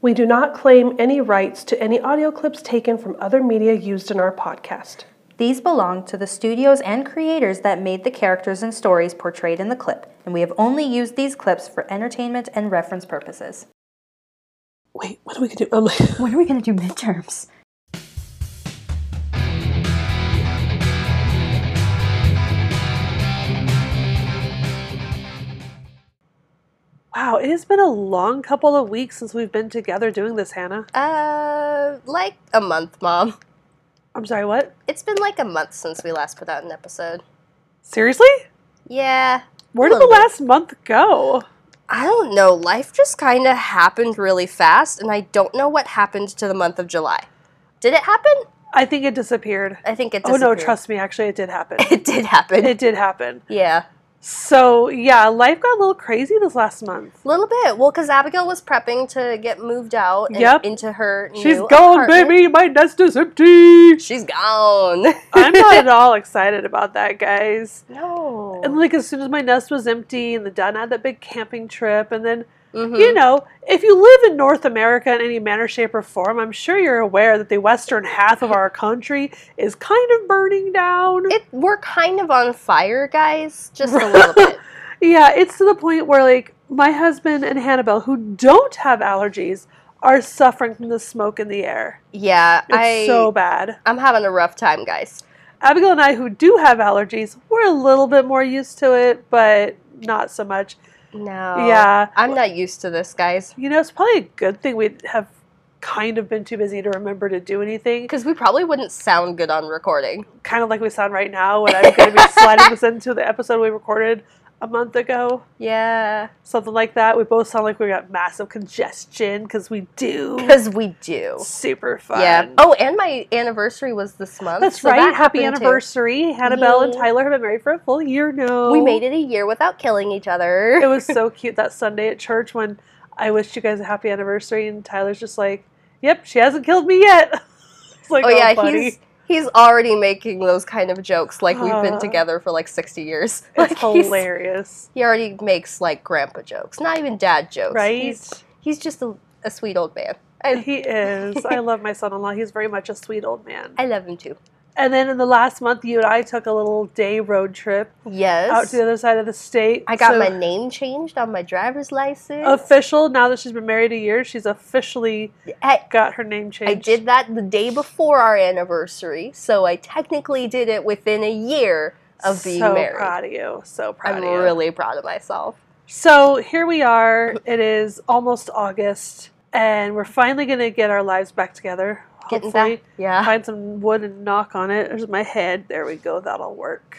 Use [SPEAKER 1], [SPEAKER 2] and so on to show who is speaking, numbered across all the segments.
[SPEAKER 1] We do not claim any rights to any audio clips taken from other media used in our podcast.
[SPEAKER 2] These belong to the studios and creators that made the characters and stories portrayed in the clip, and we have only used these clips for entertainment and reference purposes.
[SPEAKER 1] Wait, what are we gonna do? Um,
[SPEAKER 3] When are we going to do midterms?
[SPEAKER 1] wow, it has been a long couple of weeks since we've been together doing this, Hannah.
[SPEAKER 4] Uh, like a month, Mom.
[SPEAKER 1] I'm sorry, what?
[SPEAKER 4] It's been like a month since we last put out an episode.
[SPEAKER 1] Seriously?
[SPEAKER 4] Yeah.
[SPEAKER 1] Where did the last month go?
[SPEAKER 4] I don't know. Life just kind of happened really fast, and I don't know what happened to the month of July. Did it happen?
[SPEAKER 1] I think it disappeared.
[SPEAKER 4] I think it
[SPEAKER 1] Oh
[SPEAKER 4] disappeared.
[SPEAKER 1] no, trust me, actually, it did happen.
[SPEAKER 4] It did happen.
[SPEAKER 1] it did happen.
[SPEAKER 4] yeah.
[SPEAKER 1] So, yeah, life got a little crazy this last month.
[SPEAKER 4] A little bit. Well, because Abigail was prepping to get moved out and
[SPEAKER 1] Yep.
[SPEAKER 4] into her
[SPEAKER 1] She's
[SPEAKER 4] new
[SPEAKER 1] gone,
[SPEAKER 4] apartment.
[SPEAKER 1] baby. My nest is empty.
[SPEAKER 4] She's gone.
[SPEAKER 1] I'm not at all excited about that, guys.
[SPEAKER 4] no.
[SPEAKER 1] And like as soon as my nest was empty, and the dad had that big camping trip, and then
[SPEAKER 4] Mhm.
[SPEAKER 1] you know, if you live in North America in any manner, shape, or form, I'm sure you're aware that the western half of our country is kind of burning down.
[SPEAKER 4] It, we're kind of on fire, guys. Just a little bit.
[SPEAKER 1] yeah, it's to the point where like my husband and Hannibal, who don't have allergies, are suffering from the smoke in the air.
[SPEAKER 4] Yeah,
[SPEAKER 1] It's
[SPEAKER 4] I.
[SPEAKER 1] so bad.
[SPEAKER 4] I'm having a rough time, guys.
[SPEAKER 1] Abigail and I, who do have allergies, we're a little bit more used to it, but not so much.
[SPEAKER 4] No.
[SPEAKER 1] Yeah.
[SPEAKER 4] I'm not used to this, guys.
[SPEAKER 1] You know, it's probably a good thing we have kind of been too busy to remember to do anything,
[SPEAKER 4] Because we probably wouldn't sound good on recording.
[SPEAKER 1] kind of like we sound right now when I'm going to be sliding this into the episode we recorded a month ago.
[SPEAKER 4] Yeah.
[SPEAKER 1] Something like that. We both sound like we got massive congestion because we do.
[SPEAKER 4] Because we do.
[SPEAKER 1] Super fun.
[SPEAKER 4] Yeah. Oh, and my anniversary was this month.
[SPEAKER 1] that's
[SPEAKER 4] Oh, so
[SPEAKER 1] right.
[SPEAKER 4] that
[SPEAKER 1] Happy
[SPEAKER 4] happened too.
[SPEAKER 1] anniversary. Hannibal and
[SPEAKER 4] Yay.
[SPEAKER 1] Tyler have been married for a full year now.
[SPEAKER 4] We made it a year without killing each other.
[SPEAKER 1] it was so cute that Sunday at church when I wished you guys a happy anniversary, and Tyler's just like, "Yep, she hasn't killed me yet." it's like,
[SPEAKER 4] oh, yeah.
[SPEAKER 1] buddy.
[SPEAKER 4] He's he's already making those kind of jokes. Like we've
[SPEAKER 1] Uh,
[SPEAKER 4] been together for like 60 years.
[SPEAKER 1] it's
[SPEAKER 4] like, he's-
[SPEAKER 1] hilarious,
[SPEAKER 4] He already makes like grandpa jokes, not even dad jokes.
[SPEAKER 1] right?
[SPEAKER 4] He's, he's just a, a sweet old man. I,
[SPEAKER 1] he is. I love my son-in-law. He's very much a sweet old man.
[SPEAKER 4] I love him too.
[SPEAKER 1] And then in the last month, you and I took a little day road trip
[SPEAKER 4] Yes.
[SPEAKER 1] out to the other side of the state.
[SPEAKER 4] I got
[SPEAKER 1] So,
[SPEAKER 4] my name changed on my driver's license.
[SPEAKER 1] official. Now that she's been married a year, she's officially
[SPEAKER 4] I,
[SPEAKER 1] got her name changed.
[SPEAKER 4] I did that the day before our anniversary, so I technically did it within a year of being
[SPEAKER 1] so
[SPEAKER 4] married.
[SPEAKER 1] proud of you. So proud
[SPEAKER 4] I'm
[SPEAKER 1] of you.
[SPEAKER 4] really proud of myself.
[SPEAKER 1] So here we are. It is almost August, and we're finally gonna get our lives back together.
[SPEAKER 4] Getting
[SPEAKER 1] hopefully,
[SPEAKER 4] back. Yeah.
[SPEAKER 1] find some wood and knock on it. There's my head. There we go. That'll work.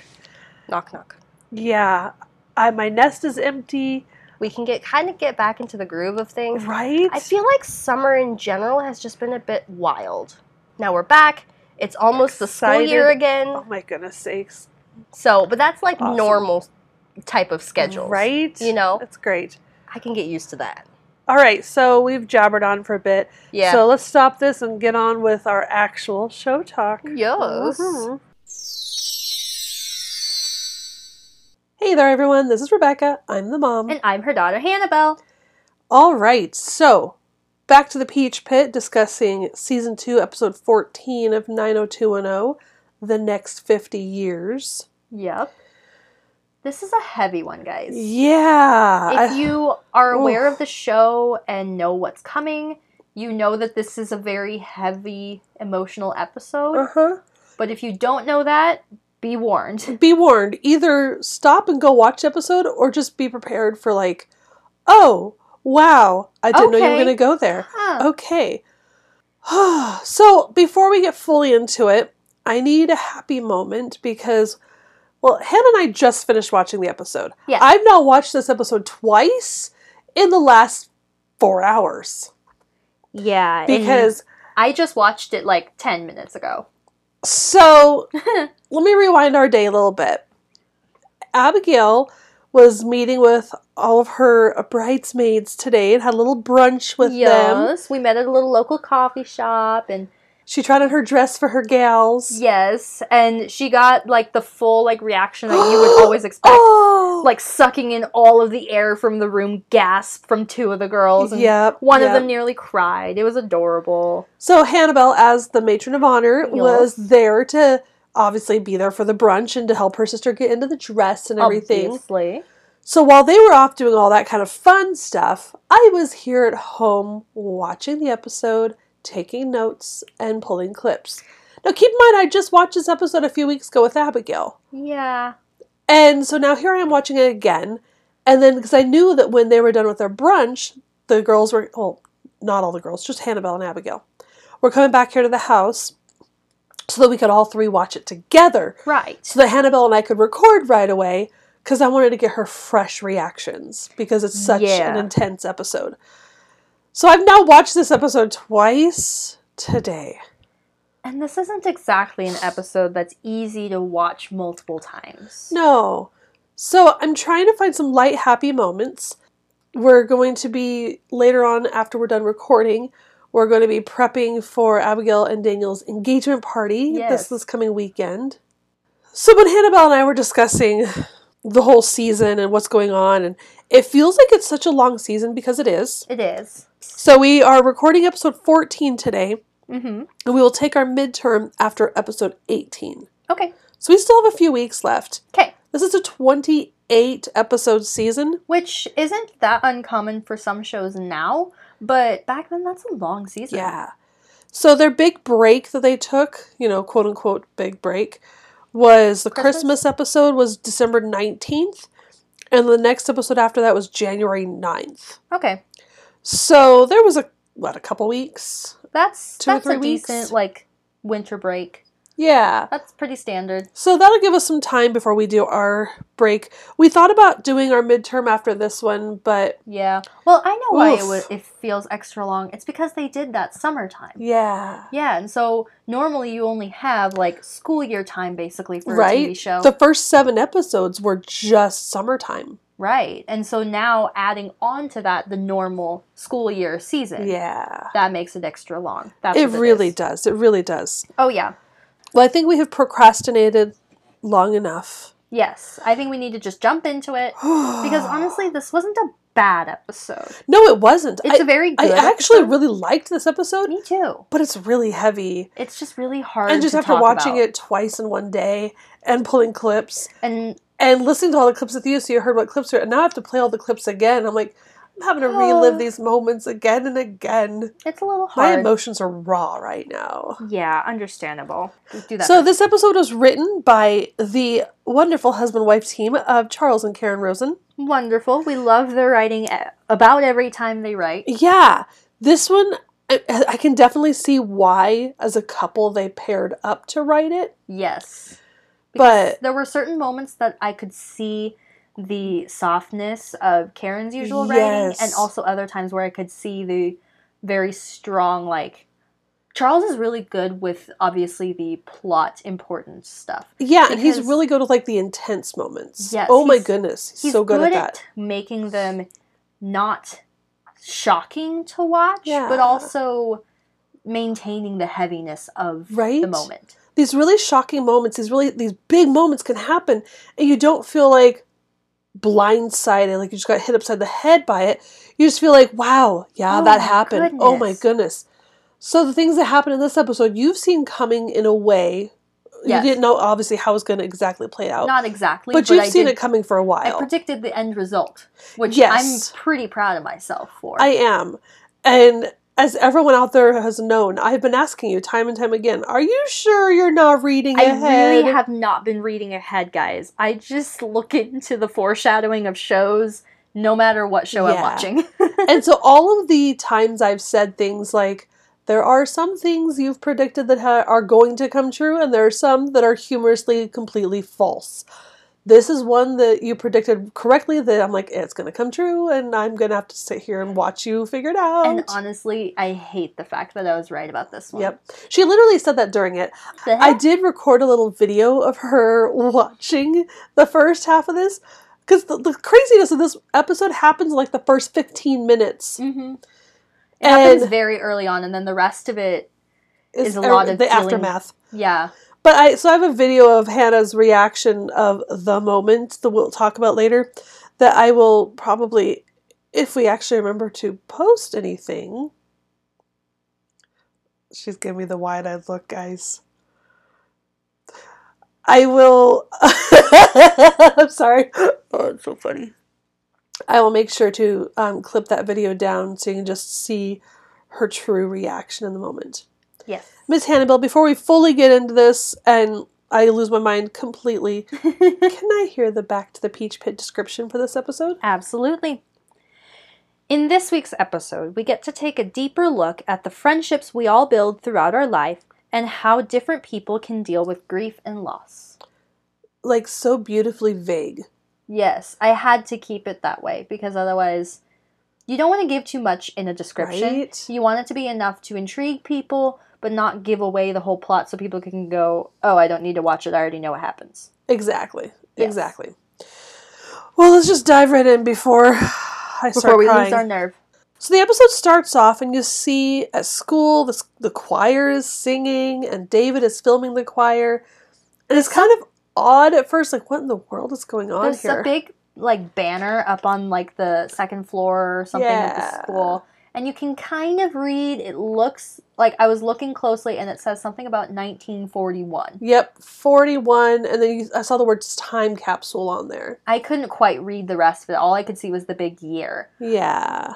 [SPEAKER 4] Knock knock.
[SPEAKER 1] Yeah, I, my nest is empty,
[SPEAKER 4] We can get kind of get back into the groove of things.
[SPEAKER 1] right?
[SPEAKER 4] I feel like summer in general has just been a bit wild. Now we're back. It's almost the school year
[SPEAKER 1] Excited.
[SPEAKER 4] again.
[SPEAKER 1] Oh my goodness sakes!
[SPEAKER 4] So, but that's like
[SPEAKER 1] Awesome.
[SPEAKER 4] normal type of schedules.
[SPEAKER 1] right?
[SPEAKER 4] You know?
[SPEAKER 1] that's great.
[SPEAKER 4] I can get used to that.
[SPEAKER 1] All right, so we've jabbered on for a bit.
[SPEAKER 4] Yeah.
[SPEAKER 1] So let's stop this and get on with our actual show talk.
[SPEAKER 4] Yes.
[SPEAKER 1] Mhm. Hey there, everyone. This is Rebecca. I'm the mom.
[SPEAKER 4] and I'm her daughter, Hannibal.
[SPEAKER 1] All right, so back to the Peach Pit discussing season 2, episode 14 of 90210 The Next 50 Years.
[SPEAKER 4] Yep.
[SPEAKER 3] This is a heavy one, guys.
[SPEAKER 1] Yeah.
[SPEAKER 3] If
[SPEAKER 1] I-
[SPEAKER 3] you are
[SPEAKER 1] Oof.
[SPEAKER 3] aware of the show and know what's coming, you know that this is a very heavy emotional episode.
[SPEAKER 1] uh-huh.
[SPEAKER 3] But if you don't know that, be warned.
[SPEAKER 1] Be warned either stop and go watch the episode or just be prepared for, like, oh, wow, I didn't know you were
[SPEAKER 3] Okay.
[SPEAKER 1] going to go there.
[SPEAKER 3] Huh.
[SPEAKER 1] Okay. so before we get fully into it, I need a happy moment because, well, Hannah and I just finished watching the episode.
[SPEAKER 3] Yeah.
[SPEAKER 1] I've now watched this episode twice in the last four hours
[SPEAKER 3] Yeah. and
[SPEAKER 1] because.
[SPEAKER 3] I just watched it like 10 minutes ago.
[SPEAKER 1] So let me rewind our day a little bit. Abigail was meeting with all of her bridesmaids today and had a little brunch with them.
[SPEAKER 3] yes, we met at a little local coffee shop and
[SPEAKER 1] She tried on her dress for her gals.
[SPEAKER 3] yes, and she got like the full like reaction that you would always expect.
[SPEAKER 1] Oh,
[SPEAKER 4] like sucking in all of the air from the room, gasp from two of the girls. And
[SPEAKER 1] Yep,
[SPEAKER 4] One
[SPEAKER 1] yep.
[SPEAKER 4] of them nearly cried. It was adorable.
[SPEAKER 1] So Hannibal, as the matron of honor, was there to obviously be there for the brunch and to help her sister get into the dress and everything.
[SPEAKER 4] Obviously.
[SPEAKER 1] So while they were off doing all that kind of fun stuff, I was here at home watching the episode, taking notes, and pulling clips. Now keep in mind, I just watched this episode a few weeks ago with Abigail.
[SPEAKER 4] Yeah.
[SPEAKER 1] And so now here I am watching it again. And then, because I knew that when they were done with their brunch, the girls were, well, not all the girls, just Hannibal and Abigail, were coming back here to the house so that we could all three watch it together.
[SPEAKER 4] Right.
[SPEAKER 1] So that Hannibal and I could record right away because I wanted to get her fresh reactions because it's such an
[SPEAKER 4] Yeah.
[SPEAKER 1] intense episode. So I've now watched this episode twice today.
[SPEAKER 4] And this isn't exactly an episode that's easy to watch multiple times.
[SPEAKER 1] No. So I'm trying to find some light, happy moments. We're going to be later on after we're done recording. We're going to be prepping for Abigail and Daniel's engagement party this
[SPEAKER 4] Yes.
[SPEAKER 1] this coming weekend. So when Hannibal and I were discussing the whole season and what's going on, and it feels like it's such a long season because it is.
[SPEAKER 4] It is.
[SPEAKER 1] So we are recording episode 14 today,
[SPEAKER 4] Mm-hmm.
[SPEAKER 1] and we will take our midterm after episode 18.
[SPEAKER 4] Okay.
[SPEAKER 1] So we still have a few weeks left.
[SPEAKER 4] Okay.
[SPEAKER 1] This is a 28 episode season.
[SPEAKER 4] Which isn't that uncommon for some shows now, but back then that's a long season.
[SPEAKER 1] Yeah. So their big break that they took, you know, quote unquote big break, was the Christmas,
[SPEAKER 4] Christmas?
[SPEAKER 1] episode was December 19th and the next episode after that was January 9th.
[SPEAKER 4] Okay.
[SPEAKER 1] So there was a what a couple weeks.
[SPEAKER 4] That's
[SPEAKER 1] Two or
[SPEAKER 4] that's
[SPEAKER 1] three
[SPEAKER 4] a
[SPEAKER 1] weeks?
[SPEAKER 4] decent like winter break.
[SPEAKER 1] Yeah.
[SPEAKER 4] That's pretty standard.
[SPEAKER 1] So that'll give us some time before we do our break. We thought about doing our midterm after this one, but
[SPEAKER 4] Yeah. Well, I know why it
[SPEAKER 1] Oof.
[SPEAKER 4] would it feels extra long. It's because they did that summertime.
[SPEAKER 1] yeah.
[SPEAKER 4] Yeah, and so normally you only have like school year time basically for a
[SPEAKER 1] Right?
[SPEAKER 4] TV show.
[SPEAKER 1] The first 7 episodes were just summertime.
[SPEAKER 4] right. And so now adding on to that the normal school year season.
[SPEAKER 1] Yeah.
[SPEAKER 4] That makes it extra long. That's
[SPEAKER 1] it
[SPEAKER 4] what
[SPEAKER 1] really
[SPEAKER 4] is.
[SPEAKER 1] does. It really does.
[SPEAKER 4] Oh yeah.
[SPEAKER 1] Well, I think we have procrastinated long enough.
[SPEAKER 4] Yes. I think we need to just jump into it because honestly this wasn't a bad episode.
[SPEAKER 1] No, it wasn't.
[SPEAKER 4] It's
[SPEAKER 1] I
[SPEAKER 4] a very
[SPEAKER 1] I
[SPEAKER 4] good
[SPEAKER 1] actually
[SPEAKER 4] episode.
[SPEAKER 1] really liked this episode,
[SPEAKER 4] Me too.
[SPEAKER 1] but it's really heavy.
[SPEAKER 4] It's just really hard
[SPEAKER 1] And just
[SPEAKER 4] to
[SPEAKER 1] after
[SPEAKER 4] talk
[SPEAKER 1] watching
[SPEAKER 4] about.
[SPEAKER 1] it twice in one day and pulling clips
[SPEAKER 4] and
[SPEAKER 1] and listening to all the clips with you, so you heard what clips are. And now I have to play all the clips again. I'm like, I'm having to relive
[SPEAKER 4] Oh.
[SPEAKER 1] these moments again and again.
[SPEAKER 4] it's a little
[SPEAKER 1] My
[SPEAKER 4] hard.
[SPEAKER 1] emotions are raw right now.
[SPEAKER 4] yeah, understandable. Just do that.
[SPEAKER 1] So this episode was written by the wonderful husband-wife team of Charles and Karen Rosen.
[SPEAKER 4] Wonderful. We love their writing e- about every time they write.
[SPEAKER 1] Yeah, this one I, I can definitely see why as a couple they paired up to write it,
[SPEAKER 4] Yes.
[SPEAKER 1] but
[SPEAKER 4] There were certain moments that I could see the softness of Karen's usual writing, and
[SPEAKER 1] Yes.
[SPEAKER 4] also other times where I could see the very strong, like, Charles is really good with obviously the plot important stuff.
[SPEAKER 1] yeah, and he's
[SPEAKER 4] because-
[SPEAKER 1] really good with like the intense moments.
[SPEAKER 4] Yes,
[SPEAKER 1] oh my
[SPEAKER 4] he's-
[SPEAKER 1] goodness, he's, so good, at that.
[SPEAKER 4] making them not shocking to watch,
[SPEAKER 1] Yeah.
[SPEAKER 4] but also maintaining the heaviness of
[SPEAKER 1] Right?
[SPEAKER 4] the moment.
[SPEAKER 1] These really shocking moments, these really these big moments can happen, and you don't feel like blindsided, like you just got hit upside the head by it. You just feel like, wow, yeah,
[SPEAKER 4] Oh
[SPEAKER 1] that
[SPEAKER 4] my
[SPEAKER 1] happened. Oh my
[SPEAKER 4] goodness.
[SPEAKER 1] goodness. So the things that happen in this episode, you've seen coming in a way.
[SPEAKER 4] Yes.
[SPEAKER 1] You didn't know obviously how it was going to exactly play out.
[SPEAKER 4] Not exactly,
[SPEAKER 1] but
[SPEAKER 4] but,
[SPEAKER 1] you've
[SPEAKER 4] I
[SPEAKER 1] seen
[SPEAKER 4] did,
[SPEAKER 1] it coming for a
[SPEAKER 4] I
[SPEAKER 1] while.
[SPEAKER 4] predicted the end result, which
[SPEAKER 1] Yes.
[SPEAKER 4] I'm pretty proud of myself for.
[SPEAKER 1] I am. And as everyone out there has known, I've been asking you time and time again, are you sure you're not reading
[SPEAKER 4] I
[SPEAKER 1] ahead?
[SPEAKER 4] really have not been reading ahead, guys. I just look into the foreshadowing of shows, no matter what show
[SPEAKER 1] Yeah.
[SPEAKER 4] I'm watching.
[SPEAKER 1] and so all of the times I've said things like there are some things you've predicted that ha- are going to come true and there are some that are humorously completely false. This is one that you predicted correctly that I'm like it's going to come true and I'm going to have to sit here and watch you figure it out.
[SPEAKER 4] and honestly, I hate the fact that I was right about this one.
[SPEAKER 1] Yep. She literally said that during it.
[SPEAKER 4] The
[SPEAKER 1] I
[SPEAKER 4] heck?
[SPEAKER 1] did record a little video of her watching the first half of this because the, the craziness of this episode happens in, like the first 15 minutes.
[SPEAKER 4] Mm-hmm. It
[SPEAKER 1] And
[SPEAKER 4] happens very early on, and then the rest of it
[SPEAKER 1] it's
[SPEAKER 4] is a lot
[SPEAKER 1] er-
[SPEAKER 4] of
[SPEAKER 1] the
[SPEAKER 4] dealing-
[SPEAKER 1] aftermath.
[SPEAKER 4] Yeah.
[SPEAKER 1] But I so I have a video of Hannah's reaction of the moment that we'll talk about later that I will probably if we actually remember to post anything. She's giving me the wide-eyed look, guys. I will I'm sorry. Oh, it's so funny. I will make sure to um, clip that video down so you can just see her true reaction in the moment.
[SPEAKER 4] Yes.
[SPEAKER 1] Miss Hannibal, before we fully get into this, and I lose my mind completely, can I hear the Back to the Peach Pit description for this episode?
[SPEAKER 4] Absolutely. In this week's episode, we get to take a deeper look at the friendships we all build throughout our life and how different people can deal with grief and loss.
[SPEAKER 1] Like, so beautifully vague.
[SPEAKER 4] Yes, I had to keep it that way because otherwise, you don't want to give too much in a description.
[SPEAKER 1] Right.
[SPEAKER 4] You want it to be enough to intrigue people, but not give away the whole plot so people can go, oh, I don't need to watch it. I already know what happens.
[SPEAKER 1] Exactly.
[SPEAKER 4] Yes.
[SPEAKER 1] Exactly. Well, let's just dive right in before I start
[SPEAKER 4] Before we
[SPEAKER 1] crying.
[SPEAKER 4] lose our nerve.
[SPEAKER 1] So the episode starts off, and you see at school the, the choir is singing, and David is filming the choir, and it's kind of odd at first. Like, what in the world is going on
[SPEAKER 4] There's
[SPEAKER 1] here?
[SPEAKER 4] a big like banner up on like the second floor or something at
[SPEAKER 1] Yeah.
[SPEAKER 4] the school. And you can kind of read it looks like I was looking closely and it says something about 1941.
[SPEAKER 1] yep, forty-one, and then you, I saw the words "time capsule" on there.
[SPEAKER 4] I couldn't quite read the rest of it. All I could see was the big year.
[SPEAKER 1] Yeah,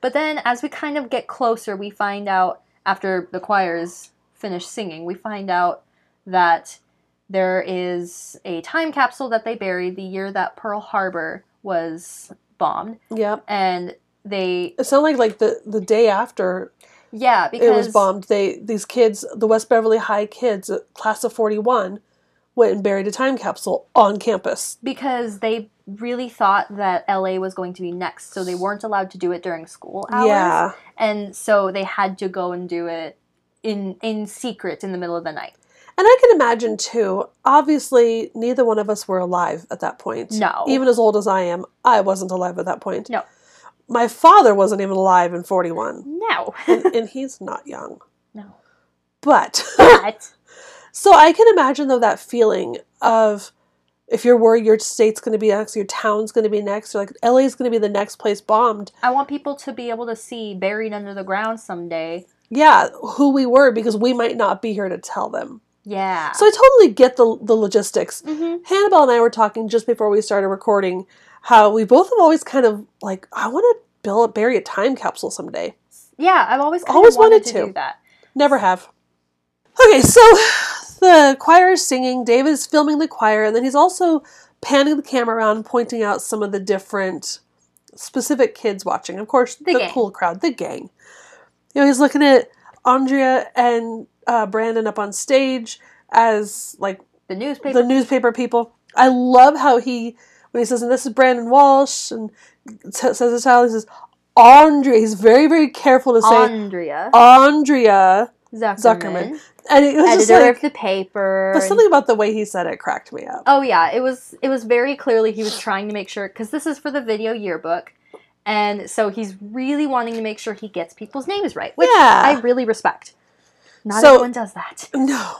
[SPEAKER 4] But then as we kind of get closer, we find out after the choir's finished singing, we find out that there is a time capsule that they buried the year that Pearl Harbor was bombed
[SPEAKER 1] yep.
[SPEAKER 4] and they
[SPEAKER 1] It sounded like like the the day after
[SPEAKER 4] Yeah, because
[SPEAKER 1] it was bombed. They these kids, the West Beverly High kids, uh, class of forty-one, went and buried a time capsule on campus.
[SPEAKER 4] because they really thought that LA was going to be next, so they weren't allowed to do it during school hours.
[SPEAKER 1] Yeah,
[SPEAKER 4] And so they had to go and do it in in secret in the middle of the night.
[SPEAKER 1] And I can imagine too, obviously, neither one of us were alive at that point.
[SPEAKER 4] No.
[SPEAKER 1] Even as old as I am, I wasn't alive at that point.
[SPEAKER 4] No.
[SPEAKER 1] My father wasn't even alive in 41,
[SPEAKER 4] No.
[SPEAKER 1] and, and he's not young.
[SPEAKER 4] No.
[SPEAKER 1] But,
[SPEAKER 4] But
[SPEAKER 1] so I can imagine though that feeling of if you're worried your state's going to be next, your town's going to be next, or like LA's going to be the next place bombed.
[SPEAKER 4] I want people to be able to see buried under the ground someday.
[SPEAKER 1] Yeah, who we were because we might not be here to tell them.
[SPEAKER 4] Yeah.
[SPEAKER 1] So I totally get the, the logistics.
[SPEAKER 4] Mhm.
[SPEAKER 1] Hannibal and I were talking just before we started recording how we both have always kind of like I want to build bury a time capsule someday.
[SPEAKER 4] Yeah, I've always kind
[SPEAKER 1] Always
[SPEAKER 4] of wanted,
[SPEAKER 1] wanted
[SPEAKER 4] to
[SPEAKER 1] to.
[SPEAKER 4] do that.
[SPEAKER 1] Never have. Okay, so the choir is singing, David is filming the choir, and then he's also panning the camera around, pointing out some of the different specific kids watching. Of course, the,
[SPEAKER 4] gang.
[SPEAKER 1] cool crowd, the gang. You know, he's looking at Andrea and uh, Brandon up on stage as like
[SPEAKER 4] The newspaper
[SPEAKER 1] the newspaper people. I love how he when he says, and this is Brandon Walsh, and t- says his title. He says Andrea. He's very very careful to say
[SPEAKER 4] Andrea
[SPEAKER 1] Andrea,
[SPEAKER 4] Zuckerman,
[SPEAKER 1] Zuckerman. and it was just
[SPEAKER 4] editor
[SPEAKER 1] like,
[SPEAKER 4] of the paper.
[SPEAKER 1] but
[SPEAKER 4] and-
[SPEAKER 1] something about the way he said it cracked me up.
[SPEAKER 4] Oh yeah, it was it was very clearly he was trying to make sure cuz this is for the video yearbook. And so he's really wanting to make sure he gets people's names right, which
[SPEAKER 1] Yeah.
[SPEAKER 4] I really respect. Not
[SPEAKER 1] So-
[SPEAKER 4] everyone does that.
[SPEAKER 1] No.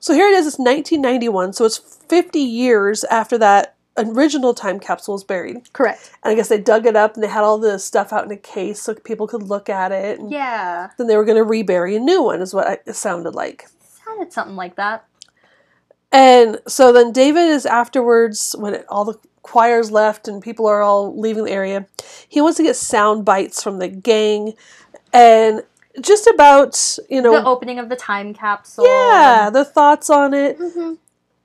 [SPEAKER 1] So here it is. It's 1991. So it's 50 years after that original time capsule was buried. And
[SPEAKER 4] Correct.
[SPEAKER 1] I guess they dug it up and they had all the stuff out in a case so people could look at it. And
[SPEAKER 4] Yeah.
[SPEAKER 1] Then they were going to rebury a new one, is what I- it sounded like.
[SPEAKER 4] Sounded something like that.
[SPEAKER 1] And so then David is afterwards, when it, all the choirs left and people are all leaving the area, he wants to get sound bites from the gang and just about, you
[SPEAKER 4] The
[SPEAKER 1] know,
[SPEAKER 4] opening of the time capsule.
[SPEAKER 1] Oh. yeah, their thoughts on it.
[SPEAKER 4] Mhm.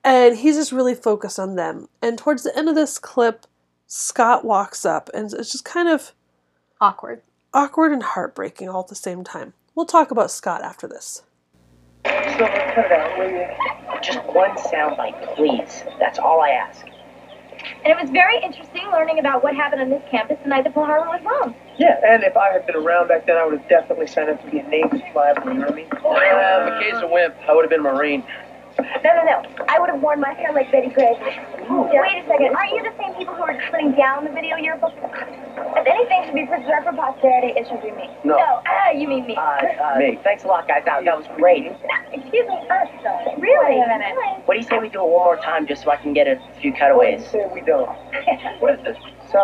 [SPEAKER 1] And he's just really focused on them. And towards the end of this clip, Scott walks up and it's just kind of
[SPEAKER 4] Awkward.
[SPEAKER 1] awkward and heartbreaking all at the same time. We'll talk about Scott after this.
[SPEAKER 5] Silver, cut it out, will you? Just one soundbite, please. That's all I ask.
[SPEAKER 6] And it was very interesting learning about what happened on this campus the night the Pearl Harbor was bombed.
[SPEAKER 7] Yeah, and if I had been around back then, I would have definitely signed up to be a Navy flyer for the Army. I'm Uh, a case of wimp. I would have been a Marine.
[SPEAKER 6] No, no, no. I would have worn my hair like Betty Gray. Wait a second. Aren't you the same people who are putting down the video yearbook? If anything should be preserved for posterity, it should be me.
[SPEAKER 7] No.
[SPEAKER 6] No, ah, you mean me.
[SPEAKER 5] Uh, uh,
[SPEAKER 7] Me.
[SPEAKER 5] Thanks a lot, guys. That, that was great.
[SPEAKER 6] It's Excuse me, us though. Really? Wait a minute.
[SPEAKER 5] What do you say we do it one more time just so I can get a few cutaways?
[SPEAKER 8] Say we don't. What is this?
[SPEAKER 7] So,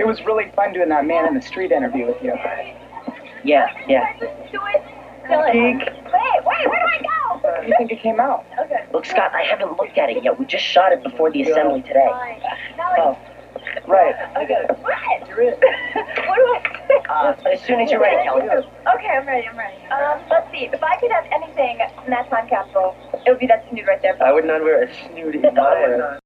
[SPEAKER 7] it was really fun doing that man in the street interview with you.
[SPEAKER 5] Yeah, yeah.
[SPEAKER 6] Do it. Kill it. Wait, wait, where do I go?
[SPEAKER 7] How do you think it came out?
[SPEAKER 6] Okay.
[SPEAKER 5] Look, Scott, I haven't looked at it yet. We just shot it before the assembly today.
[SPEAKER 6] Fine. Now
[SPEAKER 8] Right.
[SPEAKER 6] Oh, I got it. What?
[SPEAKER 8] You're in.
[SPEAKER 6] What do I say?
[SPEAKER 5] Uh, as soon as you're ready, Kelly.
[SPEAKER 6] Okay, I'm ready, I'm ready. Um, let's see. If I could have anything in that time capsule, it would be that snood right there.
[SPEAKER 8] I would not wear a snoot in my
[SPEAKER 5] Uh,
[SPEAKER 8] hair.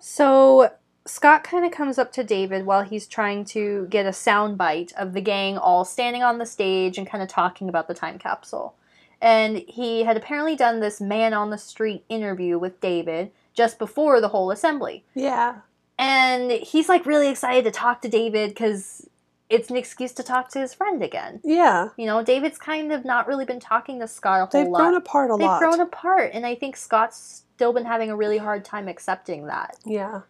[SPEAKER 3] So Scott kind of comes up to David while he's trying to get a soundbite of the gang all standing on the stage and kind of talking about the time capsule. And he had apparently done this man on the street interview with David just before the whole assembly.
[SPEAKER 1] Yeah.
[SPEAKER 3] And he's like really excited to talk to David because it's an excuse to talk to his friend again.
[SPEAKER 1] Yeah.
[SPEAKER 3] You know, David's kind of not really been talking to Scott a whole
[SPEAKER 1] They've
[SPEAKER 3] lot.
[SPEAKER 1] grown apart a
[SPEAKER 3] They've
[SPEAKER 1] lot.
[SPEAKER 3] grown apart, and I think Scott's still been having a really hard time accepting that.
[SPEAKER 1] yeah.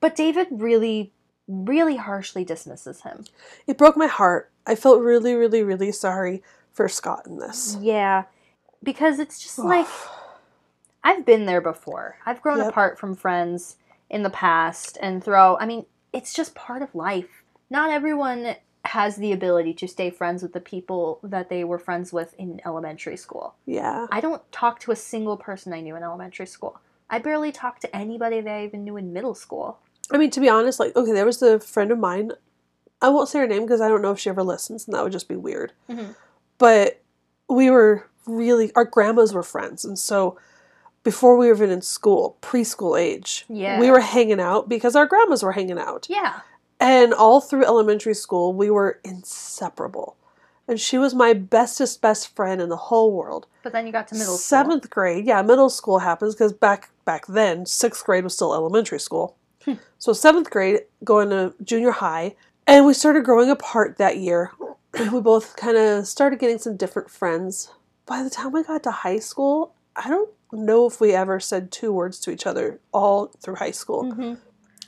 [SPEAKER 3] But David really, really harshly dismisses him.
[SPEAKER 1] It broke my heart. I felt really, really, really sorry for Scott in this.
[SPEAKER 3] Yeah. Because it's just like, I've been there before. I've grown
[SPEAKER 1] Yep.
[SPEAKER 3] apart from friends in the past and throughout. I mean, it's just part of life. Not everyone has the ability to stay friends with the people that they were friends with in elementary school.
[SPEAKER 1] Yeah.
[SPEAKER 3] I don't talk to a single person I knew in elementary school. I barely talk to anybody that I even knew in middle school.
[SPEAKER 1] I mean, to be honest, like, okay, there was a friend of mine. I won't say her name because I don't know if she ever listens, and that would just be weird.
[SPEAKER 3] Mhm.
[SPEAKER 1] But we were really, our grandmas were friends. And so before we were even in school, preschool age,
[SPEAKER 3] Yeah.
[SPEAKER 1] we were hanging out because our grandmas were hanging out.
[SPEAKER 3] Yeah.
[SPEAKER 1] And all through elementary school, we were inseparable. And she was my bestest, best friend in the whole world.
[SPEAKER 3] But then you got to middle school.
[SPEAKER 1] seventh grade yeah middle school happens because back back then sixth grade was still elementary school
[SPEAKER 3] Hmm.
[SPEAKER 1] so seventh grade going to junior high and we started growing apart that year we both kind of started getting some different friends by the time we got to high school i don't know if we ever said two words to each other all through high school
[SPEAKER 3] Mhm.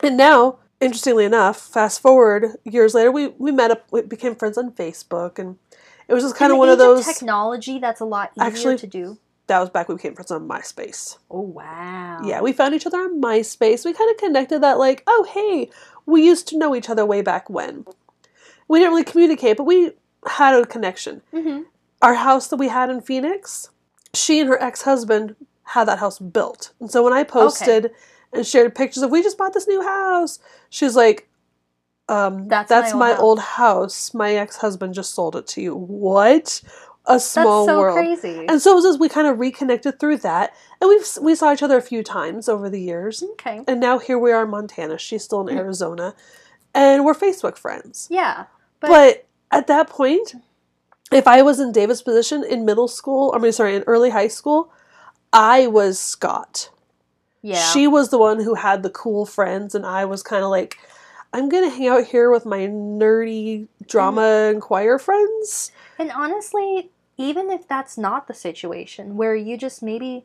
[SPEAKER 1] and now interestingly enough fast forward years later we, we met up we became friends on facebook and it was just kind
[SPEAKER 3] In
[SPEAKER 1] of
[SPEAKER 3] the
[SPEAKER 1] one of
[SPEAKER 3] age
[SPEAKER 1] those
[SPEAKER 3] technology that's a lot easier
[SPEAKER 1] Actually-
[SPEAKER 3] to do.
[SPEAKER 1] that was back when we became friends on myspace
[SPEAKER 3] Oh wow.
[SPEAKER 1] Yeah, we found each other on MySpace. We kind of connected that, like, oh, hey, we used to know each other way back when. We didn't really communicate, but we had a connection.
[SPEAKER 3] Mhm.
[SPEAKER 1] Our house that we had in Phoenix, she and her ex husband had that house built. And so when I posted and shared pictures of, we just bought this new house, she's like, um,
[SPEAKER 3] That's
[SPEAKER 1] that's,
[SPEAKER 3] my
[SPEAKER 1] my,
[SPEAKER 3] old
[SPEAKER 1] old house. My ex husband just sold it to you. What? A small
[SPEAKER 3] That's so
[SPEAKER 1] world.
[SPEAKER 3] crazy.
[SPEAKER 1] And so it was as we kind of reconnected through that, and we have we saw each other a few times over the years,
[SPEAKER 3] okay.
[SPEAKER 1] and now here we are in Montana. She's still
[SPEAKER 3] Mm.
[SPEAKER 1] in Arizona, and we're Facebook friends.
[SPEAKER 3] Yeah. But,
[SPEAKER 1] But at that point, if I was in David's position in middle school, I mean, sorry, in early high school, I was Scott.
[SPEAKER 3] yeah.
[SPEAKER 1] She was the one who had the cool friends, and I was kind of like, I'm gonna hang out here with my nerdy drama
[SPEAKER 3] Mm.
[SPEAKER 1] and choir friends.
[SPEAKER 3] and honestly, even if that's not the situation where you just maybe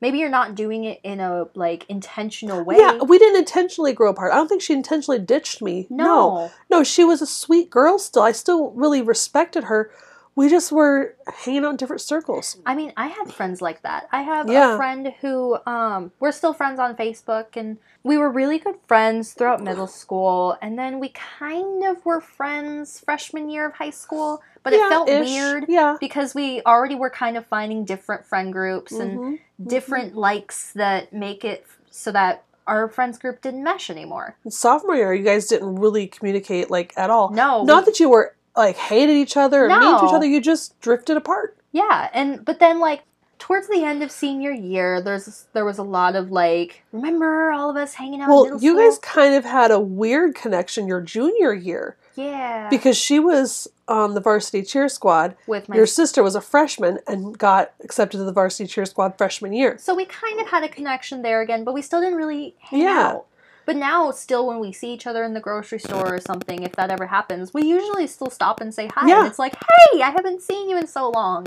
[SPEAKER 3] maybe you're not doing it in a like intentional way.
[SPEAKER 1] Yeah, we didn't intentionally grow apart. I don't think she intentionally ditched me. no.
[SPEAKER 3] no.
[SPEAKER 1] No, she was a sweet girl still. I still really respected her. We just were hanging out in different circles.
[SPEAKER 3] I mean, I had friends like that. I have a
[SPEAKER 1] Yeah.
[SPEAKER 3] friend who um we're still friends on Facebook and we were really good friends throughout middle school and then we kind of were friends freshman year of high school, but it
[SPEAKER 1] Yeah,
[SPEAKER 3] felt
[SPEAKER 1] ish.
[SPEAKER 3] weird
[SPEAKER 1] Yeah.
[SPEAKER 3] because we already were kind of finding different friend groups and
[SPEAKER 1] Mhm.
[SPEAKER 3] different likes that make it f- so that our friends group didn't mesh anymore.
[SPEAKER 1] In sophomore year, you guys didn't really communicate like at all.
[SPEAKER 3] No, we-
[SPEAKER 1] Not that you were like hated each other or mean to
[SPEAKER 3] No.
[SPEAKER 1] each other. You just drifted apart.
[SPEAKER 3] Yeah, and but then like towards the end of senior year, there's there was a lot of like, remember all of us hanging out. in
[SPEAKER 1] Well,
[SPEAKER 3] middle
[SPEAKER 1] you
[SPEAKER 3] school?
[SPEAKER 1] guys kind of had a weird connection your junior year
[SPEAKER 3] yeah,
[SPEAKER 1] because she was on the varsity cheer squad.
[SPEAKER 3] with my
[SPEAKER 1] Your sister was a freshman and got accepted to the varsity cheer squad freshman year.
[SPEAKER 3] so we kind of had a connection there again, but we still didn't really hang
[SPEAKER 1] Yeah.
[SPEAKER 3] out. But now, still, when we see each other in the grocery store or something, if that ever happens, we usually still stop and say hi.
[SPEAKER 1] Yeah.
[SPEAKER 3] And it's like, hey, I haven't seen you in so long.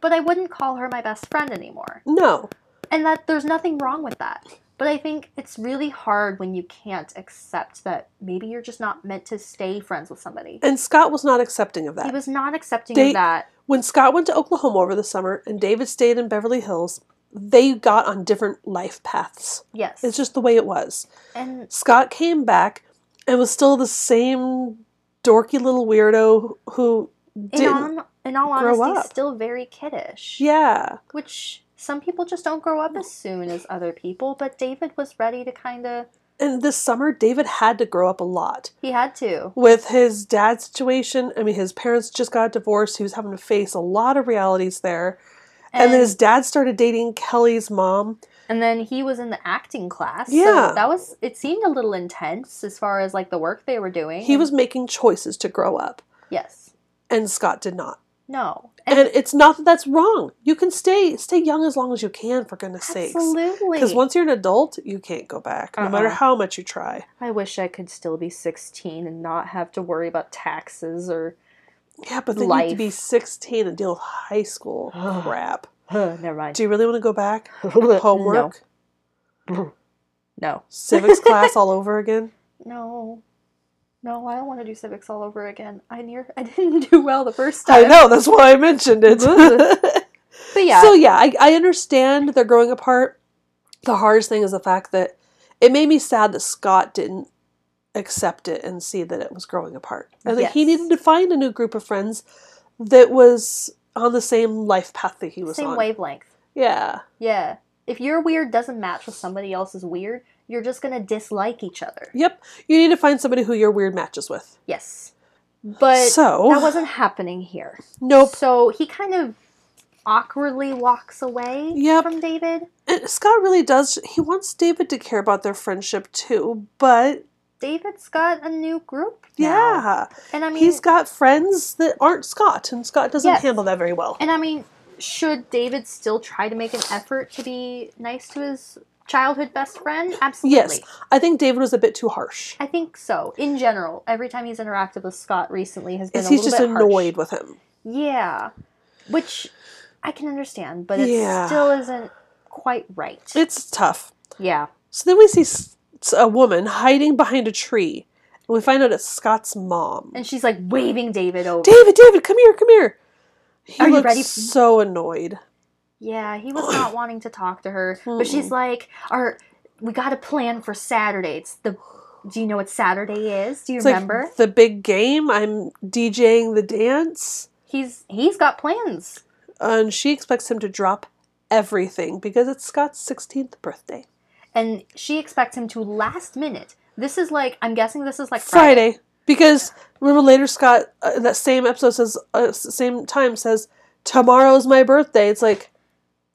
[SPEAKER 3] But I wouldn't call her my best friend anymore.
[SPEAKER 1] No.
[SPEAKER 3] and that there's nothing wrong with that but i think it's really hard when you can't accept that maybe you're just not meant to stay friends with somebody
[SPEAKER 1] And Scott was not accepting of that.
[SPEAKER 3] he was not accepting
[SPEAKER 1] They-
[SPEAKER 3] of that
[SPEAKER 1] When Scott went to Oklahoma over the summer and David stayed in Beverly Hills, they got on different life paths.
[SPEAKER 4] Yes.
[SPEAKER 1] It's just the way it was.
[SPEAKER 4] and
[SPEAKER 1] Scott came back and was still the same dorky little weirdo who
[SPEAKER 4] in
[SPEAKER 1] didn't.
[SPEAKER 4] all, in all
[SPEAKER 1] grow
[SPEAKER 4] honesty,
[SPEAKER 1] up.
[SPEAKER 4] still very kiddish.
[SPEAKER 1] Yeah.
[SPEAKER 4] Which some people just don't grow up as soon as other people, but David was ready to kind of.
[SPEAKER 1] And this summer, David had to grow up a lot.
[SPEAKER 4] He had to.
[SPEAKER 1] With his dad's situation, I mean, his parents just got divorced. He was having to face a lot of realities there. And, then his dad started dating Kelly's mom.
[SPEAKER 4] And then he was in the acting class.
[SPEAKER 1] Yeah.
[SPEAKER 4] So that was, it seemed a little intense as far as like the work they were doing.
[SPEAKER 1] He was making choices to grow up,
[SPEAKER 4] Yes.
[SPEAKER 1] and Scott did not.
[SPEAKER 4] No.
[SPEAKER 1] And, it's not that that's wrong. You can stay stay young as long as you can, for goodness sakes.
[SPEAKER 4] absolutely.
[SPEAKER 1] Because once you're an adult, you can't go back, no matter
[SPEAKER 4] Uh-uh.
[SPEAKER 1] how much you try.
[SPEAKER 4] I wish I could still be 16 and not have to worry about taxes or.
[SPEAKER 1] Yeah, but then you have to
[SPEAKER 4] Life.
[SPEAKER 1] be 16 and deal with high school crap.
[SPEAKER 4] never mind.
[SPEAKER 1] Do you really want to go back? Homework,
[SPEAKER 4] No.
[SPEAKER 1] civics class all over again.
[SPEAKER 4] No. No, I don't want to do civics all over again. I near I didn't do well the first
[SPEAKER 1] I
[SPEAKER 4] time.
[SPEAKER 1] know. That's why I mentioned it.
[SPEAKER 4] But yeah.
[SPEAKER 1] So yeah, I, I understand they're growing apart. The hardest thing is the fact that it made me sad that Scott didn't accept it and see that it was growing apart. And that he
[SPEAKER 4] Yes.
[SPEAKER 1] needed to find a new group of friends that was on the same life path that he was
[SPEAKER 4] same
[SPEAKER 1] on.
[SPEAKER 4] wavelength.
[SPEAKER 1] Yeah.
[SPEAKER 4] Yeah. If your weird doesn't match with somebody else's weird, you're just going to dislike each other.
[SPEAKER 1] Yep. You need to find somebody who your weird matches with.
[SPEAKER 4] Yes. But
[SPEAKER 1] So-
[SPEAKER 4] that wasn't happening here.
[SPEAKER 1] Nope.
[SPEAKER 4] So he kind of awkwardly walks away
[SPEAKER 1] Yep.
[SPEAKER 4] from David.
[SPEAKER 1] And Scott really does he wants David to care about their friendship too, but
[SPEAKER 4] David's got a new group. now.
[SPEAKER 1] yeah.
[SPEAKER 4] And I mean
[SPEAKER 1] He's got friends that aren't Scott and Scott doesn't
[SPEAKER 4] Yes.
[SPEAKER 1] handle that very well.
[SPEAKER 4] And I mean, should David still try to make an effort to be nice to his childhood best friend? Absolutely.
[SPEAKER 1] Yes, I think David was a bit too harsh.
[SPEAKER 4] I think so. In general, every time he's interacted with Scott recently has been
[SPEAKER 1] It's-
[SPEAKER 4] a
[SPEAKER 1] he's
[SPEAKER 4] little
[SPEAKER 1] just
[SPEAKER 4] bit harsh.
[SPEAKER 1] annoyed with him.
[SPEAKER 4] Yeah. Which I can understand, but it
[SPEAKER 1] Yeah.
[SPEAKER 4] still isn't quite right.
[SPEAKER 1] It's tough.
[SPEAKER 4] yeah.
[SPEAKER 1] So then we see s- s- a woman hiding behind a tree, and we find out it's Scott's mom.
[SPEAKER 4] And she's like waving David over.
[SPEAKER 1] David, David, come here, come here. He
[SPEAKER 4] Are you
[SPEAKER 1] looks
[SPEAKER 4] ready?
[SPEAKER 1] so annoyed.
[SPEAKER 4] Yeah, he was not wanting to talk to her, but she's like, "Our, we got a plan for Saturday. It's the, do you know what Saturday is? Do you
[SPEAKER 1] It's
[SPEAKER 4] remember?"
[SPEAKER 1] like the big game. I'm DJing the dance,
[SPEAKER 4] he's he's got plans.
[SPEAKER 1] and she expects him to drop everything because it's Scott's 16th birthday.
[SPEAKER 4] and she expects him to last minute. This is like I'm guessing this is like Friday.
[SPEAKER 1] Friday. Because remember later Scott uh, in that same episode says uh, s- same time says tomorrow's my birthday. It's like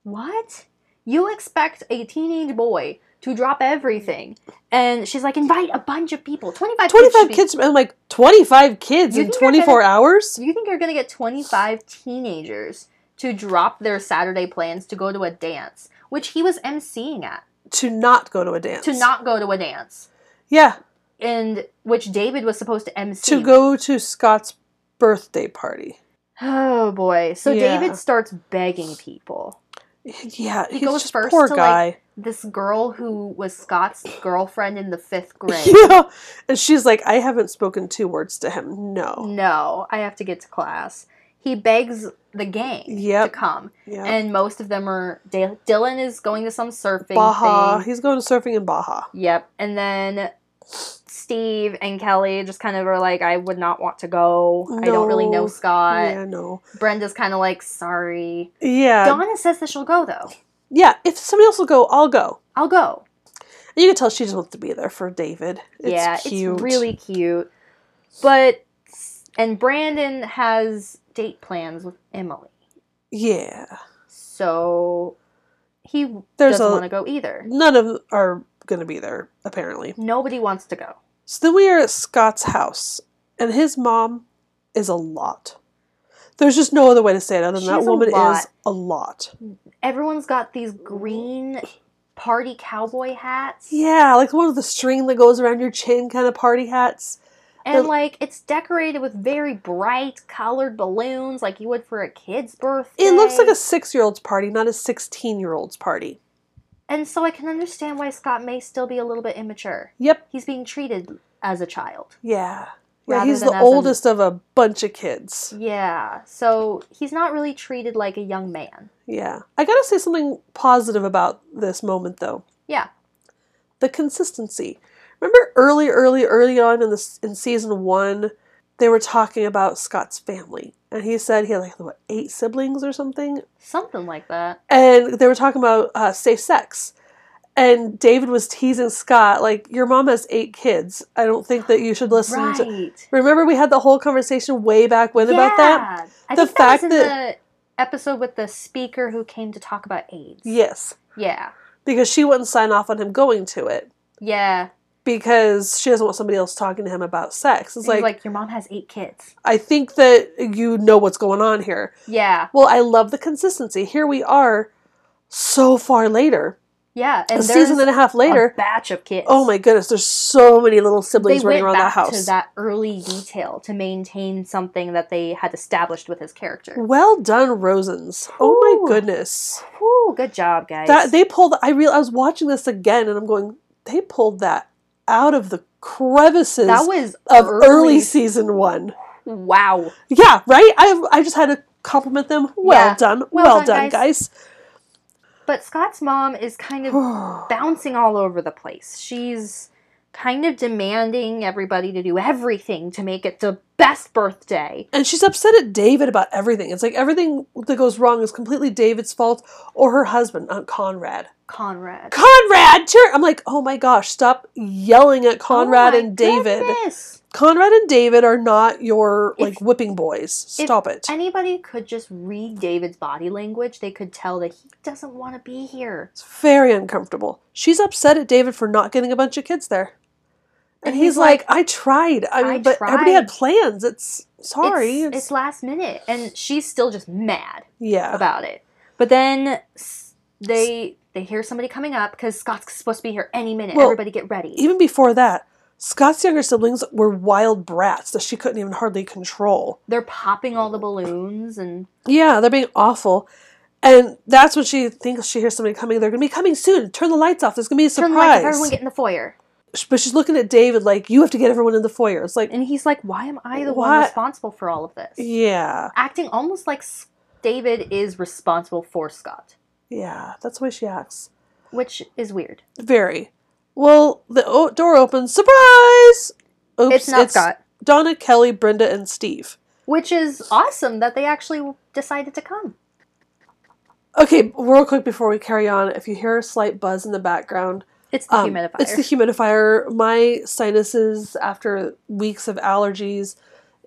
[SPEAKER 4] What? You expect a teenage boy to drop everything, and she's like, invite a bunch of people, 25,
[SPEAKER 1] twenty
[SPEAKER 4] should
[SPEAKER 1] five
[SPEAKER 4] be-
[SPEAKER 1] kids. I'm like twenty five kids
[SPEAKER 4] You
[SPEAKER 1] in
[SPEAKER 4] think you're gonna-
[SPEAKER 1] twenty four hours.
[SPEAKER 4] Do you think you're gonna get 25 teenagers to drop their Saturday plans to go to a dance, which he was emceeing at,
[SPEAKER 1] to not go to a dance.
[SPEAKER 4] to not go to a dance,
[SPEAKER 1] yeah
[SPEAKER 4] and which David was supposed to MC.
[SPEAKER 1] to go to Scott's birthday party.
[SPEAKER 4] Oh boy! So
[SPEAKER 1] Yeah.
[SPEAKER 4] David starts begging people.
[SPEAKER 1] Yeah,
[SPEAKER 4] He
[SPEAKER 1] he's
[SPEAKER 4] goes
[SPEAKER 1] just
[SPEAKER 4] first
[SPEAKER 1] poor
[SPEAKER 4] to, like,
[SPEAKER 1] guy.
[SPEAKER 4] this girl who was Scott's girlfriend in the fifth grade.
[SPEAKER 1] yeah, and she's like, I haven't spoken two words to him. No.
[SPEAKER 4] Mm, No, I have to get to class. He begs the gang
[SPEAKER 1] Yep.
[SPEAKER 4] to come,
[SPEAKER 1] Yeah.
[SPEAKER 4] and most of them are. D- Dylan is going to some surfing
[SPEAKER 1] Baja.
[SPEAKER 4] thing.
[SPEAKER 1] He's going surfing in Baja.
[SPEAKER 4] Yep, and then Steve and Kelly just kind of are like, "I would not want to go. I don't really
[SPEAKER 1] No.
[SPEAKER 4] know Scott."
[SPEAKER 1] yeah, Uh, no.
[SPEAKER 4] Brenda's kind of like, "Sorry."
[SPEAKER 1] Yeah.
[SPEAKER 4] Donna says that she'll go though.
[SPEAKER 1] yeah, if somebody else will go, I'll go.
[SPEAKER 4] I'll go.
[SPEAKER 1] You can tell she just wants to be there for David. It's
[SPEAKER 4] yeah,
[SPEAKER 1] cute.
[SPEAKER 4] it's really cute. But and Brandon has date plans with Emily,
[SPEAKER 1] yeah.
[SPEAKER 4] so he
[SPEAKER 1] There's
[SPEAKER 4] doesn't
[SPEAKER 1] a-
[SPEAKER 4] want to go either.
[SPEAKER 1] None of them are gonna be there apparently.
[SPEAKER 4] Nobody wants to go.
[SPEAKER 1] So then we are at Scott's house, and his mom is a lot. There's just no other way to say it other than that
[SPEAKER 4] She's a
[SPEAKER 1] woman is
[SPEAKER 4] lot.
[SPEAKER 1] a lot.
[SPEAKER 4] Everyone's got these green party cowboy hats,
[SPEAKER 1] Yeah, like the one with the string that goes around your chin, kind of party hats.
[SPEAKER 4] and like it's decorated with very bright colored balloons, like you would for a kid's birthday.
[SPEAKER 1] It looks like a six-year-old's party, not a sixteen-year-old's party.
[SPEAKER 4] and so I can understand why Scott may still be a little bit immature.
[SPEAKER 1] Yep.
[SPEAKER 4] He's being treated as a child.
[SPEAKER 1] Yeah. Yeah,
[SPEAKER 4] rather
[SPEAKER 1] he's
[SPEAKER 4] than
[SPEAKER 1] the
[SPEAKER 4] as a-
[SPEAKER 1] oldest of a bunch of kids.
[SPEAKER 4] yeah, so he's not really treated like a young man.
[SPEAKER 1] Yeah. I gotta say something positive about this moment though.
[SPEAKER 4] Yeah.
[SPEAKER 1] The consistency. Remember early, early, early on in this in season one, they were talking about Scott's family. And he said he had like what, eight siblings or something?
[SPEAKER 4] Something like that.
[SPEAKER 1] and they were talking about uh, safe sex. And David was teasing Scott, like, your mom has eight kids. I don't think that you should listen to.
[SPEAKER 4] Right.
[SPEAKER 1] Remember, we had the whole conversation way back when about that?
[SPEAKER 4] I
[SPEAKER 1] The
[SPEAKER 4] think that was
[SPEAKER 1] fact
[SPEAKER 4] in
[SPEAKER 1] that-
[SPEAKER 4] the episode with the speaker who came to talk about AIDS.
[SPEAKER 1] Yes.
[SPEAKER 4] Yeah.
[SPEAKER 1] Because she wouldn't sign off on him going to it
[SPEAKER 4] Yeah.
[SPEAKER 1] because she doesn't want somebody else talking to him about sex. It's
[SPEAKER 4] He's like,
[SPEAKER 1] like,
[SPEAKER 4] your mom has eight kids.
[SPEAKER 1] I think that you know what's going on here.
[SPEAKER 4] Yeah.
[SPEAKER 1] Well, I love the consistency. Here we are so far later,
[SPEAKER 4] Yeah. And
[SPEAKER 1] a season
[SPEAKER 4] there's
[SPEAKER 1] and a half
[SPEAKER 4] a
[SPEAKER 1] later.
[SPEAKER 4] batch of kids.
[SPEAKER 1] Oh my goodness, there's so many little
[SPEAKER 4] They
[SPEAKER 1] siblings
[SPEAKER 4] went
[SPEAKER 1] running around that
[SPEAKER 4] back
[SPEAKER 1] house.
[SPEAKER 4] to that early detail to maintain something that they had established with his character.
[SPEAKER 1] Well done, Rosens. Oh
[SPEAKER 4] Whew.
[SPEAKER 1] my goodness.
[SPEAKER 4] Whew, good job, guys.
[SPEAKER 1] That they pulled I real I was watching this again and I'm going, they pulled that out of the crevices
[SPEAKER 4] That was
[SPEAKER 1] of early. season one.
[SPEAKER 4] Wow.
[SPEAKER 1] Yeah, right? I I just had to compliment them. Well
[SPEAKER 4] Yeah.
[SPEAKER 1] done.
[SPEAKER 4] Well
[SPEAKER 1] Well,
[SPEAKER 4] done,
[SPEAKER 1] done, guys.
[SPEAKER 4] guys. But Scott's mom is kind of bouncing all over the place. She's kind of demanding everybody to do everything to make it the best birthday.
[SPEAKER 1] And she's upset at David about everything. It's like everything that goes wrong is completely David's fault or her husband, Aunt Conrad.
[SPEAKER 4] Conrad.
[SPEAKER 1] Conrad, turn! I'm like, oh my gosh, stop yelling at Conrad
[SPEAKER 4] Oh my
[SPEAKER 1] and David.
[SPEAKER 4] goodness.
[SPEAKER 1] Conrad and David are not your
[SPEAKER 4] If-
[SPEAKER 1] like whipping boys.
[SPEAKER 4] If
[SPEAKER 1] Stop it.
[SPEAKER 4] Anybody could just read David's body language, they could tell that he doesn't want to be here.
[SPEAKER 1] It's very uncomfortable. She's upset at David for not getting a bunch of kids there. And,
[SPEAKER 4] And
[SPEAKER 1] he's,
[SPEAKER 4] he's
[SPEAKER 1] like, I tried. I mean,
[SPEAKER 4] "I
[SPEAKER 1] but everybody had
[SPEAKER 4] tried."
[SPEAKER 1] plans. It's sorry.
[SPEAKER 4] It's, it's last minute. And she's still just mad
[SPEAKER 1] yeah.
[SPEAKER 4] about it. But then s- they they hear somebody coming up because Scott's supposed to be here any minute.
[SPEAKER 1] Well,
[SPEAKER 4] Everybody get ready.
[SPEAKER 1] Even before that, Scott's younger siblings were wild brats that she couldn't even hardly control.
[SPEAKER 4] They're popping all the balloons and
[SPEAKER 1] Yeah, they're being awful. And that's when she thinks she hears somebody coming. They're going to be coming soon. Turn the lights off. There's going to be a
[SPEAKER 4] turn the lights
[SPEAKER 1] surprise.
[SPEAKER 4] off. Everyone get in the foyer.
[SPEAKER 1] but she's looking at David like, you have to get everyone in the foyer. It's like,
[SPEAKER 4] And he's like, "Why am I the one
[SPEAKER 1] What?
[SPEAKER 4] responsible for all of this?"
[SPEAKER 1] yeah.
[SPEAKER 4] Acting almost like S- David is responsible for Scott,
[SPEAKER 1] Yeah, that's the way she acts.
[SPEAKER 4] which is weird.
[SPEAKER 1] Very. Well, the o- door opens. Surprise! Oops,
[SPEAKER 4] it's not Scott,
[SPEAKER 1] Donna, Kelly, Brenda, and Steve.
[SPEAKER 4] which is awesome that they actually decided to come.
[SPEAKER 1] Okay, real quick before we carry on, if you hear a slight buzz in the background,
[SPEAKER 4] It's the
[SPEAKER 1] um,
[SPEAKER 4] humidifier.
[SPEAKER 1] it's the humidifier. My sinuses, after weeks of allergies,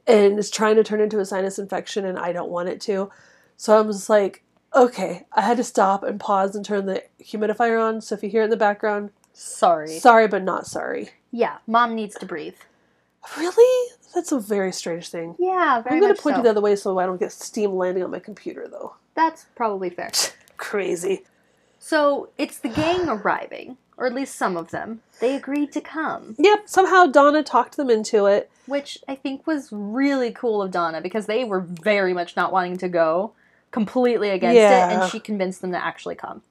[SPEAKER 1] and it's trying to turn into a sinus infection, and I don't want it to. So I'm just like, okay, I had to stop and pause and turn the humidifier on. So if you hear it in the background,
[SPEAKER 4] Sorry.
[SPEAKER 1] sorry, but not sorry.
[SPEAKER 4] yeah, mom needs to breathe.
[SPEAKER 1] Really? That's a very strange thing.
[SPEAKER 4] Yeah, very
[SPEAKER 1] I'm going
[SPEAKER 4] much
[SPEAKER 1] to point
[SPEAKER 4] so.
[SPEAKER 1] you the other way so I don't get steam landing on my computer, though.
[SPEAKER 4] That's probably fair.
[SPEAKER 1] Crazy.
[SPEAKER 4] So it's the gang arriving, or at least some of them. They agreed to come,
[SPEAKER 1] Yep, somehow Donna talked them into it.
[SPEAKER 4] which I think was really cool of Donna because they were very much not wanting to go, completely against it,
[SPEAKER 1] Yeah.
[SPEAKER 4] and she convinced them to actually come.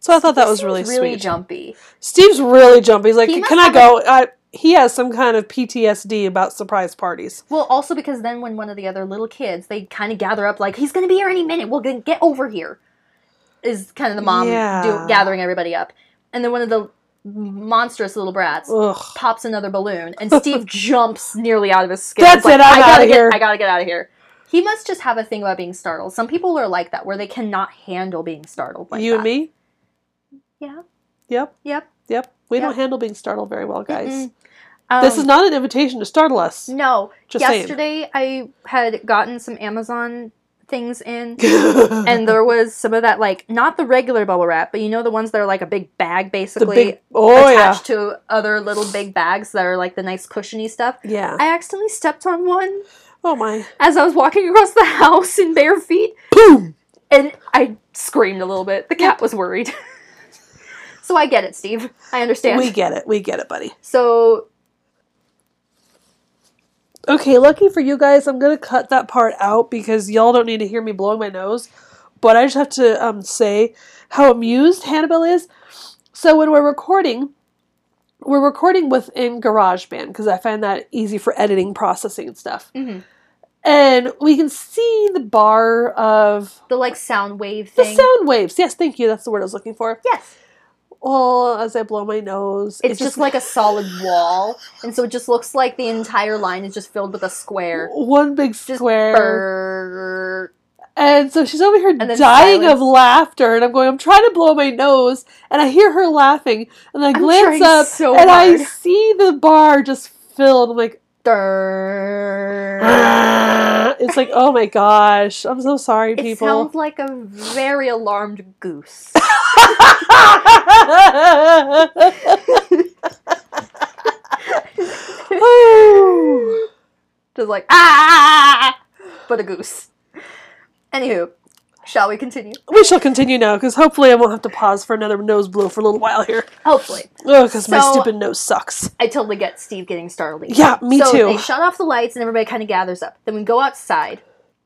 [SPEAKER 1] So I thought that was
[SPEAKER 4] Seems
[SPEAKER 1] really,
[SPEAKER 4] really
[SPEAKER 1] sweet.
[SPEAKER 4] jumpy.
[SPEAKER 1] Steve's really jumpy. He's like,
[SPEAKER 4] He must
[SPEAKER 1] can I
[SPEAKER 4] have a-
[SPEAKER 1] go? I, he has some kind of PTSD about surprise parties.
[SPEAKER 4] Well, also because then when one of the other little kids, they kind of gather up like he's gonna be here any minute. We'll g- get over here. Is kind of the mom
[SPEAKER 1] Yeah.
[SPEAKER 4] do, gathering everybody up, and then one of the monstrous little brats
[SPEAKER 1] Ugh.
[SPEAKER 4] pops another balloon, and Steve jumps nearly out of his skin.
[SPEAKER 1] That's
[SPEAKER 4] He's
[SPEAKER 1] it, I'm
[SPEAKER 4] I gotta
[SPEAKER 1] outta
[SPEAKER 4] get,
[SPEAKER 1] here."
[SPEAKER 4] I gotta get out of here. He must just have a thing about being startled. Some people are like that, where they cannot handle being startled. Like
[SPEAKER 1] you and
[SPEAKER 4] that.
[SPEAKER 1] me?
[SPEAKER 4] Yeah.
[SPEAKER 1] Yep,
[SPEAKER 4] Yep.
[SPEAKER 1] yep. We
[SPEAKER 4] Yep.
[SPEAKER 1] don't handle being startled very well, guys.
[SPEAKER 4] Mm-mm. Um,
[SPEAKER 1] This is not an invitation to startle us.
[SPEAKER 4] No.
[SPEAKER 1] Just saying.
[SPEAKER 4] Yesterday, I had gotten some Amazon things in, and there was some of that, like, not the regular bubble wrap, but you know the ones that are like a big bag
[SPEAKER 1] the
[SPEAKER 4] basically
[SPEAKER 1] big. Oh, yeah.
[SPEAKER 4] attached to other little big bags that are like the nice cushiony stuff.
[SPEAKER 1] Yeah.
[SPEAKER 4] I accidentally stepped on one
[SPEAKER 1] Oh, my.
[SPEAKER 4] as I was walking across the house in bare feet.
[SPEAKER 1] Boom!
[SPEAKER 4] And I screamed a little bit. The cat was worried. so I get it, Steve. I understand.
[SPEAKER 1] We get it. We get it, buddy.
[SPEAKER 4] so
[SPEAKER 1] Okay, lucky for you guys, I'm gonna cut that part out because y'all don't need to hear me blowing my nose. But I just have to um, say how amused Hannibal is. So when we're recording, we're recording within GarageBand because I find that easy for editing, processing, and stuff.
[SPEAKER 4] Mhm.
[SPEAKER 1] And we can see the bar of
[SPEAKER 4] The like sound wave
[SPEAKER 1] the
[SPEAKER 4] thing.
[SPEAKER 1] sound waves. Yes, thank you. That's the word I was looking for.
[SPEAKER 4] yes.
[SPEAKER 1] Well, as I blow my nose,
[SPEAKER 4] It's just like a solid wall, and so it just looks like the entire line is just filled with a square.
[SPEAKER 1] one big
[SPEAKER 4] Just
[SPEAKER 1] square.
[SPEAKER 4] Brrrr.
[SPEAKER 1] And so she's over here
[SPEAKER 4] then
[SPEAKER 1] dying of
[SPEAKER 4] silence.
[SPEAKER 1] laughter, and I'm going, I'm trying to blow my nose, and I hear her laughing, and I glance
[SPEAKER 4] trying
[SPEAKER 1] up,
[SPEAKER 4] so
[SPEAKER 1] and I
[SPEAKER 4] hard.
[SPEAKER 1] see the bar just filled. I'm like,
[SPEAKER 4] Durr.
[SPEAKER 1] it's like, oh my gosh, I'm so sorry,
[SPEAKER 4] It
[SPEAKER 1] people.
[SPEAKER 4] sounds like a very alarmed goose.
[SPEAKER 1] Ooh.
[SPEAKER 4] just like ah, but a goose. Anywho, shall we continue?
[SPEAKER 1] we shall continue now, because hopefully I won't have to pause for another nose blow for a little while here.
[SPEAKER 4] Hopefully,
[SPEAKER 1] Oh, because my
[SPEAKER 4] So-
[SPEAKER 1] stupid nose sucks.
[SPEAKER 4] I totally get Steve getting startled.
[SPEAKER 1] Yeah, me
[SPEAKER 4] so
[SPEAKER 1] too.
[SPEAKER 4] They shut off the lights and everybody kind of gathers up. Then we go outside.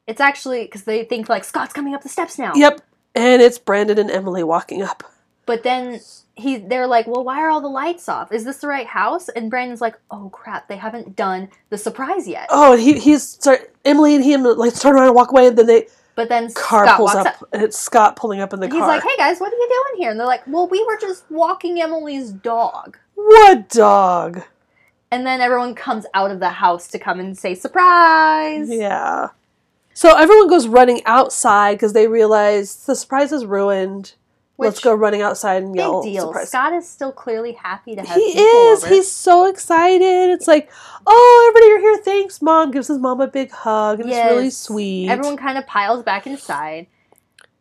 [SPEAKER 4] It's actually because they think like Scott's coming up the steps now.
[SPEAKER 1] Yep. And it's Brandon and Emily walking up.
[SPEAKER 4] But then he, they're like, "Well, why are all the lights off? Is this the right house?" And Brandon's like, "Oh crap, they haven't done the surprise yet."
[SPEAKER 1] Oh, and he he's start, Emily and him like turn around and walk away, and then the
[SPEAKER 4] But then
[SPEAKER 1] car
[SPEAKER 4] Scott
[SPEAKER 1] pulls
[SPEAKER 4] walks
[SPEAKER 1] up,
[SPEAKER 4] up.
[SPEAKER 1] and it's Scott pulling up in the
[SPEAKER 4] He's
[SPEAKER 1] car.
[SPEAKER 4] like, "Hey guys, what are you doing here?" And they're like, "Well, we were just walking Emily's dog."
[SPEAKER 1] what dog?
[SPEAKER 4] And then everyone comes out of the house to come and say surprise.
[SPEAKER 1] Yeah. So everyone goes running outside because they realize the surprise is ruined. Let's
[SPEAKER 4] Which-
[SPEAKER 1] go running outside and
[SPEAKER 4] Big
[SPEAKER 1] yell
[SPEAKER 4] deal.
[SPEAKER 1] surprise.
[SPEAKER 4] Scott is still clearly happy to have.
[SPEAKER 1] he
[SPEAKER 4] people
[SPEAKER 1] is.
[SPEAKER 4] over.
[SPEAKER 1] He's so excited. It's like, oh, everybody, you're here. Thanks, mom. Gives his mom a big hug, and it's really
[SPEAKER 4] Yes.
[SPEAKER 1] sweet.
[SPEAKER 4] Everyone kind of piles back inside,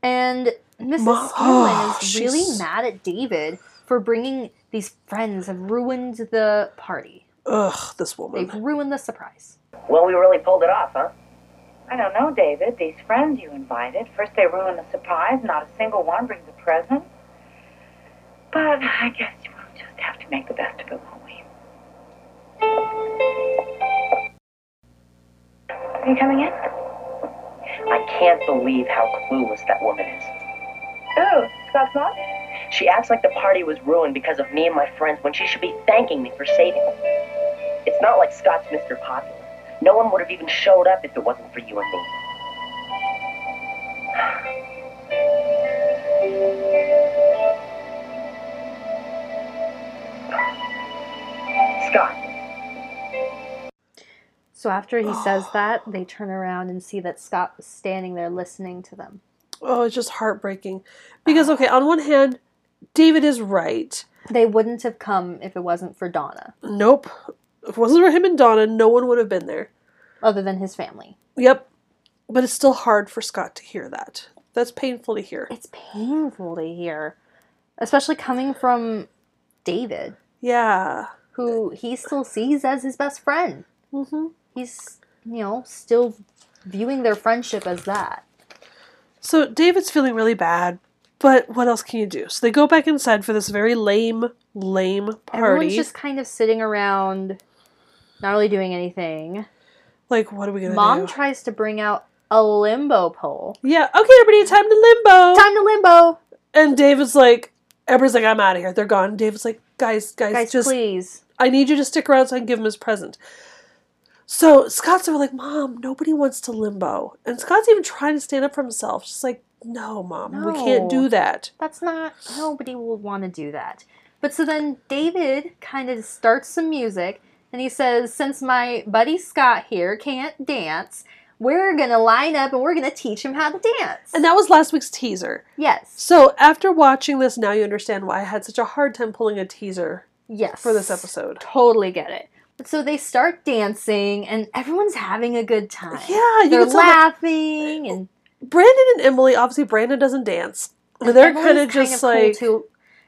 [SPEAKER 4] and Mrs.
[SPEAKER 1] Ma- oh,
[SPEAKER 4] Scanlon is
[SPEAKER 1] she's-
[SPEAKER 4] really mad at David for bringing these friends have ruined the party.
[SPEAKER 1] Ugh, this woman.
[SPEAKER 4] They've ruined the surprise.
[SPEAKER 5] Well, we really pulled it off, huh?
[SPEAKER 9] I don't know, David. These friends you invited, first they ruin the surprise, not a single one brings a present. But I guess we'll just have to make the best of it, won't we? Are you coming in?
[SPEAKER 5] I can't believe how clueless that woman is.
[SPEAKER 9] Oh,
[SPEAKER 6] Ooh, Scott's mom?
[SPEAKER 5] She acts like the party was ruined because of me and my friends when she should be thanking me for saving them. It's not like Scott's Mr. Popular. No one would have even showed up if it wasn't for you and me. Scott,
[SPEAKER 4] So after he says that, they turn around and see that Scott was standing there listening to them.
[SPEAKER 1] Oh, it's just heartbreaking. Because okay, on one hand, David is right.
[SPEAKER 4] They wouldn't have come if it wasn't for Donna,
[SPEAKER 1] Nope. If it wasn't for him and Donna, no one would have been there.
[SPEAKER 4] other than his family.
[SPEAKER 1] Yep. But it's still hard for Scott to hear that. That's painful to hear.
[SPEAKER 4] It's painful to hear, especially coming from David,
[SPEAKER 1] Yeah.
[SPEAKER 4] who he still sees as his best friend. Mm-hmm.
[SPEAKER 1] hmm
[SPEAKER 4] He's, you know, still viewing their friendship as that.
[SPEAKER 1] So David's feeling really bad, but what else can you do? So they go back inside for this very lame, lame
[SPEAKER 4] Everyone's
[SPEAKER 1] party.
[SPEAKER 4] just kind of sitting around, not really doing anything.
[SPEAKER 1] like, what are we gonna
[SPEAKER 4] Mom
[SPEAKER 1] do?
[SPEAKER 4] tries to bring out a limbo pole.
[SPEAKER 1] yeah. Okay, everybody, time to limbo.
[SPEAKER 4] Time to limbo!
[SPEAKER 1] and David's like, everybody's like, I'm out of here. They're gone. David's like, guys, guys,
[SPEAKER 4] Guys,
[SPEAKER 1] just
[SPEAKER 4] please.
[SPEAKER 1] I need you to stick around so I can give him his present. So Scott's over like, Mom, nobody wants to limbo. And Scott's even trying to stand up for himself. She's like, No, Mom, we can't
[SPEAKER 4] No.
[SPEAKER 1] do that.
[SPEAKER 4] That's not, nobody will want to do that. But so then David kind of starts some music and he says, Since my buddy Scott here can't dance, we're gonna line up and we're gonna teach him how to dance.
[SPEAKER 1] And that was last week's teaser.
[SPEAKER 4] yes.
[SPEAKER 1] So after watching this, now you understand why I had such a hard time pulling a teaser
[SPEAKER 4] Yes.
[SPEAKER 1] for this episode.
[SPEAKER 4] Totally get it. But so they start dancing and everyone's having a good time.
[SPEAKER 1] Yeah, you
[SPEAKER 4] They're
[SPEAKER 1] can tell that-
[SPEAKER 4] laughing and
[SPEAKER 1] Brandon and Emily, obviously Brandon doesn't dance. But they're
[SPEAKER 4] Emily's
[SPEAKER 1] kind of just
[SPEAKER 4] cool
[SPEAKER 1] like
[SPEAKER 4] too-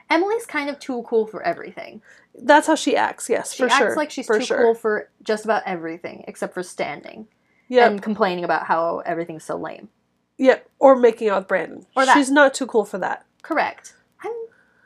[SPEAKER 4] Emily's kind of too cool for everything.
[SPEAKER 1] that's how she acts, yes,
[SPEAKER 4] She
[SPEAKER 1] for
[SPEAKER 4] acts
[SPEAKER 1] sure.
[SPEAKER 4] like she's
[SPEAKER 1] for
[SPEAKER 4] too
[SPEAKER 1] sure.
[SPEAKER 4] cool for just about everything except for standing
[SPEAKER 1] Yep.
[SPEAKER 4] and complaining about how everything's so lame.
[SPEAKER 1] yep. Or making out with Brandon.
[SPEAKER 4] Or that.
[SPEAKER 1] She's not too cool for that.
[SPEAKER 4] Correct. I'm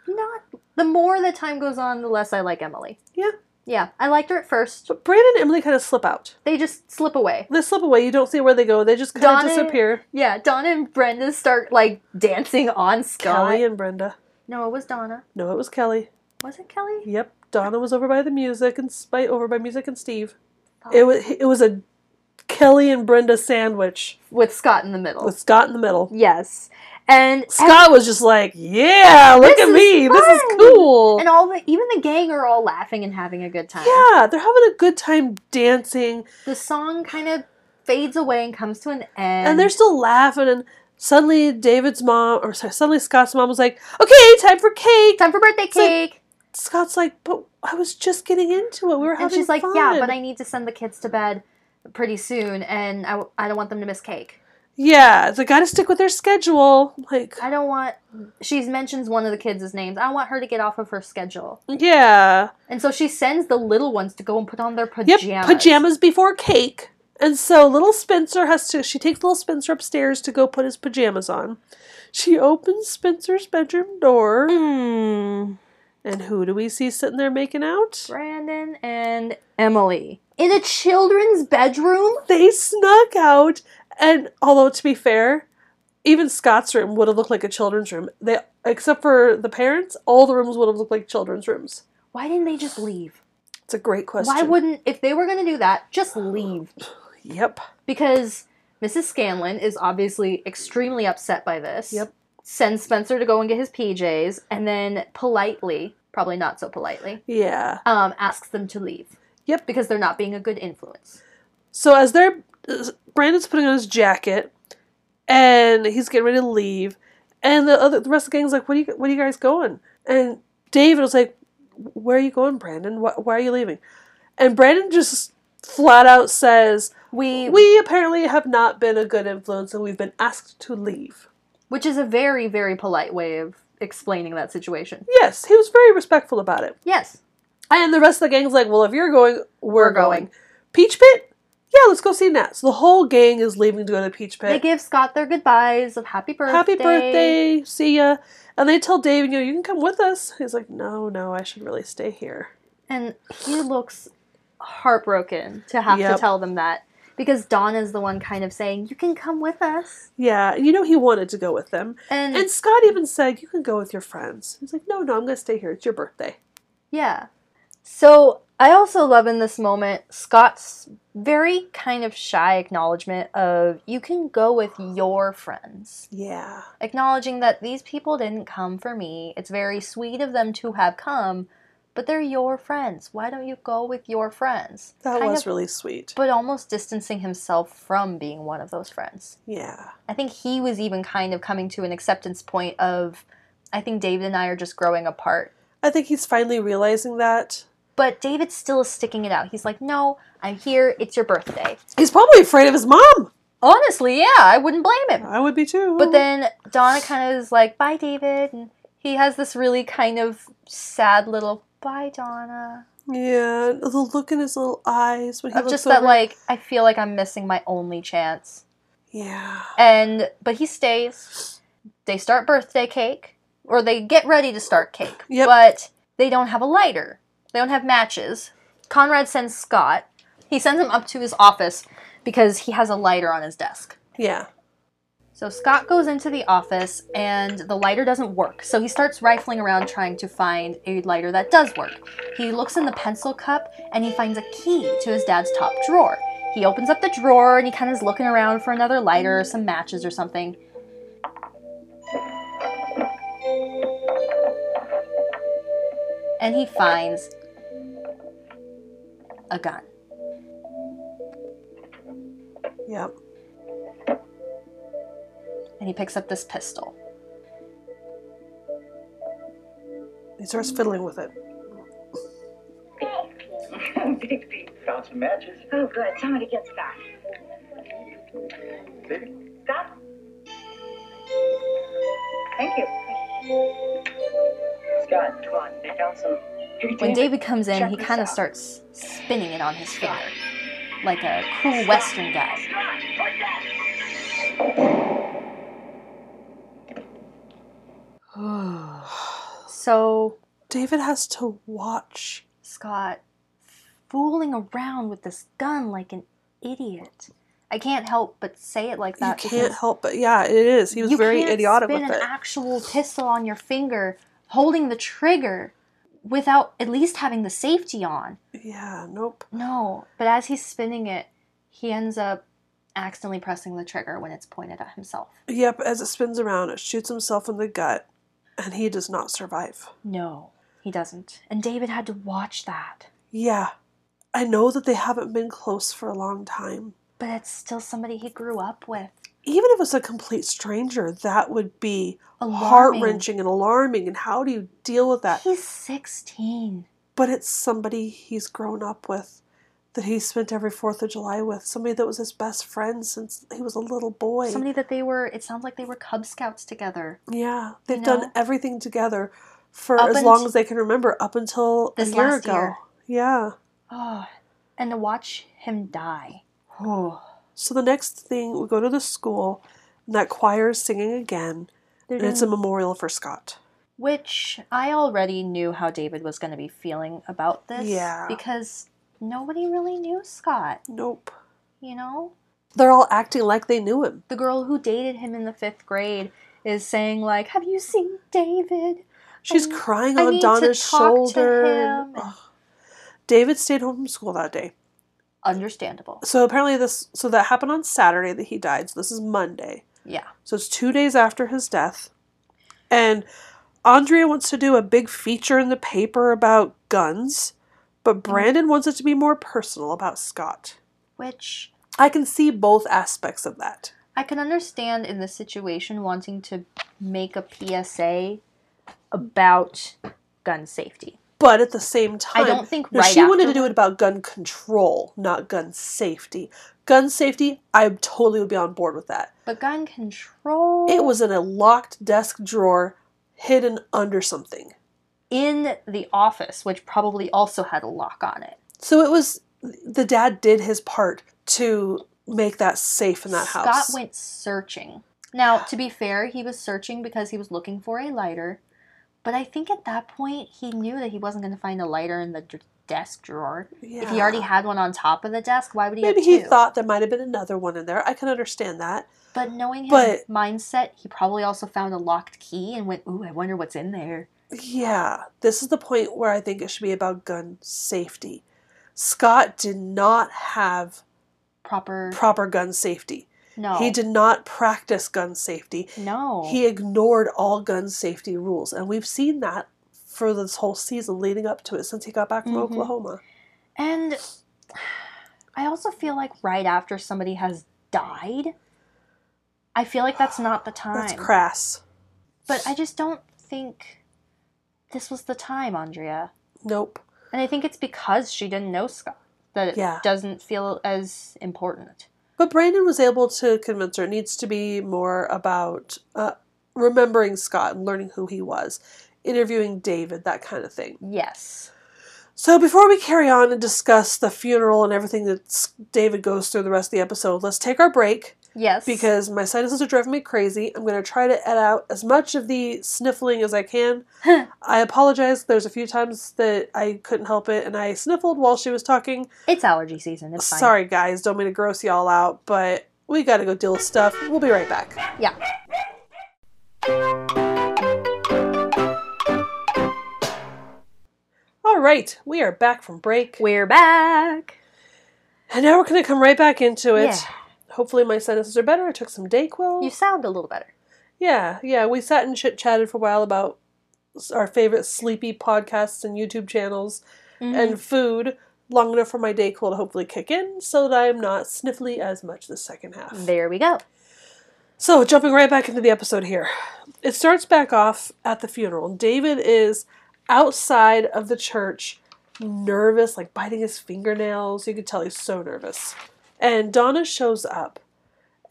[SPEAKER 4] not. The more the time goes on, the less I like Emily.
[SPEAKER 1] Yeah.
[SPEAKER 4] Yeah, I liked her at first.
[SPEAKER 1] But Brandon and Emily kind of slip out.
[SPEAKER 4] They just slip away.
[SPEAKER 1] They slip away. You don't see where they go. They just kind
[SPEAKER 4] Donna-
[SPEAKER 1] of disappear.
[SPEAKER 4] Yeah, Donna and Brenda start like dancing on Scott.
[SPEAKER 1] Kelly and Brenda.
[SPEAKER 4] No, it was Donna.
[SPEAKER 1] No, it was Kelly.
[SPEAKER 4] Was it Kelly?
[SPEAKER 1] Yep. Donna was over by the music and by over by music and Steve.
[SPEAKER 4] Oh.
[SPEAKER 1] It was it was a Kelly and Brenda sandwich
[SPEAKER 4] with Scott in the middle.
[SPEAKER 1] with Scott in the middle.
[SPEAKER 4] yes, and
[SPEAKER 1] Scott was just like, "Yeah, look
[SPEAKER 4] This
[SPEAKER 1] at
[SPEAKER 4] is
[SPEAKER 1] me. This is
[SPEAKER 4] fun."
[SPEAKER 1] cool."
[SPEAKER 4] and all the even the gang are all laughing and having a good time.
[SPEAKER 1] yeah, they're having a good time dancing,
[SPEAKER 4] The song kind of fades away and comes to an end.
[SPEAKER 1] and they're still laughing. And suddenly, David's mom, or sorry, suddenly Scott's mom was like, "Okay, time for cake."
[SPEAKER 4] time for birthday cake.
[SPEAKER 1] Scott's like, "But I was just getting into it. We were having
[SPEAKER 4] and she's like,
[SPEAKER 1] fun."
[SPEAKER 4] "Yeah, but I need to send the kids to bed pretty soon, and I, w- I don't want them to miss cake.
[SPEAKER 1] yeah, they got to stick with their schedule." Like,
[SPEAKER 4] I don't want." She mentions one of the kids' names. I want her to get off of her schedule,
[SPEAKER 1] yeah.
[SPEAKER 4] and so she sends the little ones to go and put on their pajamas.
[SPEAKER 1] Yep, pajamas before cake. And so little Spencer has to, she takes little Spencer upstairs to go put his pajamas on. She opens Spencer's bedroom door.
[SPEAKER 4] Hmm.
[SPEAKER 1] And who do we see sitting there making out?
[SPEAKER 4] Brandon and Emily in a children's bedroom.
[SPEAKER 1] They snuck out. And although, to be fair, even Scott's room would have looked like a children's room. They, except for the parents, all the rooms would have looked like children's rooms.
[SPEAKER 4] Why didn't they just leave?
[SPEAKER 1] It's a great question.
[SPEAKER 4] Why wouldn't if they were going to do that, just leave?
[SPEAKER 1] Yep.
[SPEAKER 4] because Mrs. Scanlon is obviously extremely upset by this.
[SPEAKER 1] Yep.
[SPEAKER 4] Sends Spencer to go and get his PJs, and then politely, probably not so politely,
[SPEAKER 1] Yeah.
[SPEAKER 4] um, asks them to leave.
[SPEAKER 1] Yep.
[SPEAKER 4] Because they're not being a good influence.
[SPEAKER 1] So as they're uh, Brandon's putting on his jacket, and he's getting ready to leave, and the other the rest of the gang's like, "What are you What are you guys going?" And David was like, "Where are you going, Brandon? Why, why are you leaving?" And Brandon just flat out says,
[SPEAKER 4] We,
[SPEAKER 1] "We apparently have not been a good influence, and we've been asked to leave."
[SPEAKER 4] which is a very, very polite way of explaining that situation.
[SPEAKER 1] Yes, he was very respectful about it.
[SPEAKER 4] Yes.
[SPEAKER 1] And the rest of the gang's like, "Well, if you're going, we're,
[SPEAKER 4] We're going."
[SPEAKER 1] going. Peach Pit? Yeah, let's go see Nat." So the whole gang is leaving to go to Peach Pit.
[SPEAKER 4] They give Scott their goodbyes of happy birthday.
[SPEAKER 1] happy birthday, see ya. And they tell Dave, you know, you can come with us. He's like, no, no, I should really stay here.
[SPEAKER 4] And he looks heartbroken to have to
[SPEAKER 1] Yep.
[SPEAKER 4] tell them that. Because Donna's the one kind of saying, You can come with us.
[SPEAKER 1] Yeah, you know, he wanted to go with them.
[SPEAKER 4] And,
[SPEAKER 1] And Scott even said, you can go with your friends. He's like, no, no, I'm going to stay here. It's your birthday.
[SPEAKER 4] Yeah. So I also love in this moment Scott's very kind of shy acknowledgement of you can go with your friends.
[SPEAKER 1] Yeah.
[SPEAKER 4] Acknowledging that these people didn't come for me. It's very sweet of them to have come, but they're your friends. Why don't you go with your friends?
[SPEAKER 1] That
[SPEAKER 4] Kind
[SPEAKER 1] was
[SPEAKER 4] of-
[SPEAKER 1] really sweet.
[SPEAKER 4] But almost distancing himself from being one of those friends.
[SPEAKER 1] Yeah.
[SPEAKER 4] I think he was even kind of coming to an acceptance point of I think David and I are just growing apart.
[SPEAKER 1] I think he's finally realizing that.
[SPEAKER 4] But David still is sticking it out. He's like, no, I'm here. It's your birthday.
[SPEAKER 1] He's probably afraid of his mom.
[SPEAKER 4] Honestly, yeah, I wouldn't blame him.
[SPEAKER 1] I would be too.
[SPEAKER 4] But then Donna kind of is like, bye, David. And he has this really kind of sad little bye, Donna.
[SPEAKER 1] Yeah, the look in his little eyes when he
[SPEAKER 4] Of
[SPEAKER 1] looks
[SPEAKER 4] just that,
[SPEAKER 1] over-
[SPEAKER 4] like, I feel like I'm missing my only chance.
[SPEAKER 1] Yeah.
[SPEAKER 4] And, but he stays. They start birthday cake, or they get ready to start cake.
[SPEAKER 1] Yep.
[SPEAKER 4] But they don't have a lighter, they don't have matches. Conrad sends Scott. He sends him up to his office because he has a lighter on his desk.
[SPEAKER 1] Yeah.
[SPEAKER 4] So Scott goes into the office and the lighter doesn't work. So he starts rifling around trying to find a lighter that does work. He looks in the pencil cup and he finds a key to his dad's top drawer. He opens up the drawer and he kind of is looking around for another lighter or some matches or something. And he finds a gun.
[SPEAKER 1] Yep.
[SPEAKER 4] And he picks up this pistol.
[SPEAKER 1] He starts fiddling with it.
[SPEAKER 9] Big Pete.
[SPEAKER 7] Found some matches.
[SPEAKER 9] Oh, good. Somebody get Scott.
[SPEAKER 7] Baby.
[SPEAKER 9] Scott? Thank you.
[SPEAKER 5] Scott, come on. They found some.
[SPEAKER 4] When David comes in, he
[SPEAKER 9] this
[SPEAKER 4] kind of
[SPEAKER 9] out.
[SPEAKER 4] starts spinning it on his finger, like a cool Western guy. so
[SPEAKER 1] David has to watch.
[SPEAKER 4] Scott fooling around with this gun like an idiot. I can't help but say it like
[SPEAKER 1] You
[SPEAKER 4] that.
[SPEAKER 1] can't
[SPEAKER 4] because
[SPEAKER 1] help but yeah, it is. He was
[SPEAKER 4] you
[SPEAKER 1] very
[SPEAKER 4] can't
[SPEAKER 1] idiotic
[SPEAKER 4] spin
[SPEAKER 1] with
[SPEAKER 4] an
[SPEAKER 1] it.
[SPEAKER 4] actual pistol on your finger, holding the trigger. without at least having the safety on.
[SPEAKER 1] Yeah, nope.
[SPEAKER 4] No, but as he's spinning it, he ends up accidentally pressing the trigger when it's pointed at himself.
[SPEAKER 1] Yep, as it spins around, it shoots himself in the gut, and he does not survive.
[SPEAKER 4] No, he doesn't. And David had to watch that.
[SPEAKER 1] Yeah, I know that they haven't been close for a long time.
[SPEAKER 4] But it's still somebody he grew up with.
[SPEAKER 1] Even if it's a complete stranger, that would be
[SPEAKER 4] Alarming.
[SPEAKER 1] heart wrenching and alarming. And how do you deal with that?
[SPEAKER 4] He's 16.
[SPEAKER 1] but it's somebody he's grown up with that he spent every fourth of july with somebody that was his best friend since he was a little boy
[SPEAKER 4] Somebody that they were, it sounds like they were Cub Scouts together.
[SPEAKER 1] yeah they've
[SPEAKER 4] you know?
[SPEAKER 1] done everything together for
[SPEAKER 4] Up
[SPEAKER 1] as long
[SPEAKER 4] unt-
[SPEAKER 1] as they can remember up until
[SPEAKER 4] This
[SPEAKER 1] a year
[SPEAKER 4] last
[SPEAKER 1] ago
[SPEAKER 4] year.
[SPEAKER 1] yeah
[SPEAKER 4] Oh, and to watch him die. Oh,
[SPEAKER 1] so the next thing we go to the school and that choir is singing again and it's a memorial for scott
[SPEAKER 4] which I already knew how David was going to be feeling about this.
[SPEAKER 1] Yeah.
[SPEAKER 4] Because nobody really knew Scott,
[SPEAKER 1] nope
[SPEAKER 4] you know?
[SPEAKER 1] they're all acting like they knew him
[SPEAKER 4] The girl who dated him in the fifth grade is saying, like, have you seen David?
[SPEAKER 1] She's
[SPEAKER 4] I-
[SPEAKER 1] crying
[SPEAKER 4] I
[SPEAKER 1] on
[SPEAKER 4] need to
[SPEAKER 1] Donna's
[SPEAKER 4] talk to
[SPEAKER 1] shoulder.
[SPEAKER 4] him.
[SPEAKER 1] Ugh. David stayed home from school that day.
[SPEAKER 4] Understandable.
[SPEAKER 1] So apparently this so that happened on Saturday that he died. So this is Monday.
[SPEAKER 4] Yeah.
[SPEAKER 1] So it's 2 days after his death. And Andrea wants to do a big feature in the paper about guns,
[SPEAKER 4] Mm.
[SPEAKER 1] but Brandon wants it to be more personal about Scott.
[SPEAKER 4] Which
[SPEAKER 1] I can see both aspects of that.
[SPEAKER 4] I can understand in this situation wanting to make a PSA about gun safety.
[SPEAKER 1] But at the same time,
[SPEAKER 4] don't think
[SPEAKER 1] no,
[SPEAKER 4] right
[SPEAKER 1] she wanted to do
[SPEAKER 4] afterward-
[SPEAKER 1] it about gun control, not gun safety. Gun safety, I totally would be on board with that.
[SPEAKER 4] But gun control
[SPEAKER 1] It was in a locked desk drawer, hidden under something.
[SPEAKER 4] in the office, which probably also had a lock on it.
[SPEAKER 1] So it was the dad did his part to make that safe in that
[SPEAKER 4] Scott
[SPEAKER 1] house.
[SPEAKER 4] went searching. Now, to be fair, he was searching because he was looking for a lighter, but I think at that point he knew that he wasn't going to find a lighter in the d- desk drawer. If he
[SPEAKER 1] Yeah.
[SPEAKER 4] already had one on top of the desk, why would he
[SPEAKER 1] Maybe
[SPEAKER 4] have two?
[SPEAKER 1] he thought there might have been another one in there. I can understand that.
[SPEAKER 4] But knowing his
[SPEAKER 1] But-
[SPEAKER 4] mindset, he probably also found a locked key and went, "Ooh, I wonder what's in there."
[SPEAKER 1] Yeah, this is the point where I think it should be about gun safety. Scott did not have
[SPEAKER 4] Proper
[SPEAKER 1] proper gun safety.
[SPEAKER 4] no.
[SPEAKER 1] He did not practice gun safety.
[SPEAKER 4] no.
[SPEAKER 1] He ignored all gun safety rules. And we've seen that for this whole season leading up to it since he got back from
[SPEAKER 4] Mhm.
[SPEAKER 1] Oklahoma.
[SPEAKER 4] and I also feel like right after somebody has died, I feel like that's not the time.
[SPEAKER 1] That's crass.
[SPEAKER 4] But I just don't think this was the time, Andrea.
[SPEAKER 1] Nope.
[SPEAKER 4] And I think it's because she didn't know Scott that it
[SPEAKER 1] Yeah.
[SPEAKER 4] doesn't feel as important.
[SPEAKER 1] But Brandon was able to convince her it needs to be more about uh, remembering Scott and learning who he was, interviewing David, that kind of thing.
[SPEAKER 4] Yes.
[SPEAKER 1] So before we carry on and discuss the funeral and everything that S- David goes through the rest of the episode, let's take our break.
[SPEAKER 4] Yes.
[SPEAKER 1] because my sinuses are driving me crazy. I'm going to try to edit out as much of the sniffling as I can. I apologize. There's a few times that I couldn't help it and I sniffled while she was talking.
[SPEAKER 4] it's allergy season. It's fine.
[SPEAKER 1] Sorry, guys. Don't mean to gross y'all out, but we got to go deal with stuff. We'll be right back.
[SPEAKER 4] Yeah.
[SPEAKER 1] All right. We are back from break.
[SPEAKER 4] We're back.
[SPEAKER 1] And now we're going to come right back into it.
[SPEAKER 4] Yeah.
[SPEAKER 1] Hopefully, my sinuses are better. I took some Dayquil.
[SPEAKER 4] You sound a little better.
[SPEAKER 1] Yeah, yeah. We sat and chit chatted for a while about s- our favorite sleepy podcasts and YouTube channels and food long enough for my day cool to hopefully kick in so that I'm not sniffly as much the second half.
[SPEAKER 4] There we go.
[SPEAKER 1] So, jumping right back into the episode here. It starts back off at the funeral. David is outside of the church, nervous, like biting his fingernails. You could tell he's so nervous. And Donna shows up.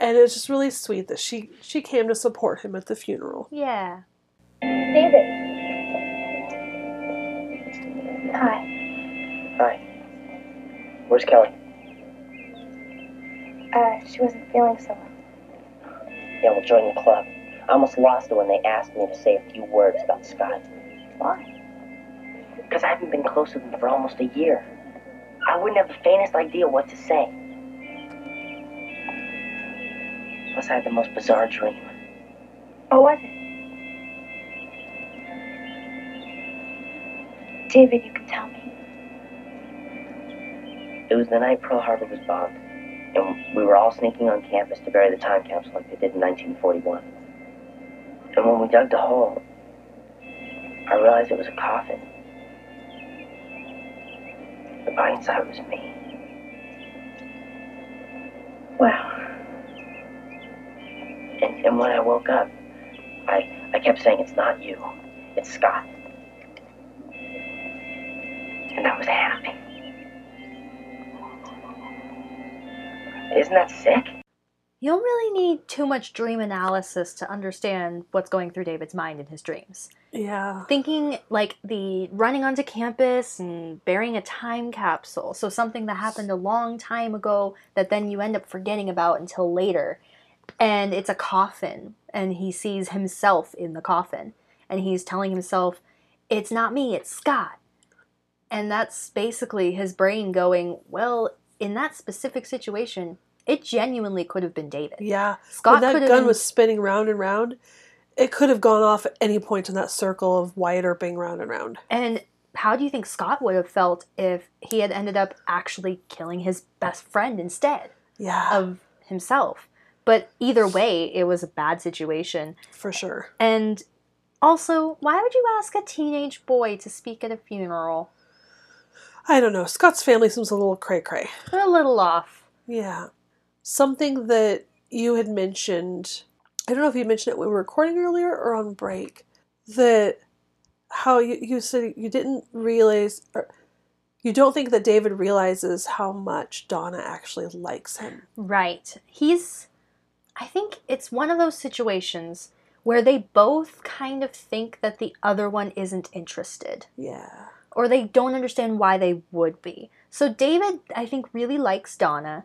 [SPEAKER 1] And it's just really sweet that she she came to support him at the funeral.
[SPEAKER 4] Yeah.
[SPEAKER 6] David. Hi.
[SPEAKER 7] Hi. Where's Kelly?
[SPEAKER 6] Uh, she wasn't feeling so well.
[SPEAKER 5] Yeah, well, join the club. I almost lost it when they asked me to say a few words about Scott.
[SPEAKER 6] Why?
[SPEAKER 5] Because I haven't been close with him for almost a year. I wouldn't have the faintest idea what to say. Plus, I had the most bizarre dream.
[SPEAKER 6] What was it? David, you can tell me.
[SPEAKER 5] It was the night Pearl Harbor was bombed, and we were all sneaking on campus to bury the time capsule like they did in 1941. And when we dug the hole, I realized it was a coffin. The body inside was me.
[SPEAKER 9] Well,
[SPEAKER 5] And, and when I woke up, I, I kept saying, It's not you, it's Scott. And I was happy. Isn't that sick?
[SPEAKER 4] You don't really need too much dream analysis to understand what's going through David's mind in his dreams.
[SPEAKER 1] Yeah.
[SPEAKER 4] Thinking like the running onto campus and burying a time capsule, so something that happened a long time ago that then you end up forgetting about until later. And it's a coffin, and he sees himself in the coffin, and he's telling himself, It's not me, it's Scott. And that's basically his brain going, Well, in that specific situation, it genuinely could have been David.
[SPEAKER 1] Yeah. when
[SPEAKER 4] Scott could
[SPEAKER 1] that
[SPEAKER 4] have
[SPEAKER 1] gun
[SPEAKER 4] been-
[SPEAKER 1] was spinning round and round, it could have gone off at any point in that circle of white erping round and round.
[SPEAKER 4] And how do you think Scott would have felt if he had ended up actually killing his best friend instead
[SPEAKER 1] Yeah.
[SPEAKER 4] of himself? But either way, it was a bad situation.
[SPEAKER 1] for sure.
[SPEAKER 4] And also, why would you ask a teenage boy to speak at a funeral?
[SPEAKER 1] I don't know. Scott's family seems a little cray cray.
[SPEAKER 4] They're a little off.
[SPEAKER 1] Yeah. Something that you had mentioned, I don't know if you mentioned it when we were recording earlier or on break, that how you, you said you didn't realize, or you don't think that David realizes how much Donna actually likes him.
[SPEAKER 4] Right. He's. I think it's one of those situations where they both kind of think that the other one isn't interested.
[SPEAKER 1] Yeah.
[SPEAKER 4] or they don't understand why they would be. So David, I think, really likes Donna,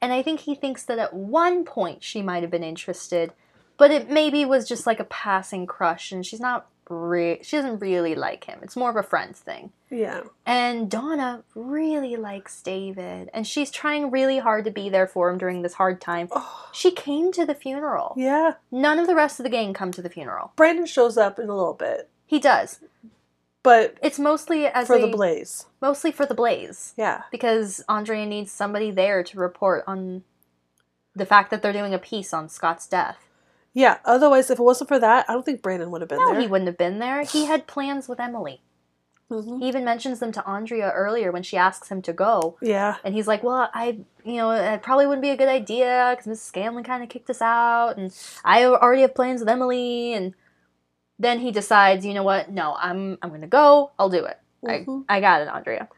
[SPEAKER 4] and I think he thinks that at one point she might have been interested, but it maybe was just like a passing crush, and she's not re- she doesn't really like him. It's more of a friends thing.
[SPEAKER 1] Yeah.
[SPEAKER 4] And Donna really likes David, and she's trying really hard to be there for him during this hard time. She came to the funeral.
[SPEAKER 1] Yeah.
[SPEAKER 4] None of the rest of the gang come to the funeral.
[SPEAKER 1] Brandon shows up in a little bit,
[SPEAKER 4] He does.
[SPEAKER 1] but
[SPEAKER 4] It's mostly as
[SPEAKER 1] for the
[SPEAKER 4] a-
[SPEAKER 1] blaze.
[SPEAKER 4] mostly for the blaze.
[SPEAKER 1] Yeah.
[SPEAKER 4] because Andrea needs somebody there to report on the fact that they're doing a piece on Scott's death.
[SPEAKER 1] Yeah. Otherwise, if it wasn't for that, I don't think Brandon would have been
[SPEAKER 4] No,
[SPEAKER 1] there.
[SPEAKER 4] he wouldn't have been there. He had plans with Emily.
[SPEAKER 1] Mhm.
[SPEAKER 4] He even mentions them to Andrea earlier when she asks him to go.
[SPEAKER 1] Yeah.
[SPEAKER 4] And he's like, "Well, I, you know, it probably wouldn't be a good idea because Mrs. Scanlon kind of kicked us out, and I already have plans with Emily." And then he decides, you know what? No, I'm I'm gonna go. I'll do it.
[SPEAKER 1] Mhm.
[SPEAKER 4] I, I got it, Andrea.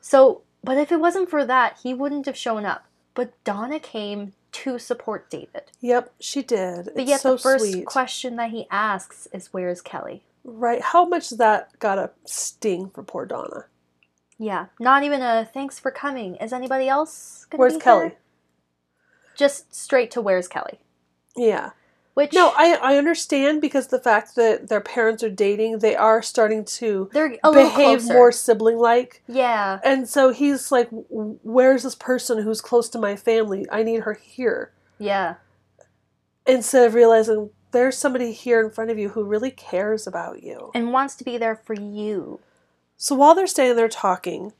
[SPEAKER 4] So, but if it wasn't for that, he wouldn't have shown up. But Donna came to support David.
[SPEAKER 1] Yep. She did.
[SPEAKER 4] But
[SPEAKER 1] it's
[SPEAKER 4] yet,
[SPEAKER 1] so
[SPEAKER 4] the first
[SPEAKER 1] sweet.
[SPEAKER 4] question that he asks is, "Where's Kelly?"
[SPEAKER 1] Right. How much that got a sting for poor Donna?
[SPEAKER 4] Yeah, not even a thanks for coming. Is anybody else? Gonna
[SPEAKER 1] Where's
[SPEAKER 4] be
[SPEAKER 1] Kelly?
[SPEAKER 4] here?" Just straight to where's Kelly?
[SPEAKER 1] Yeah.
[SPEAKER 4] Which
[SPEAKER 1] No, I I understand because the fact that their parents are dating, they are starting to
[SPEAKER 4] They're a little
[SPEAKER 1] behave
[SPEAKER 4] closer.
[SPEAKER 1] more sibling like.
[SPEAKER 4] Yeah,
[SPEAKER 1] And so he's like, "W- "Where's this person who's close to my family? I need her here."
[SPEAKER 4] yeah,
[SPEAKER 1] Instead of realizing there's somebody here in front of you who really cares about you.
[SPEAKER 4] and wants to be there for you.
[SPEAKER 1] So while they're standing there talking,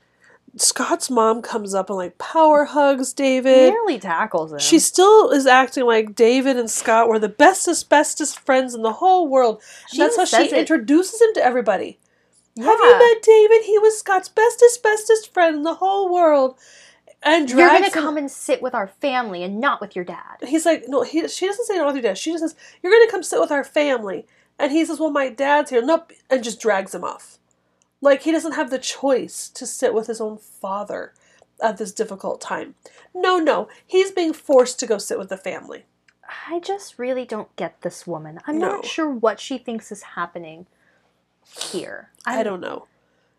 [SPEAKER 1] Scott's mom comes up and like power hugs David.
[SPEAKER 4] Nearly tackles him.
[SPEAKER 1] She still is acting like David and Scott were the bestest, bestest friends in the whole world. And
[SPEAKER 4] She
[SPEAKER 1] that's how
[SPEAKER 4] even
[SPEAKER 1] she
[SPEAKER 4] says it.
[SPEAKER 1] introduces him to everybody. Have
[SPEAKER 4] Yeah.
[SPEAKER 1] you met David? He was Scott's bestest, bestest friend in the whole world. And
[SPEAKER 4] You're
[SPEAKER 1] drags
[SPEAKER 4] gonna
[SPEAKER 1] him-
[SPEAKER 4] come and sit with our family and not with your dad.
[SPEAKER 1] He's like, no, he, she doesn't say not with your dad. She just says, you're going to come sit with our family. And he says, well, my dad's here. Nope. And just drags him off. Like, he doesn't have the choice to sit with his own father at this difficult time. No, no. He's being forced to go sit with the family.
[SPEAKER 4] I just really don't get this woman. I'm
[SPEAKER 1] No.
[SPEAKER 4] not sure what she thinks is happening here.
[SPEAKER 1] I don't know.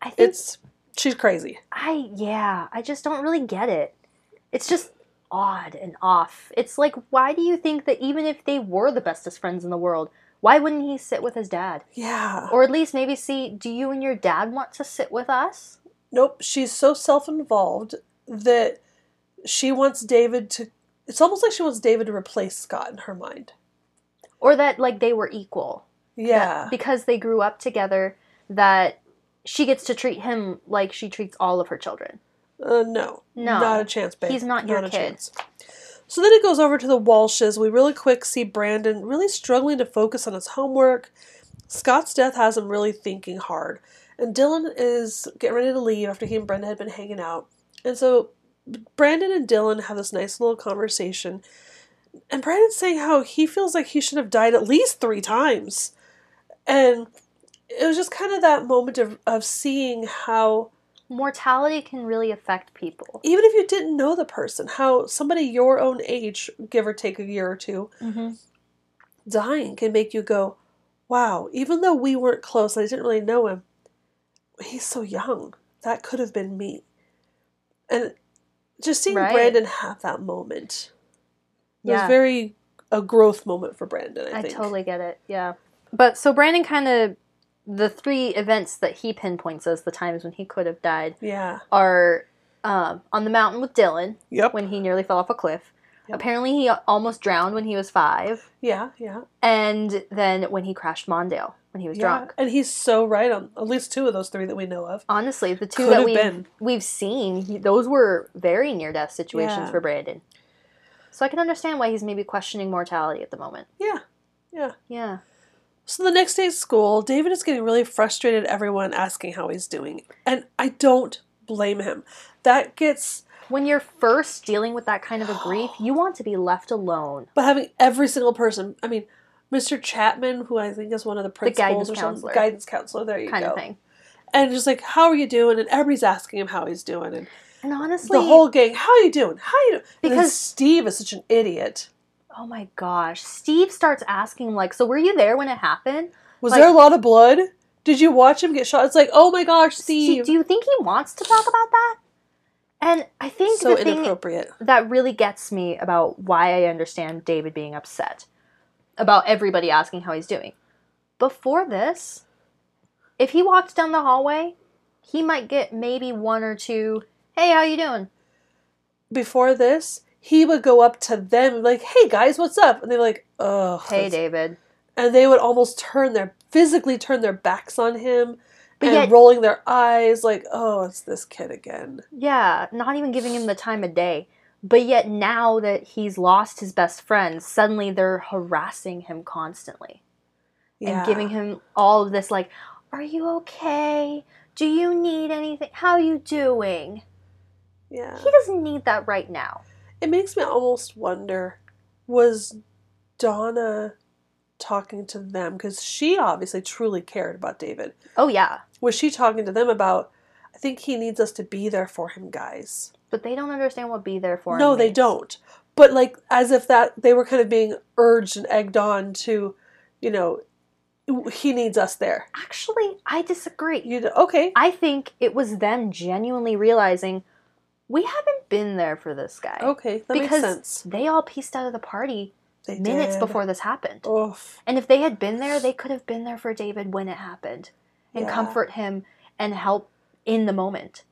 [SPEAKER 4] I think
[SPEAKER 1] It's she's crazy.
[SPEAKER 4] I yeah, I just don't really get it. It's just odd and off. It's like why do you think that even if they were the bestest friends in the world, why wouldn't he sit with his dad?
[SPEAKER 1] Yeah.
[SPEAKER 4] Or at least maybe see, do you and your dad want to sit with us?
[SPEAKER 1] Nope. She's so self-involved that she wants David to. It's almost like she wants David to replace Scott in her mind.
[SPEAKER 4] Or that like they were equal.
[SPEAKER 1] Yeah.
[SPEAKER 4] because they grew up together that she gets to treat him like she treats all of her children.
[SPEAKER 1] Uh, no.
[SPEAKER 4] No.
[SPEAKER 1] Not a chance, babe.
[SPEAKER 4] He's not your kid.
[SPEAKER 1] So then it goes over to the Walshes. We really quick see Brandon really struggling to focus on his homework. Scott's death has him really thinking hard. And Dylan is getting ready to leave after he and Brenda had been hanging out. And so Brandon and Dylan have this nice little conversation. And Brandon's saying how he feels like he should have died at least three times. And it was just kind of that moment of, of seeing how
[SPEAKER 4] Mortality can really affect people.
[SPEAKER 1] even if you didn't know the person, how somebody your own age, give or take a year or two,
[SPEAKER 4] Mhm.
[SPEAKER 1] dying can make you go, wow, even though we weren't close, I didn't really know him, he's so young. That could have been me. And just seeing
[SPEAKER 4] Right.
[SPEAKER 1] Brandon have that moment it was
[SPEAKER 4] Yeah.
[SPEAKER 1] very a growth moment for Brandon, I,
[SPEAKER 4] I,
[SPEAKER 1] think.
[SPEAKER 4] totally get it. Yeah. But so Brandon kind of the three events that he pinpoints as the times when he could have died
[SPEAKER 1] Yeah.
[SPEAKER 4] are um, on the mountain with Dylan
[SPEAKER 1] Yep.
[SPEAKER 4] when he nearly fell off a cliff. Apparently, he almost drowned when he was five,
[SPEAKER 1] yeah, yeah.
[SPEAKER 4] and then when he crashed Mondale when he was
[SPEAKER 1] yeah.
[SPEAKER 4] drunk.
[SPEAKER 1] And he's so right on at least two of those three that we know of.
[SPEAKER 4] Honestly, the two
[SPEAKER 1] Could
[SPEAKER 4] that
[SPEAKER 1] have
[SPEAKER 4] we've
[SPEAKER 1] been.
[SPEAKER 4] we've seen, he, those were very near death situations
[SPEAKER 1] Yeah.
[SPEAKER 4] for Brandon. So I can understand why he's maybe questioning mortality at the moment.
[SPEAKER 1] Yeah. Yeah.
[SPEAKER 4] Yeah.
[SPEAKER 1] So the next day at school, David is getting really frustrated at everyone asking how he's doing. And I don't blame him. That gets
[SPEAKER 4] When you're first dealing with that kind of a grief, you want to be left alone.
[SPEAKER 1] but having every single person I mean, Mr. Chapman, who I think is one of the
[SPEAKER 4] guidance
[SPEAKER 1] principals or something
[SPEAKER 4] counselor.
[SPEAKER 1] guidance counselor, there you
[SPEAKER 4] kind
[SPEAKER 1] go.
[SPEAKER 4] of thing.
[SPEAKER 1] And just like, how are you doing? And everybody's asking him how he's doing and
[SPEAKER 4] And honestly,
[SPEAKER 1] the whole gang, how you doing? How you doing? Because
[SPEAKER 4] Because-
[SPEAKER 1] Steve is such an idiot.
[SPEAKER 4] oh my gosh, Steve starts asking like, "So were you there when it happened?"
[SPEAKER 1] Was
[SPEAKER 4] Like-
[SPEAKER 1] there a lot of blood? Did you watch him get shot? It's like, oh my gosh, Steve.
[SPEAKER 4] Steve, do you think he wants to talk about that? And I think
[SPEAKER 1] so
[SPEAKER 4] the thing
[SPEAKER 1] inappropriate.
[SPEAKER 4] that really gets me about why I understand David being upset about everybody asking how he's doing. Before this, if he walked down the hallway, he might get maybe one or two, "Hey, how you doing?"
[SPEAKER 1] Before this, he would go up to them like, "Hey guys, what's up?" And they're like, "Oh,
[SPEAKER 4] "Hey, David."
[SPEAKER 1] and they would almost turn their physically turn their backs on him
[SPEAKER 4] But
[SPEAKER 1] and
[SPEAKER 4] yet-
[SPEAKER 1] rolling their eyes like, "Oh, it's this kid again."
[SPEAKER 4] Yeah, not even giving him the time of day. But yet now that he's lost his best friend, suddenly they're harassing him constantly
[SPEAKER 1] Yeah.
[SPEAKER 4] and giving him all of this like, "Are you okay? Do you need anything? How you doing?"
[SPEAKER 1] yeah.
[SPEAKER 4] He doesn't need that right now.
[SPEAKER 1] It makes me almost wonder was Donna talking to them cuz she obviously truly cared about David.
[SPEAKER 4] Oh yeah,
[SPEAKER 1] was she talking to them about i think he needs us to be there for him guys
[SPEAKER 4] but they don't understand what be there for. him
[SPEAKER 1] no they
[SPEAKER 4] means.
[SPEAKER 1] don't but like as if that they were kind of being urged and egged on to you know he needs us there
[SPEAKER 4] Actually, I disagree.
[SPEAKER 1] you know, okay
[SPEAKER 4] I think it was them genuinely realizing we haven't been there for this guy.
[SPEAKER 1] okay Oh, that
[SPEAKER 4] because
[SPEAKER 1] makes sense
[SPEAKER 4] they all pieced out of the party
[SPEAKER 1] They
[SPEAKER 4] minutes
[SPEAKER 1] did.
[SPEAKER 4] before this happened.
[SPEAKER 1] Oof.
[SPEAKER 4] And if they had been there, they could have been there for David when it happened and
[SPEAKER 1] Yeah.
[SPEAKER 4] comfort him and help in the moment,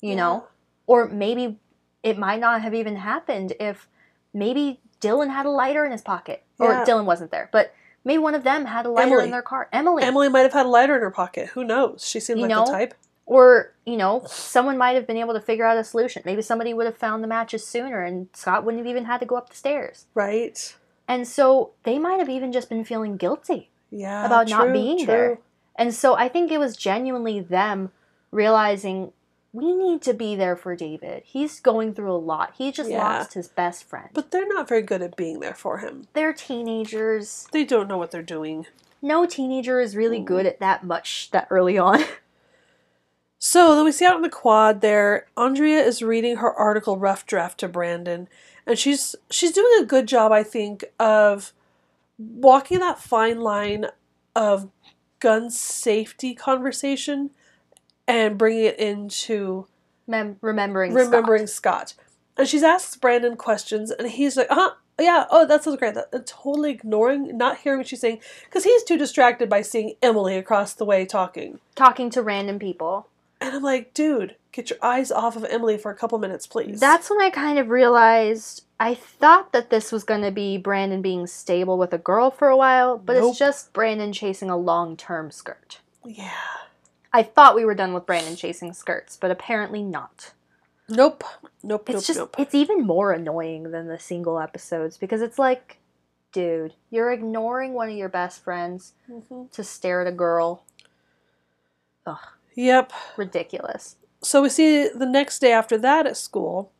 [SPEAKER 4] you know? Or maybe it might not have even happened if maybe Dylan had a lighter in his pocket.
[SPEAKER 1] Yeah.
[SPEAKER 4] Or Dylan wasn't there, but maybe one of them had a lighter
[SPEAKER 1] Emily.
[SPEAKER 4] in their car. Emily.
[SPEAKER 1] emily might have had a lighter in her pocket who knows she seemed
[SPEAKER 4] You
[SPEAKER 1] like
[SPEAKER 4] know?
[SPEAKER 1] the type
[SPEAKER 4] Or, you know, someone might have been able to figure out a solution. Maybe somebody would have found the matches sooner and Scott wouldn't have even had to go up the stairs.
[SPEAKER 1] right
[SPEAKER 4] And so they might have even just been feeling guilty.
[SPEAKER 1] yeah
[SPEAKER 4] about not
[SPEAKER 1] Oh, true,
[SPEAKER 4] being
[SPEAKER 1] true.
[SPEAKER 4] there. And so I think it was genuinely them realizing we need to be there for David. He's going through a lot. He just
[SPEAKER 1] Yeah.
[SPEAKER 4] lost his best friend. But
[SPEAKER 1] but they're not very good at being there for him
[SPEAKER 4] they're teenagers.
[SPEAKER 1] they don't know what they're doing
[SPEAKER 4] No teenager is really good at that much that early on.
[SPEAKER 1] So then we see out in the quad there, Andrea is reading her article rough draft to Brandon, and she's she's doing a good job, I think, of walking that fine line of gun safety conversation and bringing it into
[SPEAKER 4] Mem- remembering
[SPEAKER 1] remembering
[SPEAKER 4] remembering
[SPEAKER 1] Scott. And she's asks Brandon questions, and he's like, uh-huh, yeah, oh, that sounds great. That, and totally ignoring, not hearing what she's saying, because he's too distracted by seeing Emily across the way talking.
[SPEAKER 4] talking to random people.
[SPEAKER 1] And I'm like, dude, get your eyes off of Emily for a couple minutes, please.
[SPEAKER 4] That's when I kind of realized I thought that this was going to be Brandon being stable with a girl for a while, but
[SPEAKER 1] Nope.
[SPEAKER 4] it's just Brandon chasing a long-term skirt.
[SPEAKER 1] yeah,
[SPEAKER 4] I thought we were done with Brandon chasing skirts, but apparently not.
[SPEAKER 1] Nope. Nope.
[SPEAKER 4] It's
[SPEAKER 1] nope.
[SPEAKER 4] just
[SPEAKER 1] nope.
[SPEAKER 4] it's even more annoying than the single episodes because it's like, dude, you're ignoring one of your best friends
[SPEAKER 1] Mm-hmm.
[SPEAKER 4] to stare at a girl.
[SPEAKER 1] Yep.
[SPEAKER 4] Ridiculous.
[SPEAKER 1] So we see the next day after that at school,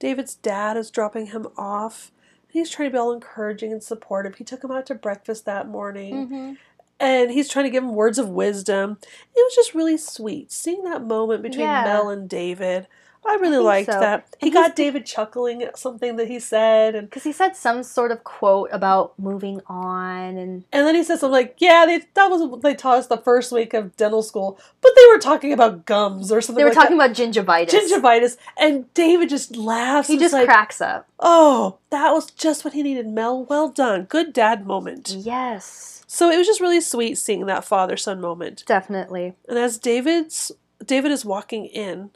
[SPEAKER 1] David's dad is dropping him off. He's trying to be all encouraging and supportive. He took him out to breakfast that morning.
[SPEAKER 4] Mm-hmm.
[SPEAKER 1] and he's trying to give him words of wisdom. It was just really sweet seeing that moment between
[SPEAKER 4] Yeah.
[SPEAKER 1] Mel and David. I really
[SPEAKER 4] think
[SPEAKER 1] liked
[SPEAKER 4] so.
[SPEAKER 1] that. He
[SPEAKER 4] And he's
[SPEAKER 1] got David chuckling at something that he said, and
[SPEAKER 4] Because he said some sort of quote about moving on and
[SPEAKER 1] and then he said something like, "Yeah, they, that was what they taught us the first week of dental school, but they were talking about gums or something."
[SPEAKER 4] they were
[SPEAKER 1] like
[SPEAKER 4] talking
[SPEAKER 1] that.
[SPEAKER 4] about gingivitis.
[SPEAKER 1] gingivitis, and David just laughs.
[SPEAKER 4] He
[SPEAKER 1] It's
[SPEAKER 4] just
[SPEAKER 1] like,
[SPEAKER 4] cracks up.
[SPEAKER 1] "Oh, that was just what he needed, Mel. Well done, good dad
[SPEAKER 4] Mm-hmm.
[SPEAKER 1] moment."
[SPEAKER 4] Yes.
[SPEAKER 1] So it was just really sweet seeing that father son moment.
[SPEAKER 4] Definitely.
[SPEAKER 1] And as David's David is walking in,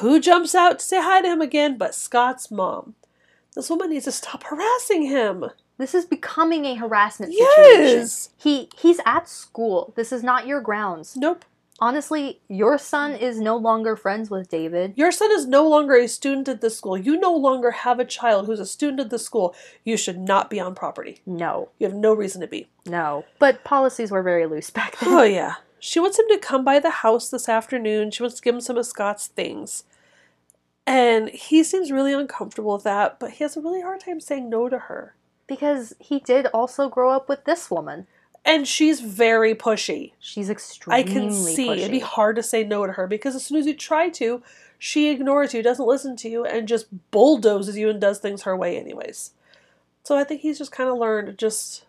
[SPEAKER 1] who jumps out to say hi to him again but Scott's mom. This woman needs to stop harassing him.
[SPEAKER 4] This is becoming a harassment situation.
[SPEAKER 1] Yes.
[SPEAKER 4] He he's at school. This is not your grounds.
[SPEAKER 1] Nope.
[SPEAKER 4] Honestly, your son
[SPEAKER 1] Mm.
[SPEAKER 4] is no longer friends with David.
[SPEAKER 1] Your son is no longer a student at this school. You no longer have a child who's a student at the school. You should not be on property.
[SPEAKER 4] No,
[SPEAKER 1] You have no reason to be.
[SPEAKER 4] no. But policies were very loose back then.
[SPEAKER 1] Oh yeah. She wants him to come by the house this afternoon. She wants to give him some of Scott's things. And he seems really uncomfortable with that, but he has a really hard time saying no to her.
[SPEAKER 4] Because he did also grow up with this woman.
[SPEAKER 1] And she's very pushy.
[SPEAKER 4] She's extremely
[SPEAKER 1] I can see it'd be
[SPEAKER 4] pushy.
[SPEAKER 1] hard to say no to her because as soon as you try to, she ignores you, doesn't listen to you, and just bulldozes you and does things her way, anyways. So I think he's just kind of learned to just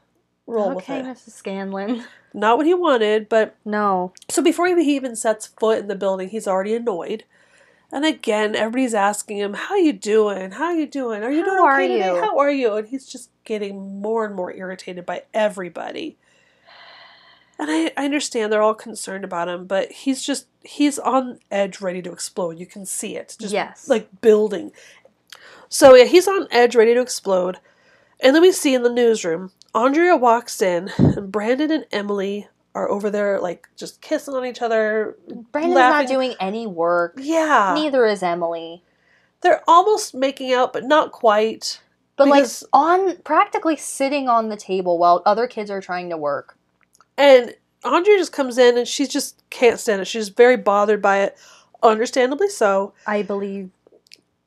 [SPEAKER 1] roll
[SPEAKER 4] Okay,
[SPEAKER 1] with it.
[SPEAKER 4] Mrs. Scanlon.
[SPEAKER 1] Not what he wanted, but
[SPEAKER 4] No.
[SPEAKER 1] so before he even sets foot in the building, he's already annoyed. And again, everybody's asking him, "How you doing? How you doing? Are you
[SPEAKER 4] How
[SPEAKER 1] doing okay
[SPEAKER 4] are
[SPEAKER 1] today?
[SPEAKER 4] you?"
[SPEAKER 1] How are you?" And he's just getting more and more irritated by everybody. And I, I understand they're all concerned about him, but he's just he's on edge, ready to explode. You can see it, just
[SPEAKER 4] Yes.
[SPEAKER 1] like building. So yeah, he's on edge, ready to explode. And then we see in the newsroom, Andrea walks in, and Brandon and Emily are over there, like just kissing on each other.
[SPEAKER 4] Brandon's
[SPEAKER 1] laughing.
[SPEAKER 4] not doing any work.
[SPEAKER 1] Yeah,
[SPEAKER 4] Neither is Emily.
[SPEAKER 1] they're almost making out, but not quite.
[SPEAKER 4] But
[SPEAKER 1] Because-
[SPEAKER 4] like on practically sitting on the table while other kids are trying to work.
[SPEAKER 1] And Andrea just comes in, and she just can't stand it. She's very bothered by it, understandably so.
[SPEAKER 4] I believe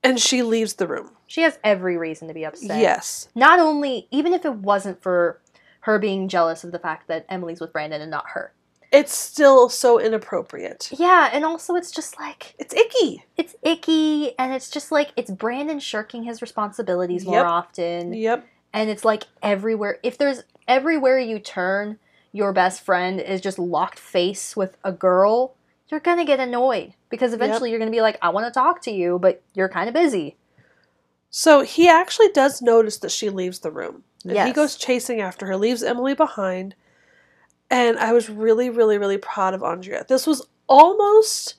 [SPEAKER 1] And she leaves the room.
[SPEAKER 4] she has every reason to be upset.
[SPEAKER 1] Yes,
[SPEAKER 4] Not only even if it wasn't for her being jealous of the fact that Emily's with Brandon and not her.
[SPEAKER 1] it's still so inappropriate.
[SPEAKER 4] Yeah, and also it's just like
[SPEAKER 1] It's icky.
[SPEAKER 4] it's icky and it's just like it's Brandon shirking his responsibilities more
[SPEAKER 1] Yep.
[SPEAKER 4] often.
[SPEAKER 1] Yep.
[SPEAKER 4] and it's like everywhere if there's everywhere you turn your best friend is just locked face with a girl you're gonna get annoyed because eventually you're gonna be like i want to talk to you but you're kind of busy
[SPEAKER 1] So he actually does notice that she leaves the room. And he
[SPEAKER 4] Yes.
[SPEAKER 1] goes chasing after her, leaves Emily behind. And I was really, really, really proud of Andrea. This was almost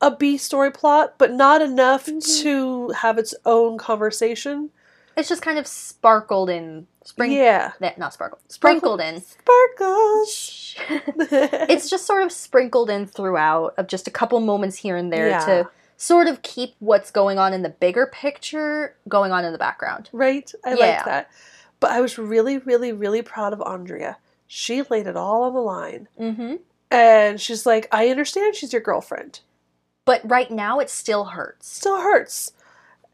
[SPEAKER 1] a B story plot, but not enough to have its own conversation.
[SPEAKER 4] it's just kind of sparkled in spring
[SPEAKER 1] Yeah.
[SPEAKER 4] that, not sparkled
[SPEAKER 1] Sparkled.
[SPEAKER 4] sprinkled in
[SPEAKER 1] Sparkles.
[SPEAKER 4] it's just sort of sprinkled in throughout of just a couple moments here and there
[SPEAKER 1] Yeah.
[SPEAKER 4] to sort of keep what's going on in the bigger picture going on in the background
[SPEAKER 1] right? I
[SPEAKER 4] Yeah.
[SPEAKER 1] like that. But I was really, really, really proud of Andrea. She laid it all on the line.
[SPEAKER 4] mm-hmm.
[SPEAKER 1] And she's like, I understand she's your girlfriend.
[SPEAKER 4] but right now it still hurts
[SPEAKER 1] still hurts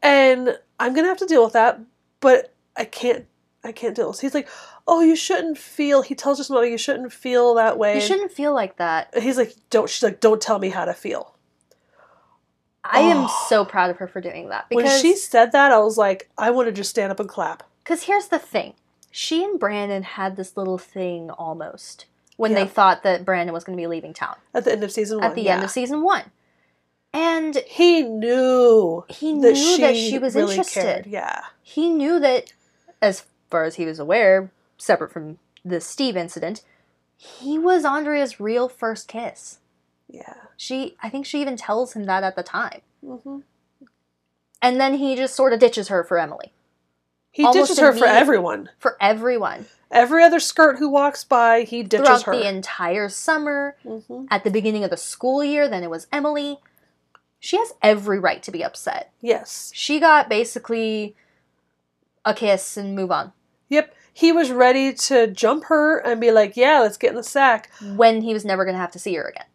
[SPEAKER 1] and i'm gonna have to deal with that but i can't i can't deal with it. he's like oh you shouldn't feel he tells his mother you shouldn't feel that way
[SPEAKER 4] you shouldn't feel like that
[SPEAKER 1] And he's like don't she's like don't tell me how to feel
[SPEAKER 4] I am
[SPEAKER 1] Oh.
[SPEAKER 4] so proud of her for doing that
[SPEAKER 1] when
[SPEAKER 4] because
[SPEAKER 1] she said that i was like i want to just stand up and clap
[SPEAKER 4] cause here's the thing. She and Brandon had this little thing almost when
[SPEAKER 1] Yeah.
[SPEAKER 4] they thought that Brandon was going to be leaving town
[SPEAKER 1] at the end of season one
[SPEAKER 4] at the end of
[SPEAKER 1] yeah.
[SPEAKER 4] season 1. And
[SPEAKER 1] he knew
[SPEAKER 4] he knew that she was interested.
[SPEAKER 1] yeah
[SPEAKER 4] he knew that as far as he was aware, separate from the Steve incident, he was Andrea's real first kiss.
[SPEAKER 1] yeah
[SPEAKER 4] She I think she even tells him that at the time.
[SPEAKER 1] hmm
[SPEAKER 4] And then he just sort of ditches her for Emily,
[SPEAKER 1] he
[SPEAKER 4] Almost
[SPEAKER 1] ditches her for
[SPEAKER 4] immediate-
[SPEAKER 1] everyone
[SPEAKER 4] for everyone.
[SPEAKER 1] Every other skirt who walks by, he ditches
[SPEAKER 4] Throughout
[SPEAKER 1] her.
[SPEAKER 4] the entire summer,
[SPEAKER 1] Mhm.
[SPEAKER 4] at the beginning of the school year, then it was Emily. She has every right to be upset.
[SPEAKER 1] Yes.
[SPEAKER 4] She got basically a kiss and move on
[SPEAKER 1] Yep. He was ready to jump her and be like, "Yeah, let's get in the sack."
[SPEAKER 4] when he was never going to have to see her again.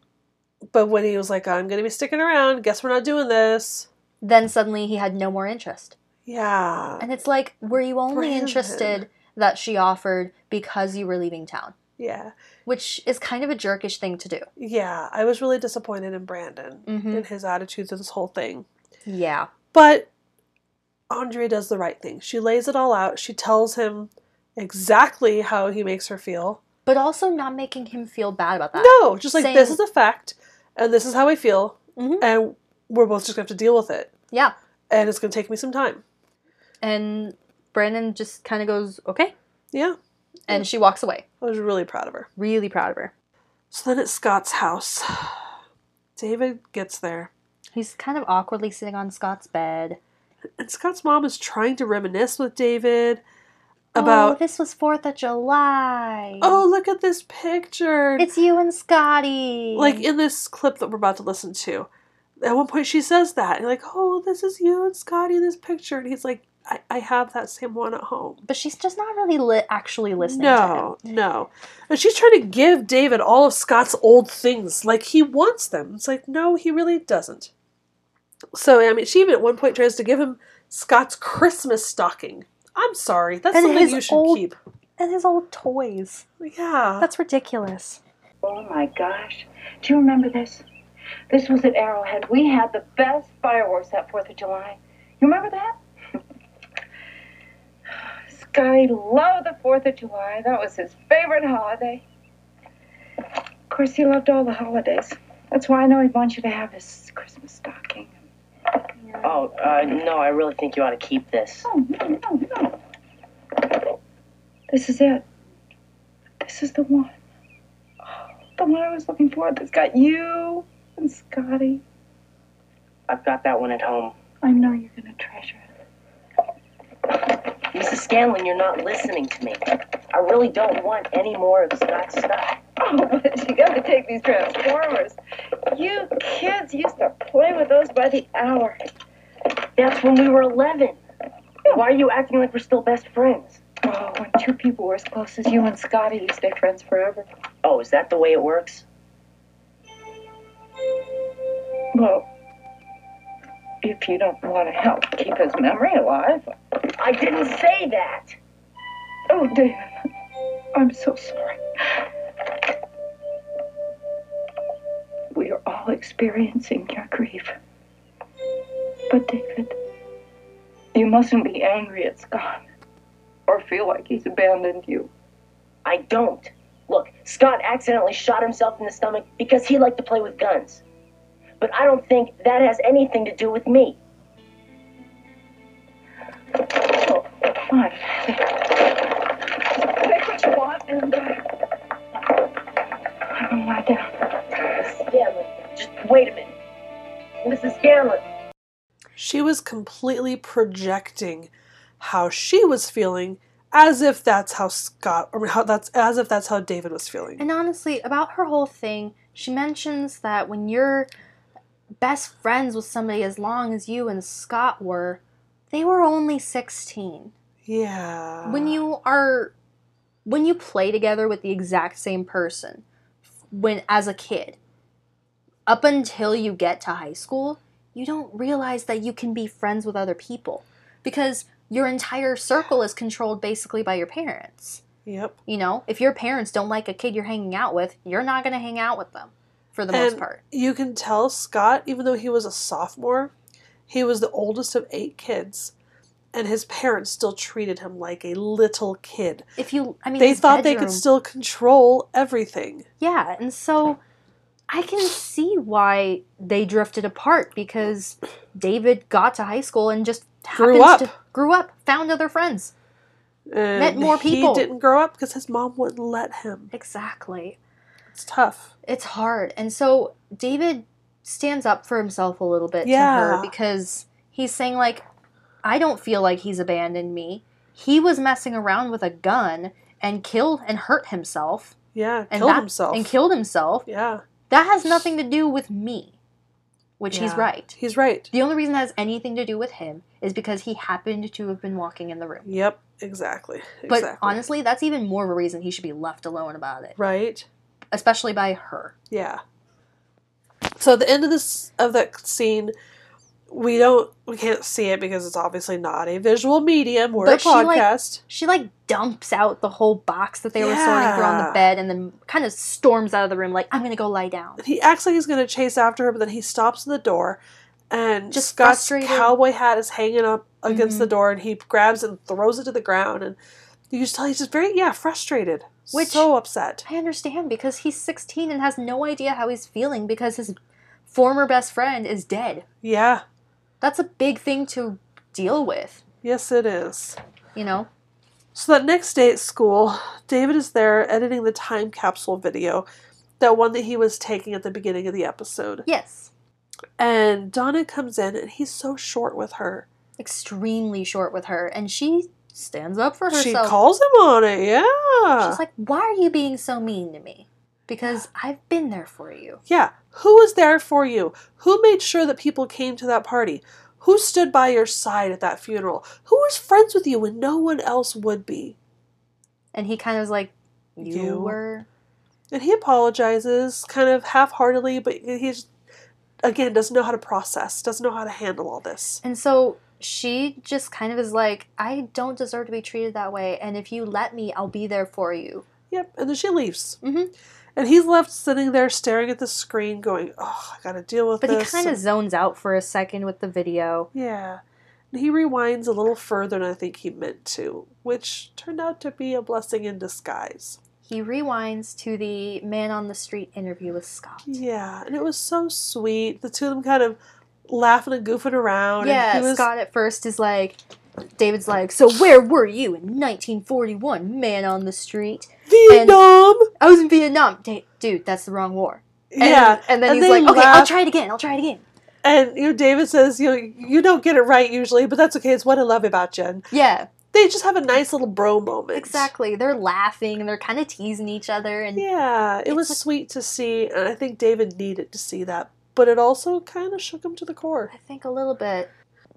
[SPEAKER 1] But when he was like, "I'm gonna be sticking around. Guess we're not doing this."
[SPEAKER 4] Then suddenly he had no more interest.
[SPEAKER 1] Yeah.
[SPEAKER 4] And it's like, were you only
[SPEAKER 1] Brandon.
[SPEAKER 4] interested that she offered because you were leaving town?
[SPEAKER 1] Yeah.
[SPEAKER 4] Which is kind of a jerkish thing to do.
[SPEAKER 1] Yeah. I was really disappointed in Brandon
[SPEAKER 4] Mhm.
[SPEAKER 1] and his attitude to this whole thing.
[SPEAKER 4] Yeah.
[SPEAKER 1] But Andrea does the right thing. She lays it all out. She tells him exactly how he makes her feel.
[SPEAKER 4] But also not making him feel bad about that.
[SPEAKER 1] No, just like
[SPEAKER 4] saying-
[SPEAKER 1] this is a fact, and this is how I feel,
[SPEAKER 4] Mhm.
[SPEAKER 1] and we're both just gonna have to deal with it,
[SPEAKER 4] Yeah.
[SPEAKER 1] and it's gonna take me some time.
[SPEAKER 4] And Brandon just kind of goes, okay.
[SPEAKER 1] Yeah,
[SPEAKER 4] And she walks away.
[SPEAKER 1] I was really proud of her.
[SPEAKER 4] Really proud of her.
[SPEAKER 1] So then it's Scott's house. David gets there,
[SPEAKER 4] He's kind of awkwardly sitting on Scott's bed.
[SPEAKER 1] and Scott's mom is trying to reminisce with David about,
[SPEAKER 4] oh, this was 4th of July.
[SPEAKER 1] oh, look at this picture.
[SPEAKER 4] It's you and Scotty.
[SPEAKER 1] like in this clip that we're about to listen to. At one point, she says that, and like, oh, this is you and Scotty in this picture. And he's like, I, I have that same one at home.
[SPEAKER 4] but she's just not really li- actually listening to him.
[SPEAKER 1] No, no. And she's trying to give David all of Scott's old things. Like, he wants them. It's like, no, he really doesn't. So, I mean, she even at one point tries to give him Scott's Christmas stocking. I'm sorry. That's
[SPEAKER 4] And
[SPEAKER 1] something
[SPEAKER 4] his
[SPEAKER 1] you should
[SPEAKER 4] old-
[SPEAKER 1] keep.
[SPEAKER 4] And his old toys.
[SPEAKER 1] Yeah.
[SPEAKER 4] That's ridiculous.
[SPEAKER 9] Oh my gosh. Do you remember this? This was at Arrowhead. We had the best fireworks that 4th of July. You remember that? Scotty loved the 4th of July. That was his favorite holiday. Of course, he loved all the holidays. That's why I know he'd want you to have his Christmas stocking.
[SPEAKER 5] Oh, uh, no, I really think you ought to keep this.
[SPEAKER 9] No, no, no, no. This is it. This is the one. Oh, The one I was looking for that's got you and Scotty.
[SPEAKER 5] I've got that one at home.
[SPEAKER 9] I know you're gonna treasure it.
[SPEAKER 5] Mrs. Scanlon, you're not listening to me. I really don't want any more of Scott's stuff.
[SPEAKER 9] Oh, but you gotta take these transformers. You kids used to play with those by the hour.
[SPEAKER 5] That's when we were 11. Why are you acting like we're still best friends?
[SPEAKER 9] Oh, when two people were as close as you and Scotty, you stay friends forever.
[SPEAKER 5] Oh, is that the way it works?
[SPEAKER 9] Well, if you don't want to help keep his memory alive.
[SPEAKER 5] I didn't say that.
[SPEAKER 9] Oh, David, I'm so sorry. We are all experiencing your grief. But, David, you mustn't be angry it's gone or feel like he's abandoned you.
[SPEAKER 5] I don't. Look, Scott accidentally shot himself in the stomach because he liked to play with guns. But I don't think that has anything to do with me.
[SPEAKER 9] Oh, fine. Take what you want and uh, I'm gonna lie down.
[SPEAKER 5] Mrs. Scanlon, just wait a minute. Mrs. Scanlon.
[SPEAKER 1] She was completely projecting how she was feeling as if that's how Scott or how that's as if that's how David was feeling.
[SPEAKER 4] And honestly, about her whole thing, she mentions that when you're best friends with somebody as long as you and Scott were, they were only 16.
[SPEAKER 1] Yeah.
[SPEAKER 4] when you are when you play together with the exact same person when as a kid up until you get to high school you don't realize that you can be friends with other people because your entire circle is controlled basically by your parents
[SPEAKER 1] Yep.
[SPEAKER 4] you know if your parents don't like a kid you're hanging out with you're not going to hang out with them for the most
[SPEAKER 1] And
[SPEAKER 4] part
[SPEAKER 1] You can tell Scott, even though he was a sophomore, he was the oldest of eight kids. And his parents still treated him like a little kid.
[SPEAKER 4] if you i mean
[SPEAKER 1] they
[SPEAKER 4] his
[SPEAKER 1] thought they
[SPEAKER 4] bedroom-
[SPEAKER 1] could still control everything.
[SPEAKER 4] Yeah, and so I can see why they drifted apart because David got to high school and just
[SPEAKER 1] Grew
[SPEAKER 4] happens
[SPEAKER 1] up.
[SPEAKER 4] To, grew up, found other friends.
[SPEAKER 1] And
[SPEAKER 4] Met more people.
[SPEAKER 1] He didn't grow up because his mom wouldn't let him.
[SPEAKER 4] Exactly.
[SPEAKER 1] It's tough.
[SPEAKER 4] It's hard. And so David stands up for himself a little bit to
[SPEAKER 1] Yeah.
[SPEAKER 4] her because he's saying like I don't feel like he's abandoned me. He was messing around with a gun and killed and hurt himself
[SPEAKER 1] Yeah,
[SPEAKER 4] and
[SPEAKER 1] killed
[SPEAKER 4] that-
[SPEAKER 1] himself.
[SPEAKER 4] and killed himself.
[SPEAKER 1] yeah,
[SPEAKER 4] That has nothing to do with me, which he's
[SPEAKER 1] Yeah.
[SPEAKER 4] right.
[SPEAKER 1] he's right.
[SPEAKER 4] The only reason that has anything to do with him is because he happened to have been walking in the room.
[SPEAKER 1] Yep, exactly.
[SPEAKER 4] But
[SPEAKER 1] exactly.
[SPEAKER 4] honestly, that's even more of a reason he should be left alone about it,
[SPEAKER 1] right?
[SPEAKER 4] especially by her.
[SPEAKER 1] Yeah. So at the end of this of that scene, we don't we can't see it because it's obviously not a visual medium. We're
[SPEAKER 4] But
[SPEAKER 1] a
[SPEAKER 4] she, like-
[SPEAKER 1] podcast.
[SPEAKER 4] She like dumps out the whole box that they were sorting through on
[SPEAKER 1] Yeah.
[SPEAKER 4] the bed and then kind of storms out of the room like I'm going to go lie down.
[SPEAKER 1] he acts like he's going to chase after her, but then he stops at the door, and
[SPEAKER 4] Just
[SPEAKER 1] Scott's
[SPEAKER 4] frustrated.
[SPEAKER 1] cowboy hat is hanging up against
[SPEAKER 4] Mhm.
[SPEAKER 1] the door, and he grabs it and throws it to the ground, and you can just tell he's just very yeah frustrated,
[SPEAKER 4] Which-
[SPEAKER 1] so upset.
[SPEAKER 4] I understand because he's 16 and has no idea how he's feeling because his former best friend is dead.
[SPEAKER 1] Yeah,
[SPEAKER 4] That's a big thing to deal with,
[SPEAKER 1] yes, it is.
[SPEAKER 4] you know?
[SPEAKER 1] So that next day at school, David is there editing the time capsule video, that one that he was taking at the beginning of the episode,
[SPEAKER 4] Yes.
[SPEAKER 1] and Donna comes in, and he's so short with her.
[SPEAKER 4] Extremely short with her and she stands up for herself.
[SPEAKER 1] She calls him on it. Yeah,
[SPEAKER 4] She's like, "Why are you being so mean to me?" Because I've been there for you.
[SPEAKER 1] Yeah. Who was there for you? Who made sure that people came to that party? Who stood by your side at that funeral? Who was friends with you when no one else would be?
[SPEAKER 4] And he kind of was like, "You,
[SPEAKER 1] You.
[SPEAKER 4] were."
[SPEAKER 1] And he apologizes kind of half heartedly, but he's, again, doesn't know how to process, doesn't know how to handle all this.
[SPEAKER 4] And so she just kind of is like, "I don't deserve to be treated that way, and if you let me, I'll be there for you."
[SPEAKER 1] Yep. And then she leaves.
[SPEAKER 4] Mhm.
[SPEAKER 1] And he's left sitting there staring at the screen, going, oh, I gotta deal with
[SPEAKER 4] But
[SPEAKER 1] this.
[SPEAKER 4] he kind of
[SPEAKER 1] and-
[SPEAKER 4] zones out for a second with the video.
[SPEAKER 1] Yeah. And he rewinds a little further than I think he meant to, which turned out to be a blessing in disguise.
[SPEAKER 4] He rewinds to the man on the street interview with Scott.
[SPEAKER 1] Yeah, and it was so sweet. The two of them kind of laughing and goofing around.
[SPEAKER 4] Yeah,
[SPEAKER 1] and he was,
[SPEAKER 4] Scott at first is like, David's like, so where were you in 1941, man on the street?
[SPEAKER 1] Vietnam.
[SPEAKER 4] I was in Vietnam. Da- dude, that's the wrong war. And,
[SPEAKER 1] yeah,
[SPEAKER 4] And then
[SPEAKER 1] and
[SPEAKER 4] he's
[SPEAKER 1] they
[SPEAKER 4] like, okay, I'll
[SPEAKER 1] laugh.
[SPEAKER 4] try it again. I'll try it again.
[SPEAKER 1] and you know, David says, you know, you don't get it right usually, but that's okay. It's what I love about you. And
[SPEAKER 4] Yeah,
[SPEAKER 1] they just have a nice little bro moment.
[SPEAKER 4] exactly. They're laughing and they're kind of teasing each other. And
[SPEAKER 1] Yeah, it was sweet to see, and I think David needed to see that, but it also kind of shook him to the core.
[SPEAKER 4] I think a little bit.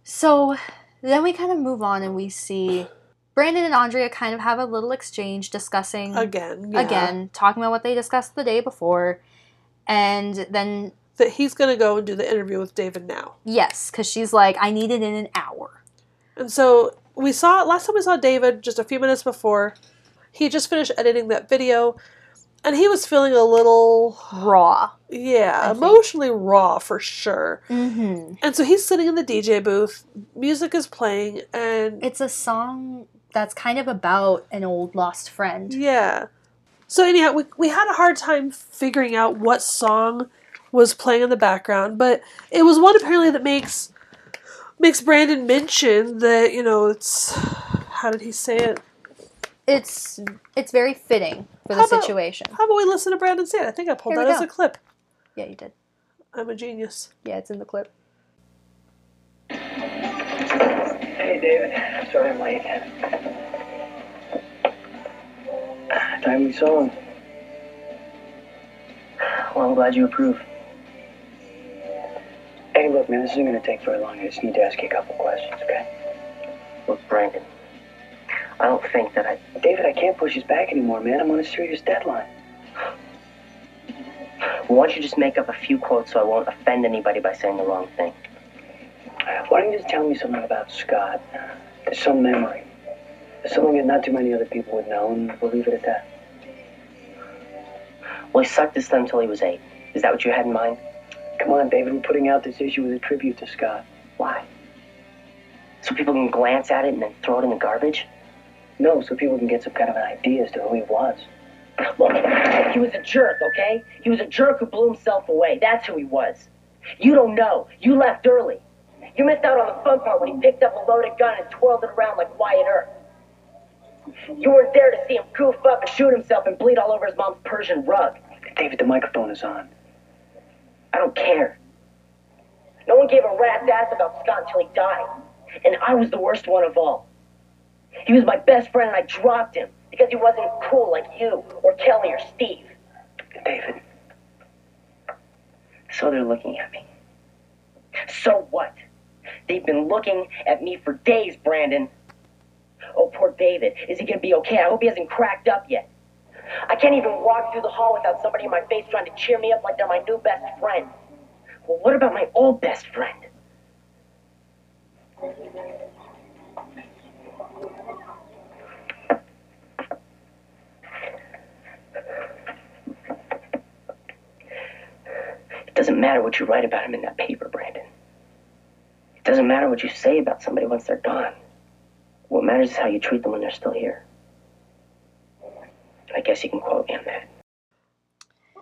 [SPEAKER 4] So then we kind of move on and we see Brandon and Andrea kind of have a little exchange discussing
[SPEAKER 1] Again, yeah.
[SPEAKER 4] Mm-hmm. again, talking about what they discussed the day before. And then,
[SPEAKER 1] that he's going to go and do the interview with David now.
[SPEAKER 4] yes, because she's like, I need it in an hour.
[SPEAKER 1] And so we saw last time we saw David just a few minutes before. He just finished editing that video, and he was feeling a little
[SPEAKER 4] Raw. I
[SPEAKER 1] yeah
[SPEAKER 4] think.
[SPEAKER 1] emotionally raw for sure.
[SPEAKER 4] Mm-hmm.
[SPEAKER 1] And so he's sitting in the DJ booth. Music is playing, and
[SPEAKER 4] It's a song that's kind of about an old lost friend.
[SPEAKER 1] yeah. So anyhow, we we had a hard time figuring out what song was playing in the background, but it was one apparently that makes makes Brandon mention that you know it's how did he say it
[SPEAKER 4] It's it's very fitting for the
[SPEAKER 1] How about-
[SPEAKER 4] situation.
[SPEAKER 1] How about we listen to Brandon say it? I think I pulled
[SPEAKER 4] Here we
[SPEAKER 1] that as
[SPEAKER 4] go.
[SPEAKER 1] a clip.
[SPEAKER 4] Yeah, you did.
[SPEAKER 1] I'm a genius.
[SPEAKER 4] Yeah, it's in the clip.
[SPEAKER 7] Hey, David. I'm sorry I'm late. Ah, Time we saw him.
[SPEAKER 5] Well, I'm glad you approve.
[SPEAKER 7] Hey, look, man, this isn't gonna take very long. I just need to ask you a couple questions, okay?
[SPEAKER 5] Look, Brandon, I don't think that I.
[SPEAKER 7] David, I can't push his back anymore, man. I'm on a serious deadline.
[SPEAKER 5] Why don't you just make up a few quotes so I won't offend anybody by saying the wrong thing?
[SPEAKER 7] Why don't you just tell me something about Scott? There's some memory. There's something that not too many other people would know, and we'll leave it at that.
[SPEAKER 5] Well, he sucked his thumb till he was eight. Is that what you had in mind?
[SPEAKER 7] Come on, David, we're putting out this issue as a tribute to Scott.
[SPEAKER 5] Why? So people can glance at it and then throw it in the garbage?
[SPEAKER 7] No, so people can get some kind of an idea as to who he was.
[SPEAKER 5] Look, he was a jerk, okay? He was a jerk who blew himself away. That's who he was. You don't know. You left early.
[SPEAKER 6] You missed out on the fun part when he picked up a loaded gun and twirled it around like Wyatt Earp.
[SPEAKER 5] You weren't there to see him goof up and shoot himself and bleed all over his mom's Persian rug.
[SPEAKER 7] David, the microphone is on.
[SPEAKER 5] I don't care.
[SPEAKER 6] No one gave a rat's ass about Scott until he died.
[SPEAKER 5] And I was the worst one of all. He was my best friend and I dropped him.
[SPEAKER 6] Because he wasn't cool like you or Kelly or Steve.
[SPEAKER 7] David. So they're looking at me.
[SPEAKER 6] So what? They've been looking at me for days, Brandon. Oh, poor David. Is he gonna be okay? I hope he hasn't cracked up yet. I can't even walk through the hall without somebody in my face trying to cheer me up like they're my new best friend. Well, what about my old best friend?
[SPEAKER 7] It doesn't matter what you write about him in that paper, Brandon. It doesn't matter what you say about somebody once they're gone. What matters is how you treat them when they're still here. I guess you can quote me on that.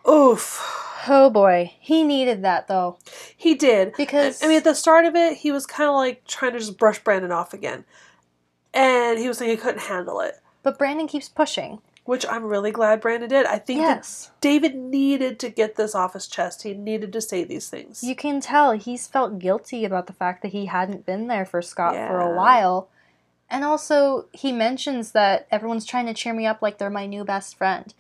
[SPEAKER 1] Oof.
[SPEAKER 4] Oh boy, he needed that though
[SPEAKER 1] He did.
[SPEAKER 4] because
[SPEAKER 1] I mean, at the start of it, he was kind of like trying to just brush Brandon off again. And he was saying he couldn't handle it,
[SPEAKER 4] but Brandon keeps pushing.
[SPEAKER 1] which I'm really glad Brandon did. I think that
[SPEAKER 4] Yes,
[SPEAKER 1] David needed to get this off his chest. He needed to say these things.
[SPEAKER 4] you can tell he's felt guilty about the fact that he hadn't been there for Scott for a
[SPEAKER 1] Yeah.
[SPEAKER 4] while. And also, he mentions that everyone's trying to cheer me up like they're my new best friend.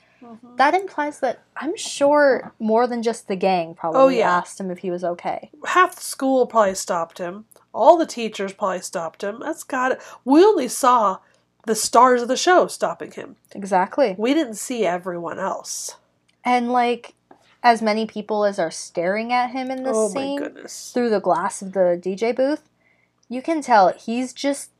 [SPEAKER 4] That implies that I'm sure more than just the gang probably
[SPEAKER 1] yeah.
[SPEAKER 4] asked him if he was okay.
[SPEAKER 1] Half the school probably stopped him. All the teachers probably stopped him. That's got it. We only saw the stars of the show stopping him.
[SPEAKER 4] Exactly.
[SPEAKER 1] We didn't see everyone else.
[SPEAKER 4] And like, as many people as are staring at him in this
[SPEAKER 1] oh
[SPEAKER 4] scene
[SPEAKER 1] my goodness.
[SPEAKER 4] through the glass of the DJ booth, you can tell he's just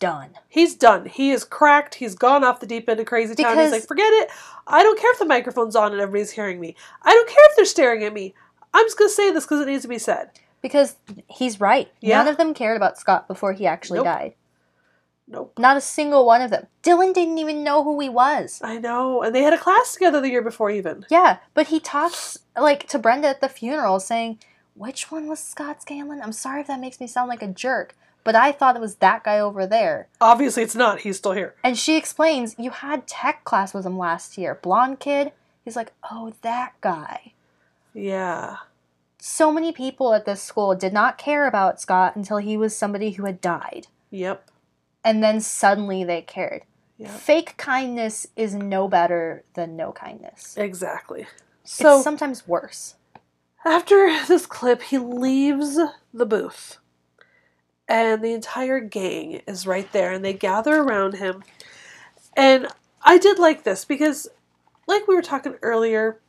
[SPEAKER 4] done.
[SPEAKER 1] He's done. He is cracked. He's gone off the deep end of crazy town.
[SPEAKER 4] Because-
[SPEAKER 1] He's like, forget it. I don't care if the microphone's on and everybody's hearing me. I don't care if they're staring at me. I'm just going to say this because it needs to be said.
[SPEAKER 4] Because he's right.
[SPEAKER 1] Yeah.
[SPEAKER 4] None of them cared about Scott before he actually
[SPEAKER 1] Nope.
[SPEAKER 4] died.
[SPEAKER 1] Nope.
[SPEAKER 4] Not a single one of them. Dylan didn't even know who he was.
[SPEAKER 1] I know. And they had a class together the year before, even.
[SPEAKER 4] Yeah, but he talks like to Brenda at the funeral saying, "Which one was Scott Scanlon?" I'm sorry if that makes me sound like a jerk, but I thought it was that guy over there.
[SPEAKER 1] Obviously, it's not. He's still here.
[SPEAKER 4] And she explains, "You had tech class with him last year, blonde kid." He's like, "Oh, that guy."
[SPEAKER 1] Yeah.
[SPEAKER 4] So many people at this school did not care about Scott until he was somebody who had died.
[SPEAKER 1] Yep.
[SPEAKER 4] And then suddenly they cared.
[SPEAKER 1] Yep.
[SPEAKER 4] Fake kindness is no better than no kindness.
[SPEAKER 1] Exactly.
[SPEAKER 4] So
[SPEAKER 1] So
[SPEAKER 4] it's sometimes worse.
[SPEAKER 1] after this clip, he leaves the booth. And the entire gang is right there and they gather around him. And I did like this because, like we were talking earlier,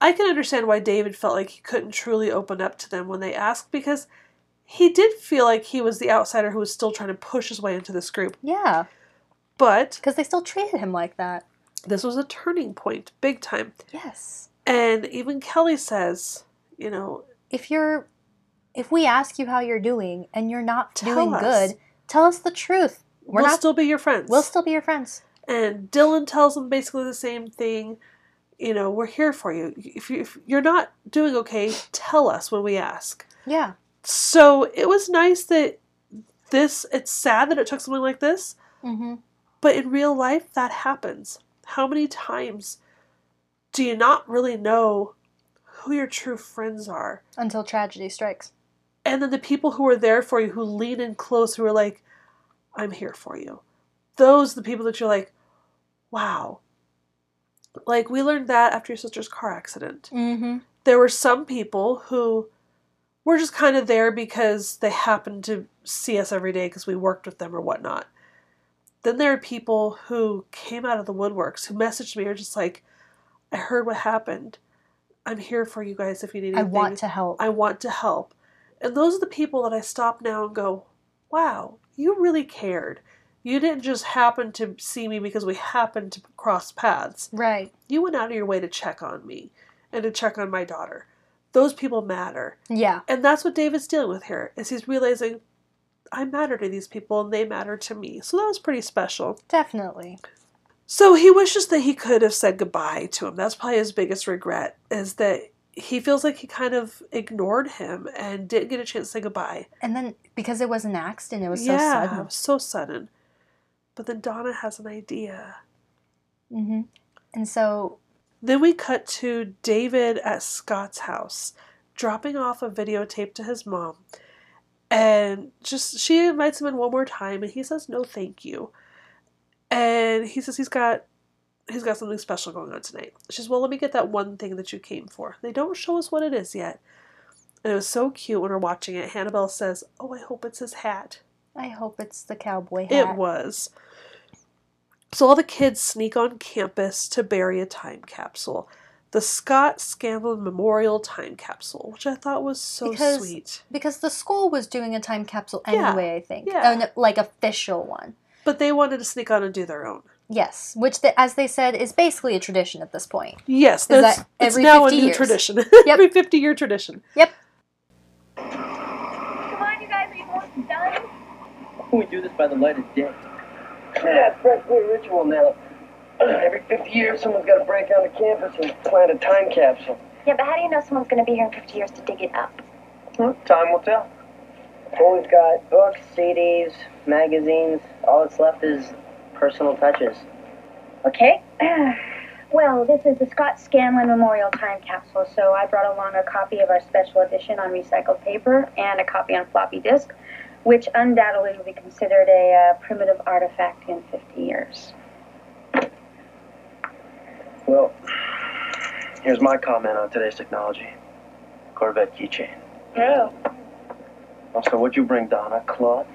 [SPEAKER 1] I can understand why David felt like he couldn't truly open up to them when they asked because he did feel like he was the outsider who was still trying to push his way into this group.
[SPEAKER 4] Yeah,
[SPEAKER 1] But
[SPEAKER 4] because they still treated him like that.
[SPEAKER 1] this was a turning point, big time.
[SPEAKER 4] Yes.
[SPEAKER 1] And even Kelly says, you know,
[SPEAKER 4] If you're if we ask you how you're doing and you're not
[SPEAKER 1] Tell
[SPEAKER 4] doing
[SPEAKER 1] us.
[SPEAKER 4] good, tell us the truth. We're
[SPEAKER 1] we'll
[SPEAKER 4] not
[SPEAKER 1] still be your friends.
[SPEAKER 4] we'll still be your friends.
[SPEAKER 1] and Dylan tells him basically the same thing. You know, we're here for you. If, you. if you're not doing okay, tell us when we ask.
[SPEAKER 4] Yeah.
[SPEAKER 1] So it was nice that this, it's sad that it took something like this,
[SPEAKER 4] Mm-hmm.
[SPEAKER 1] but in real life, that happens. How many times do you not really know who your true friends are?
[SPEAKER 4] Until tragedy strikes.
[SPEAKER 1] and then the people who are there for you who lean in close who are like i'm here for you those are the people that you're like wow like we learned that after your sister's car accident
[SPEAKER 4] Mm-hmm.
[SPEAKER 1] there were some people who were just kind of there because they happened to see us every day because we worked with them or whatnot then there are people who came out of the woodworks who messaged me or just like i heard what happened i'm here for you guys if you need
[SPEAKER 4] I
[SPEAKER 1] anything
[SPEAKER 4] want to help.
[SPEAKER 1] I want to help. And those are the people that I stop now and go, wow, you really cared. You didn't just happen to see me because we happened to cross paths.
[SPEAKER 4] right.
[SPEAKER 1] You went out of your way to check on me and to check on my daughter. Those people matter.
[SPEAKER 4] Yeah.
[SPEAKER 1] And that's what David's dealing with here is he's realizing I matter to these people and they matter to me. So that was pretty special.
[SPEAKER 4] Definitely.
[SPEAKER 1] So he wishes that he could have said goodbye to him. That's probably his biggest regret is that he feels like he kind of ignored him and didn't get a chance to say goodbye.
[SPEAKER 4] And then because it was an accident, it was so
[SPEAKER 1] yeah,
[SPEAKER 4] sudden.
[SPEAKER 1] it was so sudden. But then Donna has an idea.
[SPEAKER 4] Mm-hmm. And so
[SPEAKER 1] Then we cut to David at Scott's house, dropping off a videotape to his mom. And just she invites him in one more time and he says no thank you. and he says he's got he's got something special going on tonight. She says, "Well, let me get that one thing that you came for." They don't show us what it is yet, and it was so cute when we're watching it. Hannibal says, "Oh, I hope it's his hat."
[SPEAKER 4] I hope it's the cowboy hat.
[SPEAKER 1] It was. So all the kids sneak on campus to bury a time capsule. The Scott Scanlon Memorial Time Capsule, which I thought was so
[SPEAKER 4] Because-
[SPEAKER 1] sweet.
[SPEAKER 4] Because the school was doing a time capsule
[SPEAKER 1] Yeah.
[SPEAKER 4] anyway, I think.
[SPEAKER 1] Yeah.
[SPEAKER 4] An, like official one.
[SPEAKER 1] But they wanted to sneak on and do their own.
[SPEAKER 4] Yes, which, the, as they said, is basically a tradition at this point.
[SPEAKER 1] Yes, that's
[SPEAKER 4] that
[SPEAKER 1] it's
[SPEAKER 4] every
[SPEAKER 1] now a
[SPEAKER 4] 50
[SPEAKER 1] new
[SPEAKER 4] years?
[SPEAKER 1] tradition.
[SPEAKER 4] Yep.
[SPEAKER 1] every fifty year tradition.
[SPEAKER 4] Yep.
[SPEAKER 10] Come on, you guys, are you almost done?
[SPEAKER 11] We do this by the light of day.
[SPEAKER 7] Yeah, it's practically a ritual now. Every 50 years, someone's got to break out of campus and plant a time capsule.
[SPEAKER 10] Yeah, but how do you know someone's gonna be here in 50 years to dig it up?
[SPEAKER 7] Well, Time will tell.
[SPEAKER 5] Well, we've got books, CDs, magazines. All that's left is personal touches.
[SPEAKER 10] Okay. well, this is the Scott Scanlon Memorial Time Capsule, so I brought along a copy of our special edition on recycled paper and a copy on floppy disk, which undoubtedly will be considered a uh, primitive artifact in 50 years.
[SPEAKER 7] Well, here's my comment on today's technology Corvette keychain.
[SPEAKER 10] No.
[SPEAKER 7] Also, what'd you bring, Donna? Cloth?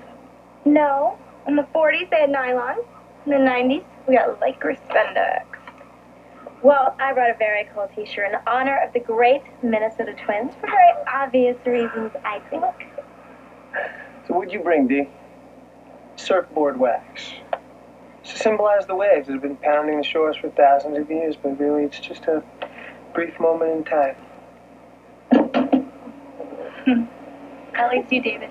[SPEAKER 10] No. In the 40s, they had nylon. In the 90s, we got Laker spandex. Well, I brought a very cool t shirt in honor of the great Minnesota Twins for very obvious reasons, I think.
[SPEAKER 7] So, what'd you bring, D?
[SPEAKER 11] Surfboard wax. To symbolize the waves that have been pounding the shores for thousands of years, but really it's just a brief moment in time.
[SPEAKER 10] At least you, David.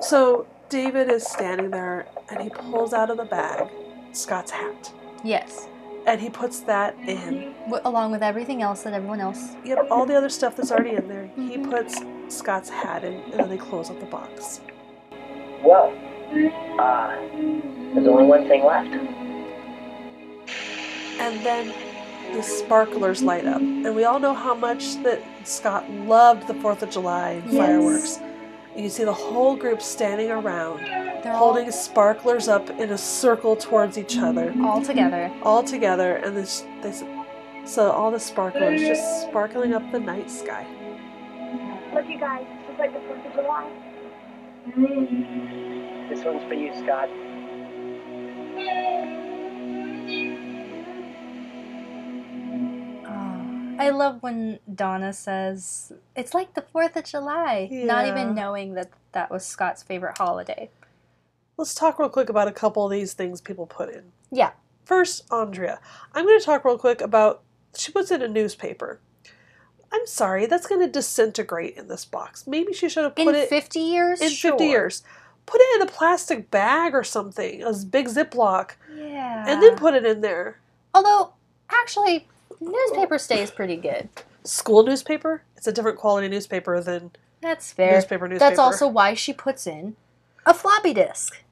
[SPEAKER 1] So David is standing there and he pulls out of the bag Scott's hat.
[SPEAKER 4] Yes.
[SPEAKER 1] And he puts that in.
[SPEAKER 4] W- along with everything else that everyone else.
[SPEAKER 1] Yep, all the other stuff that's already in there. He
[SPEAKER 4] Mm-hmm.
[SPEAKER 1] puts Scott's hat in and then they close up the box.
[SPEAKER 5] Well, uh, there's only one thing left.
[SPEAKER 1] And then the sparklers light up. And we all know how much that Scott loved the 4th of July and
[SPEAKER 4] Yes.
[SPEAKER 1] fireworks. And you see the whole group standing around,
[SPEAKER 4] They're
[SPEAKER 1] holding sparklers up in a circle towards each other,
[SPEAKER 4] all, all together.
[SPEAKER 1] all together. And this, this, so all the sparklers just sparkling up the night sky.
[SPEAKER 10] Look, you guys, it's just like the 4th of July.
[SPEAKER 5] This one's for you, Scott.
[SPEAKER 4] Oh, I love when Donna says, it's like the 4th of July, not even
[SPEAKER 1] Yeah.
[SPEAKER 4] knowing that that was Scott's favorite holiday.
[SPEAKER 1] Let's talk real quick about a couple of these things people put in.
[SPEAKER 4] Yeah.
[SPEAKER 1] First, Andrea. I'm going to talk real quick about she puts in a newspaper. I'm sorry, that's going to disintegrate in this box. Maybe she should have put
[SPEAKER 4] in
[SPEAKER 1] it
[SPEAKER 4] 50 years?
[SPEAKER 1] in
[SPEAKER 4] Sure.
[SPEAKER 1] 50 years. Put it in a plastic bag or something, a big Ziploc,
[SPEAKER 4] Yeah.
[SPEAKER 1] and then put it in there.
[SPEAKER 4] Although, actually, newspaper stays pretty good.
[SPEAKER 1] School newspaper? It's a different quality newspaper than
[SPEAKER 4] That's fair.
[SPEAKER 1] Newspaper,
[SPEAKER 4] That's
[SPEAKER 1] newspaper.
[SPEAKER 4] also why she puts in a floppy disk.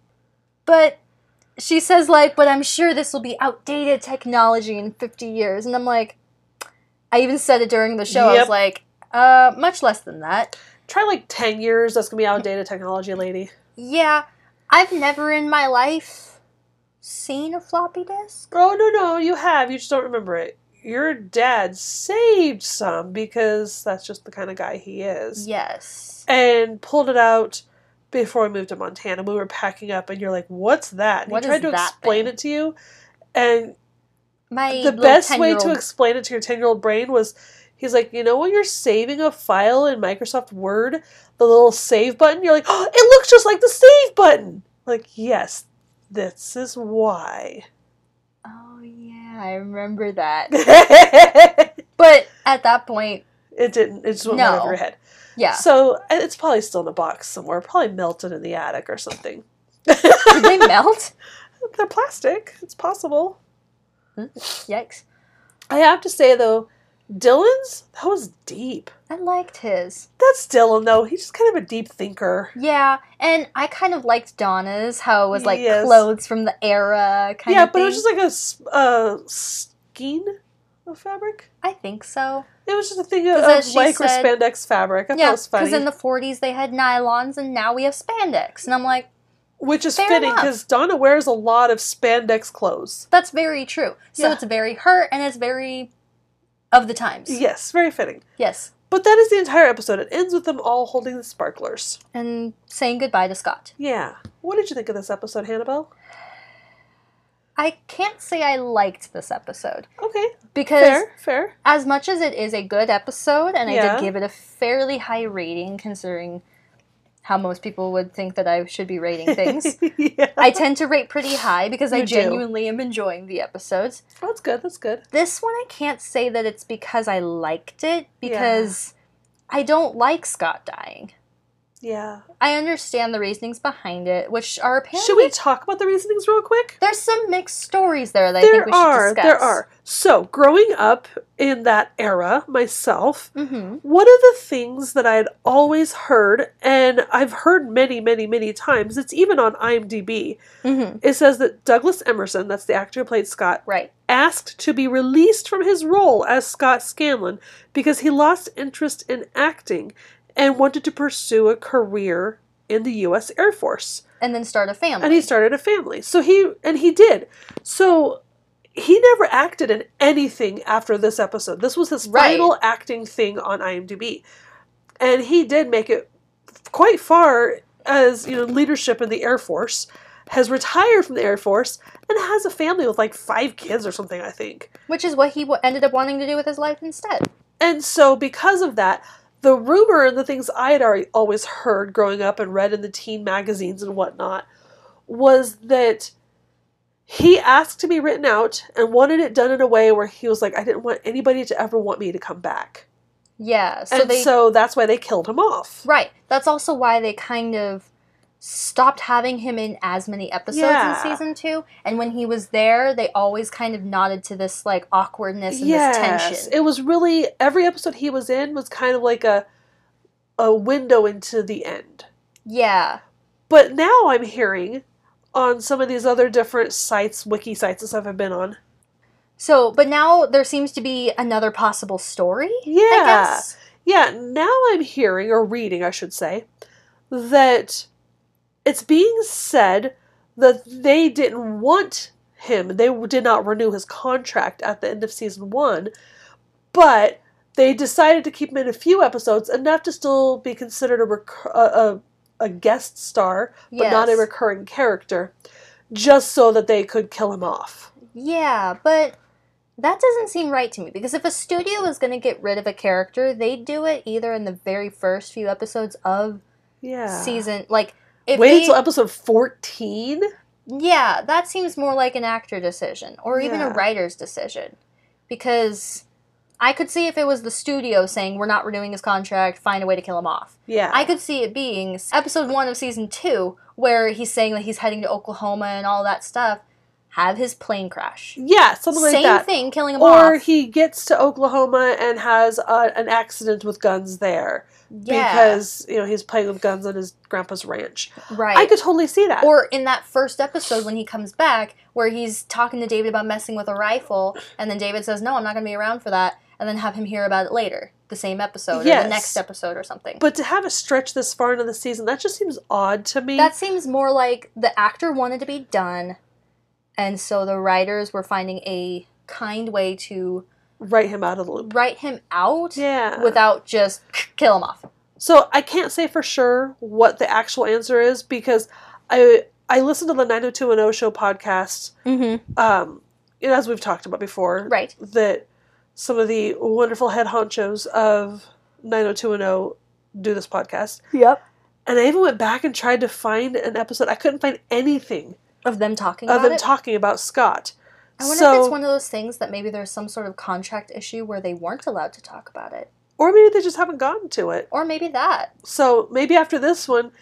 [SPEAKER 4] But she says, like, but I'm sure this will be outdated technology in 50 years. And I'm like, I even said it during the show. I
[SPEAKER 1] Yep.
[SPEAKER 4] was like, uh, much less than that.
[SPEAKER 1] try like 10 years. That's going to be outdated technology, lady.
[SPEAKER 4] Yeah, I've never in my life seen a floppy disk.
[SPEAKER 1] Oh, no, no, you have. You just don't remember it. Your dad saved some because that's just the kind of guy he is.
[SPEAKER 4] Yes.
[SPEAKER 1] and pulled it out before we moved to Montana. We were packing up, and you're like, "What's that?" And
[SPEAKER 4] What
[SPEAKER 1] he tried
[SPEAKER 4] is
[SPEAKER 1] to
[SPEAKER 4] that
[SPEAKER 1] explain
[SPEAKER 4] thing?
[SPEAKER 1] it to you, and
[SPEAKER 4] My
[SPEAKER 1] the
[SPEAKER 4] little
[SPEAKER 1] best way to
[SPEAKER 4] 10-year-old
[SPEAKER 1] explain it to your ten year old brain was, he's like, "You know, when you're saving a file in Microsoft Word, the little save button, you're like, oh, it looks just like the save button." Like, yes, this is why.
[SPEAKER 4] Oh yeah, I remember that.
[SPEAKER 1] it
[SPEAKER 4] But at that point,
[SPEAKER 1] didn't. It just went right
[SPEAKER 4] No.
[SPEAKER 1] over your head.
[SPEAKER 4] yeah.
[SPEAKER 1] So and it's probably still in a box somewhere. Probably melted in the attic or something.
[SPEAKER 4] Did they melt?
[SPEAKER 1] They're plastic. It's possible.
[SPEAKER 4] Yikes.
[SPEAKER 1] I have to say though, Dylan's that was deep.
[SPEAKER 4] I liked his.
[SPEAKER 1] That's Dylan though. He's just kind of a deep thinker.
[SPEAKER 4] Yeah, and I kind of liked Donna's, how it was like
[SPEAKER 1] Yes.
[SPEAKER 4] clothes from the era kind
[SPEAKER 1] yeah,
[SPEAKER 4] of
[SPEAKER 1] but
[SPEAKER 4] thing.
[SPEAKER 1] it was just like a s- uh, skein of fabric.
[SPEAKER 4] I think so.
[SPEAKER 1] It was just a thing
[SPEAKER 4] 'Cause
[SPEAKER 1] of,
[SPEAKER 4] as
[SPEAKER 1] of
[SPEAKER 4] she
[SPEAKER 1] lycra
[SPEAKER 4] said-
[SPEAKER 1] spandex fabric. I thought it
[SPEAKER 4] yeah,
[SPEAKER 1] was funny.
[SPEAKER 4] in the 40s they had nylons and now we have spandex. And I'm like,
[SPEAKER 1] Which is
[SPEAKER 4] Fair
[SPEAKER 1] fitting
[SPEAKER 4] enough.
[SPEAKER 1] because Donna wears a lot of spandex clothes.
[SPEAKER 4] That's very true. So
[SPEAKER 1] Yeah.
[SPEAKER 4] it's very her and it's very of the times.
[SPEAKER 1] Yes, very fitting.
[SPEAKER 4] Yes.
[SPEAKER 1] But that is the entire episode. It ends with them all holding the sparklers.
[SPEAKER 4] And saying goodbye to Scott.
[SPEAKER 1] Yeah. What did you think of this episode, Hannibal?
[SPEAKER 4] I can't say I liked this episode
[SPEAKER 1] Okay.
[SPEAKER 4] because
[SPEAKER 1] Fair, fair.
[SPEAKER 4] as much as it is a good episode, and I
[SPEAKER 1] Yeah.
[SPEAKER 4] did give it a fairly high rating considering how most people would think that I should be rating things,
[SPEAKER 1] yeah.
[SPEAKER 4] I tend to rate pretty high because I
[SPEAKER 1] You do.
[SPEAKER 4] genuinely am enjoying the episodes.
[SPEAKER 1] That's good. That's good.
[SPEAKER 4] This one, I can't say that it's because I liked it because I don't like Scott dying.
[SPEAKER 1] Yeah.
[SPEAKER 4] I understand the reasonings behind it, which are apparently
[SPEAKER 1] Should we talk about the reasonings real quick?
[SPEAKER 4] there's some mixed stories there that I think
[SPEAKER 1] there
[SPEAKER 4] we should
[SPEAKER 1] are.
[SPEAKER 4] discuss.
[SPEAKER 1] There are. So, growing up in that era myself,
[SPEAKER 4] Mm-hmm.
[SPEAKER 1] one of the things that I had always heard, and I've heard many, many, many times, it's even on IMDb,
[SPEAKER 4] Mm-hmm.
[SPEAKER 1] it says that Douglas Emerson, that's the actor who played Scott,
[SPEAKER 4] Right.
[SPEAKER 1] asked to be released from his role as Scott Scanlon because he lost interest in acting and wanted to pursue a career in the U.S. Air Force.
[SPEAKER 4] And then start a family.
[SPEAKER 1] And he started a family. So he, and he did. So he never acted in anything after this episode. This was his
[SPEAKER 4] Right.
[SPEAKER 1] final acting thing on IMDb. And he did make it quite far as, you know, leadership in the Air Force, has retired from the Air Force, and has a family with like five kids or something, I think.
[SPEAKER 4] which is what he w- ended up wanting to do with his life instead.
[SPEAKER 1] And so, because of that, the rumor and the things I had already always heard growing up and read in the teen magazines and whatnot was that he asked to be written out and wanted it done in a way where he was like, I didn't want anybody to ever want me to come back.
[SPEAKER 4] Yeah. So
[SPEAKER 1] and
[SPEAKER 4] they
[SPEAKER 1] so that's why they killed him off.
[SPEAKER 4] right. That's also why they kind of stopped having him in as many episodes
[SPEAKER 1] Yeah.
[SPEAKER 4] in season two. And when he was there, they always kind of nodded to this like awkwardness and this
[SPEAKER 1] Yes,
[SPEAKER 4] tension.
[SPEAKER 1] it was really every episode he was in was kind of like a a window into the end.
[SPEAKER 4] yeah.
[SPEAKER 1] But now I'm hearing on some of these other different sites, wiki sites and stuff I've been on,
[SPEAKER 4] So, but now there seems to be another possible story. I
[SPEAKER 1] Yeah.
[SPEAKER 4] guess.
[SPEAKER 1] Yeah, now I'm hearing, or reading, I should say, that it's being said that they didn't want him. They did not renew his contract at the end of season one, but they decided to keep him in a few episodes, enough to still be considered a, recur- a, a, a guest star, but not a
[SPEAKER 4] Yes.
[SPEAKER 1] recurring character, just so that they could kill him off.
[SPEAKER 4] Yeah, but that doesn't seem right to me because if a studio is going to get rid of a character, they do it either in the very first few episodes of
[SPEAKER 1] Yeah.
[SPEAKER 4] season, like if
[SPEAKER 1] Wait
[SPEAKER 4] they,
[SPEAKER 1] until episode 14?
[SPEAKER 4] yeah, that seems more like an actor decision or even a
[SPEAKER 1] Yeah.
[SPEAKER 4] writer's decision because I could see if it was the studio saying we're not renewing his contract, find a way to kill him off.
[SPEAKER 1] Yeah.
[SPEAKER 4] I could see it being episode one of season two where he's saying that he's heading to Oklahoma and all that stuff. Have his plane crash.
[SPEAKER 1] Yeah, something like
[SPEAKER 4] Same
[SPEAKER 1] that.
[SPEAKER 4] thing, killing him off.
[SPEAKER 1] or he gets to Oklahoma and has a, an accident with guns there
[SPEAKER 4] Yeah.
[SPEAKER 1] because you know he's playing with guns on his grandpa's ranch.
[SPEAKER 4] right.
[SPEAKER 1] I could totally see that.
[SPEAKER 4] or in that first episode when he comes back, where he's talking to David about messing with a rifle, and then David says, "No, I'm not going to be around for that," and then have him hear about it later, the same episode or
[SPEAKER 1] Yes.
[SPEAKER 4] the next episode or something.
[SPEAKER 1] but to have a stretch this far into the season, that just seems odd to me.
[SPEAKER 4] that seems more like the actor wanted to be done, and so the writers were finding a kind way to
[SPEAKER 1] write him out of the loop.
[SPEAKER 4] write him out
[SPEAKER 1] Yeah.
[SPEAKER 4] without just kill him off.
[SPEAKER 1] So I can't say for sure what the actual answer is because I I listened to the 90210 show podcast
[SPEAKER 4] Mm-hmm.
[SPEAKER 1] um you know, as we've talked about before.
[SPEAKER 4] Right.
[SPEAKER 1] that some of the wonderful head honchos of 90210 do this podcast.
[SPEAKER 4] Yep.
[SPEAKER 1] And I even went back and tried to find an episode. I couldn't find anything
[SPEAKER 4] Of them talking
[SPEAKER 1] of
[SPEAKER 4] about
[SPEAKER 1] them
[SPEAKER 4] it.
[SPEAKER 1] talking about Scott.
[SPEAKER 4] I wonder if
[SPEAKER 1] so,
[SPEAKER 4] it's one of those things that maybe there's some sort of contract issue where they weren't allowed to talk about it.
[SPEAKER 1] or maybe they just haven't gotten to it.
[SPEAKER 4] Or maybe that.
[SPEAKER 1] So maybe after this one,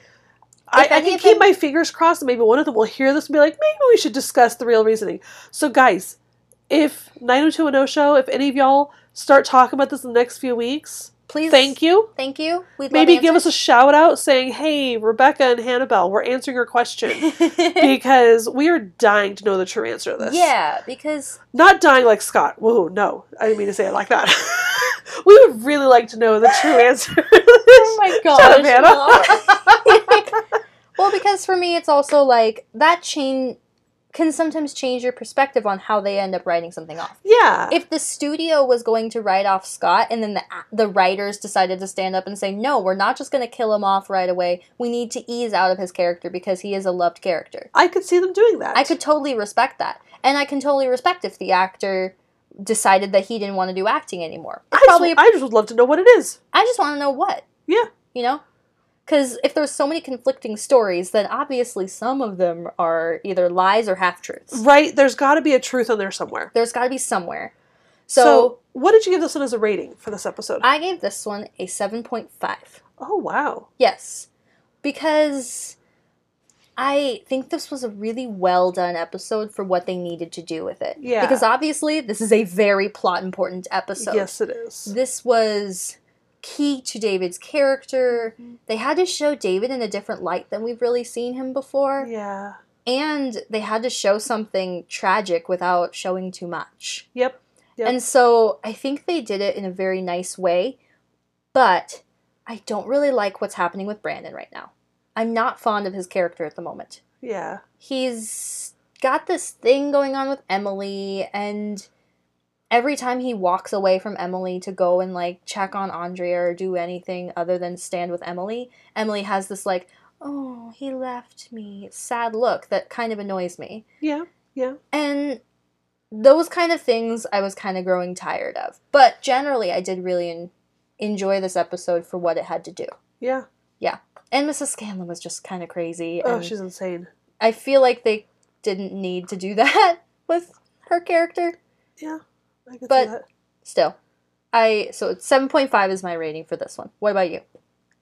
[SPEAKER 1] I,
[SPEAKER 4] If
[SPEAKER 1] I
[SPEAKER 4] any
[SPEAKER 1] can
[SPEAKER 4] of
[SPEAKER 1] keep
[SPEAKER 4] them-
[SPEAKER 1] my fingers crossed. and Maybe one of them will hear this and be like, maybe we should discuss the real reasoning. So, guys, if 90210 show, if any of y'all start talking about this in the next few weeks,
[SPEAKER 4] Please.
[SPEAKER 1] thank you.
[SPEAKER 4] Thank you. We'd
[SPEAKER 1] Maybe
[SPEAKER 4] love
[SPEAKER 1] give us a
[SPEAKER 4] answers.
[SPEAKER 1] shout out saying, "Hey, Rebecca and Hannibal, we're answering your question because we are dying to know the true answer to this."
[SPEAKER 4] Yeah, because
[SPEAKER 1] not dying like Scott. Whoa, no, I didn't mean to say it like that. we would really like to know the true answer.
[SPEAKER 4] oh my
[SPEAKER 1] Shut up,
[SPEAKER 4] gosh,
[SPEAKER 1] Hannah.
[SPEAKER 4] no. Well, because for me, it's also like that chain can sometimes change your perspective on how they end up writing something off.
[SPEAKER 1] Yeah.
[SPEAKER 4] If the studio was going to write off Scott and then the the writers decided to stand up and say, "No, we're not just going to kill him off right away. We need to ease out of his character because he is a loved character."
[SPEAKER 1] I could see them doing that.
[SPEAKER 4] I could totally respect that. And I can totally respect if the actor decided that he didn't want to do acting anymore.
[SPEAKER 1] I just, I just would love to know what it is.
[SPEAKER 4] I just want to know what,
[SPEAKER 1] Yeah.
[SPEAKER 4] you know? Cuz if there's so many conflicting stories, then obviously some of them are either lies or half truths.
[SPEAKER 1] Right? There's got to be a truth in there somewhere.
[SPEAKER 4] There's got to be somewhere.
[SPEAKER 1] So,
[SPEAKER 4] So,
[SPEAKER 1] what did you give this one as a rating for this episode?
[SPEAKER 4] I gave this one a 7.5.
[SPEAKER 1] oh, wow.
[SPEAKER 4] Yes. Because I think this was a really well done episode for what they needed to do with it.
[SPEAKER 1] Yeah.
[SPEAKER 4] Because obviously, this is a very plot important episode.
[SPEAKER 1] yes, it is.
[SPEAKER 4] this was key to David's character.
[SPEAKER 1] Mm-hmm.
[SPEAKER 4] They had to show David in a different light than we've really seen him before.
[SPEAKER 1] Yeah.
[SPEAKER 4] And they had to show something tragic without showing too much.
[SPEAKER 1] Yep. Yep.
[SPEAKER 4] And so I think they did it in a very nice way, but I don't really like what's happening with Brandon right now. I'm not fond of his character at the moment.
[SPEAKER 1] Yeah.
[SPEAKER 4] He's got this thing going on with Emily, and every time he walks away from Emily to go and like check on Andrea or do anything other than stand with Emily, Emily has this like, oh, he left me, sad look that kind of annoys me.
[SPEAKER 1] Yeah. Yeah.
[SPEAKER 4] And those kind of things I was kind of growing tired of. But generally, I did really en- enjoy this episode for what it had to do.
[SPEAKER 1] Yeah.
[SPEAKER 4] And Mrs. Scanlon was just kind of crazy.
[SPEAKER 1] Oh,
[SPEAKER 4] and
[SPEAKER 1] she's insane.
[SPEAKER 4] I feel like they didn't need to do that with her character.
[SPEAKER 1] Yeah. I could
[SPEAKER 4] But-
[SPEAKER 1] see that.
[SPEAKER 4] Still, I so it's seven point five is my rating for this one. What about you?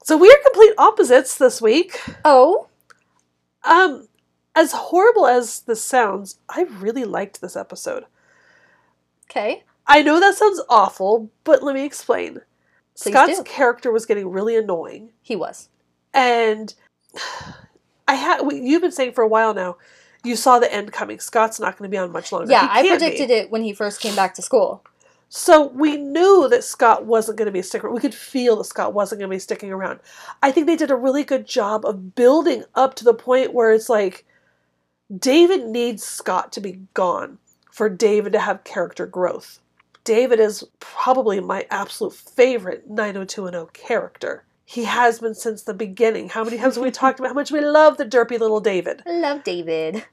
[SPEAKER 1] So we are complete opposites this week.
[SPEAKER 4] Oh,
[SPEAKER 1] Um, as horrible as this sounds, I really liked this episode.
[SPEAKER 4] okay.
[SPEAKER 1] I know that sounds awful, but let me explain.
[SPEAKER 4] Please
[SPEAKER 1] Scott's
[SPEAKER 4] do.
[SPEAKER 1] character was getting really annoying,
[SPEAKER 4] He was
[SPEAKER 1] and I had you've been saying for a while now. You saw the end coming. Scott's not going to be on much longer.
[SPEAKER 4] yeah.
[SPEAKER 1] He
[SPEAKER 4] I
[SPEAKER 1] can't
[SPEAKER 4] predicted
[SPEAKER 1] be.
[SPEAKER 4] it when he first came back to school.
[SPEAKER 1] So we knew that Scott wasn't going to be a sticker. We could feel that Scott wasn't going to be sticking around. I think they did a really good job of building up to the point where it's like David needs Scott to be gone for David to have character growth. David is probably my absolute favorite 90210 character. He has been since the beginning. How many times have we talked about how much we love the derpy little David?
[SPEAKER 4] Love David.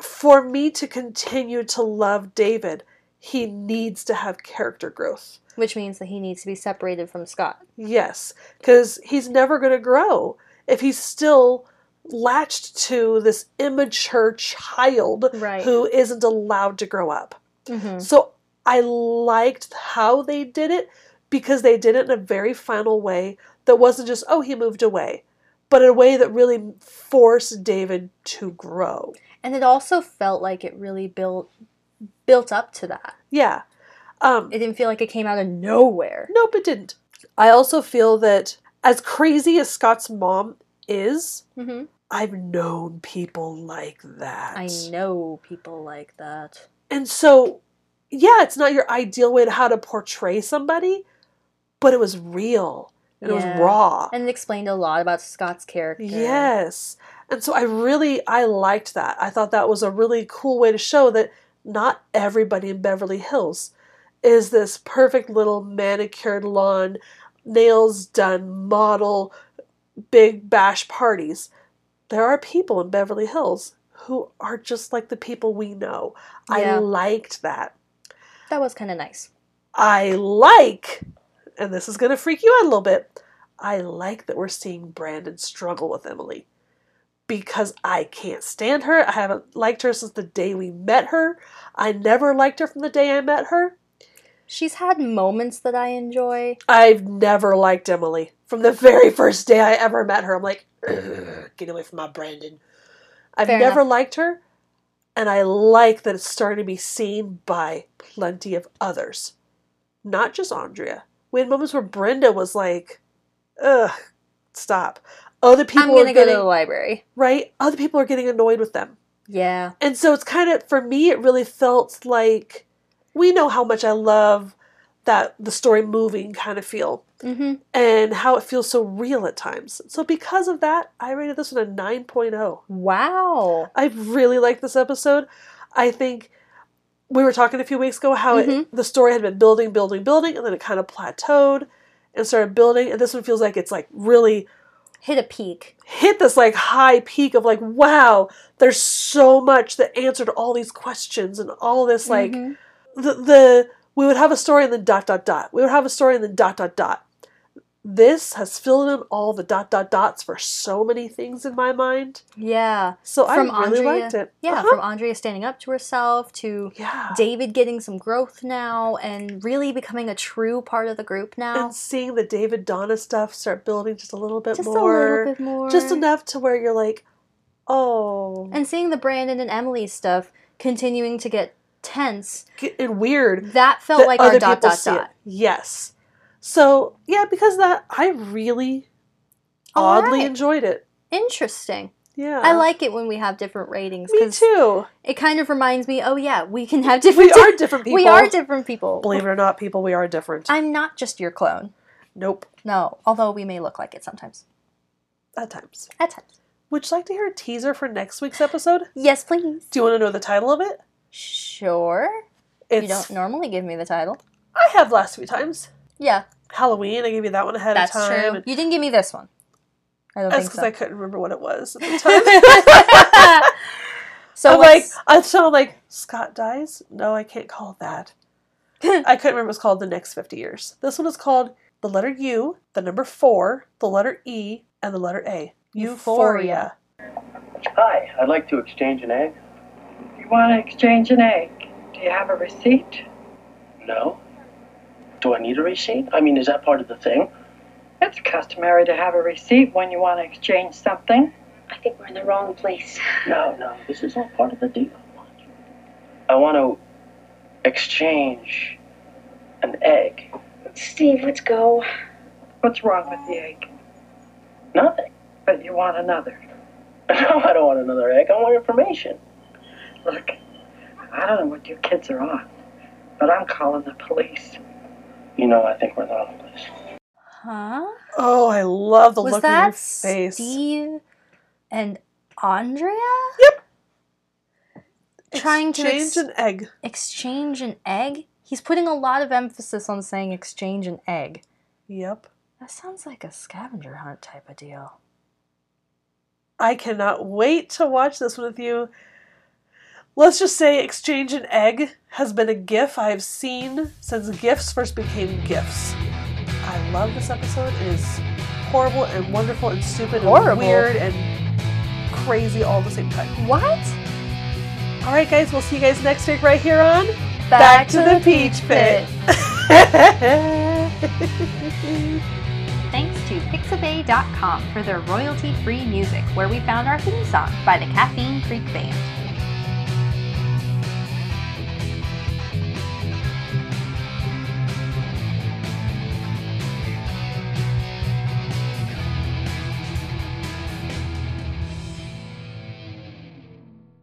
[SPEAKER 1] for me to continue to love David, he needs to have character growth.
[SPEAKER 4] Which means that he needs to be separated from Scott.
[SPEAKER 1] Yes, because he's never going to grow if he's still latched to this immature child
[SPEAKER 4] Right.
[SPEAKER 1] who isn't allowed to grow up.
[SPEAKER 4] Mm-hmm.
[SPEAKER 1] So I liked how they did it because they did it in a very final way that wasn't just, oh, he moved away, but in a way that really forced David to grow.
[SPEAKER 4] And it also felt like it really built built up to that.
[SPEAKER 1] Yeah. Um,
[SPEAKER 4] It didn't feel like it came out of nowhere.
[SPEAKER 1] Nope, it didn't. I also feel that as crazy as Scott's mom is,
[SPEAKER 4] Mm-hmm.
[SPEAKER 1] I've known people like that.
[SPEAKER 4] I know people like that.
[SPEAKER 1] And so, yeah, it's not your ideal way to how to portray somebody, but it was real and it
[SPEAKER 4] Yeah.
[SPEAKER 1] was raw.
[SPEAKER 4] And it explained a lot about Scott's character.
[SPEAKER 1] Yes. And so I really I liked that. I thought that was a really cool way to show that not everybody in Beverly Hills is this perfect little manicured lawn, nails done model big bash parties. There are people in Beverly Hills who are just like the people we know. I
[SPEAKER 4] Yeah.
[SPEAKER 1] liked that.
[SPEAKER 4] That was kind of nice.
[SPEAKER 1] I like and this is going to freak you out a little bit. I like that we're seeing Brandon struggle with Emily because I can't stand her. I haven't liked her since the day we met her. I never liked her from the day I met her.
[SPEAKER 4] She's had moments that I enjoy.
[SPEAKER 1] I've never liked Emily from the very first day I ever met her. I'm like, "Ugh, get away from my Brandon. I've
[SPEAKER 4] Fair
[SPEAKER 1] never liked her, and I like that it's starting to be seen by plenty of others, not just Andrea. We had moments where Brenda was like, ugh, stop. Other people
[SPEAKER 4] I'm
[SPEAKER 1] are
[SPEAKER 4] going to go
[SPEAKER 1] getting,
[SPEAKER 4] to the library.
[SPEAKER 1] right? Other people are getting annoyed with them.
[SPEAKER 4] Yeah.
[SPEAKER 1] And so it's kind of, for me, it really felt like we know how much I love that the story moving kind of feel
[SPEAKER 4] Mm-hmm.
[SPEAKER 1] and how it feels so real at times. So because of that, I rated this one a 9.0.
[SPEAKER 4] Wow.
[SPEAKER 1] I really liked this episode. I think we were talking a few weeks ago how
[SPEAKER 4] Mhm.
[SPEAKER 1] it, the story had been building, building, building, and then it kind of plateaued and started building. And this one feels like it's like really
[SPEAKER 4] Hit a peak.
[SPEAKER 1] hit this like high peak of like, wow, there's so much that answered all these questions and all this like
[SPEAKER 4] Mhm.
[SPEAKER 1] the the we would have a story and then dot dot dot. We would have a story and then dot dot dot. This has filled in all the dot dot dots for so many things in my mind.
[SPEAKER 4] Yeah.
[SPEAKER 1] So I really liked it.
[SPEAKER 4] Yeah,
[SPEAKER 1] Uh-huh.
[SPEAKER 4] from Andrea standing up to herself to
[SPEAKER 1] yeah.
[SPEAKER 4] David getting some growth now and really becoming a true part of the group now.
[SPEAKER 1] and seeing the David Donna stuff start building just a little bit
[SPEAKER 4] Just a little
[SPEAKER 1] more,
[SPEAKER 4] bit more.
[SPEAKER 1] just enough to where you're like, oh,
[SPEAKER 4] And seeing the Brandon and Emily stuff continuing to get tense,
[SPEAKER 1] Get- and weird.
[SPEAKER 4] that felt
[SPEAKER 1] that
[SPEAKER 4] Oh, like our
[SPEAKER 1] other
[SPEAKER 4] dot
[SPEAKER 1] people
[SPEAKER 4] dot
[SPEAKER 1] see it.
[SPEAKER 4] dot.
[SPEAKER 1] Yes. So yeah, because of that I really
[SPEAKER 4] All
[SPEAKER 1] oddly
[SPEAKER 4] right.
[SPEAKER 1] enjoyed it.
[SPEAKER 4] Interesting.
[SPEAKER 1] Yeah,
[SPEAKER 4] I like it when we have different ratings
[SPEAKER 1] Uh-huh. me
[SPEAKER 4] because
[SPEAKER 1] too.
[SPEAKER 4] it kind of reminds me, oh yeah, we can have different.
[SPEAKER 1] we are different people.
[SPEAKER 4] We are different people.
[SPEAKER 1] Believe it or not, people, we are different.
[SPEAKER 4] I'm not just your clone.
[SPEAKER 1] nope,
[SPEAKER 4] No, although we may look like it sometimes.
[SPEAKER 1] at times.
[SPEAKER 4] At times.
[SPEAKER 1] Would you like to hear a teaser for next week's episode?
[SPEAKER 4] Yes, please.
[SPEAKER 1] Do you want to know the title of it?
[SPEAKER 4] Sure.
[SPEAKER 1] It's
[SPEAKER 4] You don't normally give me the title.
[SPEAKER 1] I have last few times.
[SPEAKER 4] Yeah,
[SPEAKER 1] Halloween. I gave you that one ahead
[SPEAKER 4] that's
[SPEAKER 1] of time.
[SPEAKER 4] true.
[SPEAKER 1] and-
[SPEAKER 4] You didn't give me this one. I don't
[SPEAKER 1] That's
[SPEAKER 4] think
[SPEAKER 1] because
[SPEAKER 4] so.
[SPEAKER 1] I couldn't remember what it was at the time.
[SPEAKER 4] so
[SPEAKER 1] I'm like,
[SPEAKER 4] what's-
[SPEAKER 1] I- so I'm like, Scott dies? No, I can't call it that. I couldn't remember. It's called the next fifty years. This one is called the letter U, the number four, the letter E, and the letter A. Euphoria.
[SPEAKER 4] Euphoria.
[SPEAKER 11] Hi, I'd like to exchange an egg.
[SPEAKER 9] You want to exchange an egg? Do you have a receipt?
[SPEAKER 11] No. Do I need a receipt? I mean, is that part of the thing?
[SPEAKER 9] It's customary to have a receipt when you want to exchange something.
[SPEAKER 10] I think we're in the wrong place.
[SPEAKER 11] No, no, this is all part of the deal. I want to exchange an egg.
[SPEAKER 10] Steve, let's go.
[SPEAKER 9] What's wrong with the egg?
[SPEAKER 11] Nothing.
[SPEAKER 9] But you want another.
[SPEAKER 11] No, I don't want another egg. I want information.
[SPEAKER 9] Look, I don't know what you kids are on, but I'm calling the police.
[SPEAKER 11] You know, I think we're not on this.
[SPEAKER 4] huh?
[SPEAKER 1] Oh, I love the
[SPEAKER 4] Was
[SPEAKER 1] look on your
[SPEAKER 4] that
[SPEAKER 1] face.
[SPEAKER 4] Steve and Andrea?
[SPEAKER 1] Yep.
[SPEAKER 4] Trying to
[SPEAKER 1] Exchange
[SPEAKER 4] ex-
[SPEAKER 1] an egg.
[SPEAKER 4] exchange an egg? He's putting a lot of emphasis on saying exchange an egg.
[SPEAKER 1] Yep.
[SPEAKER 4] That sounds like a scavenger hunt type of deal.
[SPEAKER 1] I cannot wait to watch this one with you. Let's just say exchange an egg has been a gif I have seen since gifs first became gifs. I love this episode. It is horrible and wonderful and stupid and
[SPEAKER 4] Horrible.
[SPEAKER 1] weird and crazy all at the same time.
[SPEAKER 4] What?
[SPEAKER 1] All right, guys, we'll see you guys next week right here on
[SPEAKER 4] Back, Thanks to Pixabay.com for their royalty free music, where we found our theme song by the Caffeine Creek Band.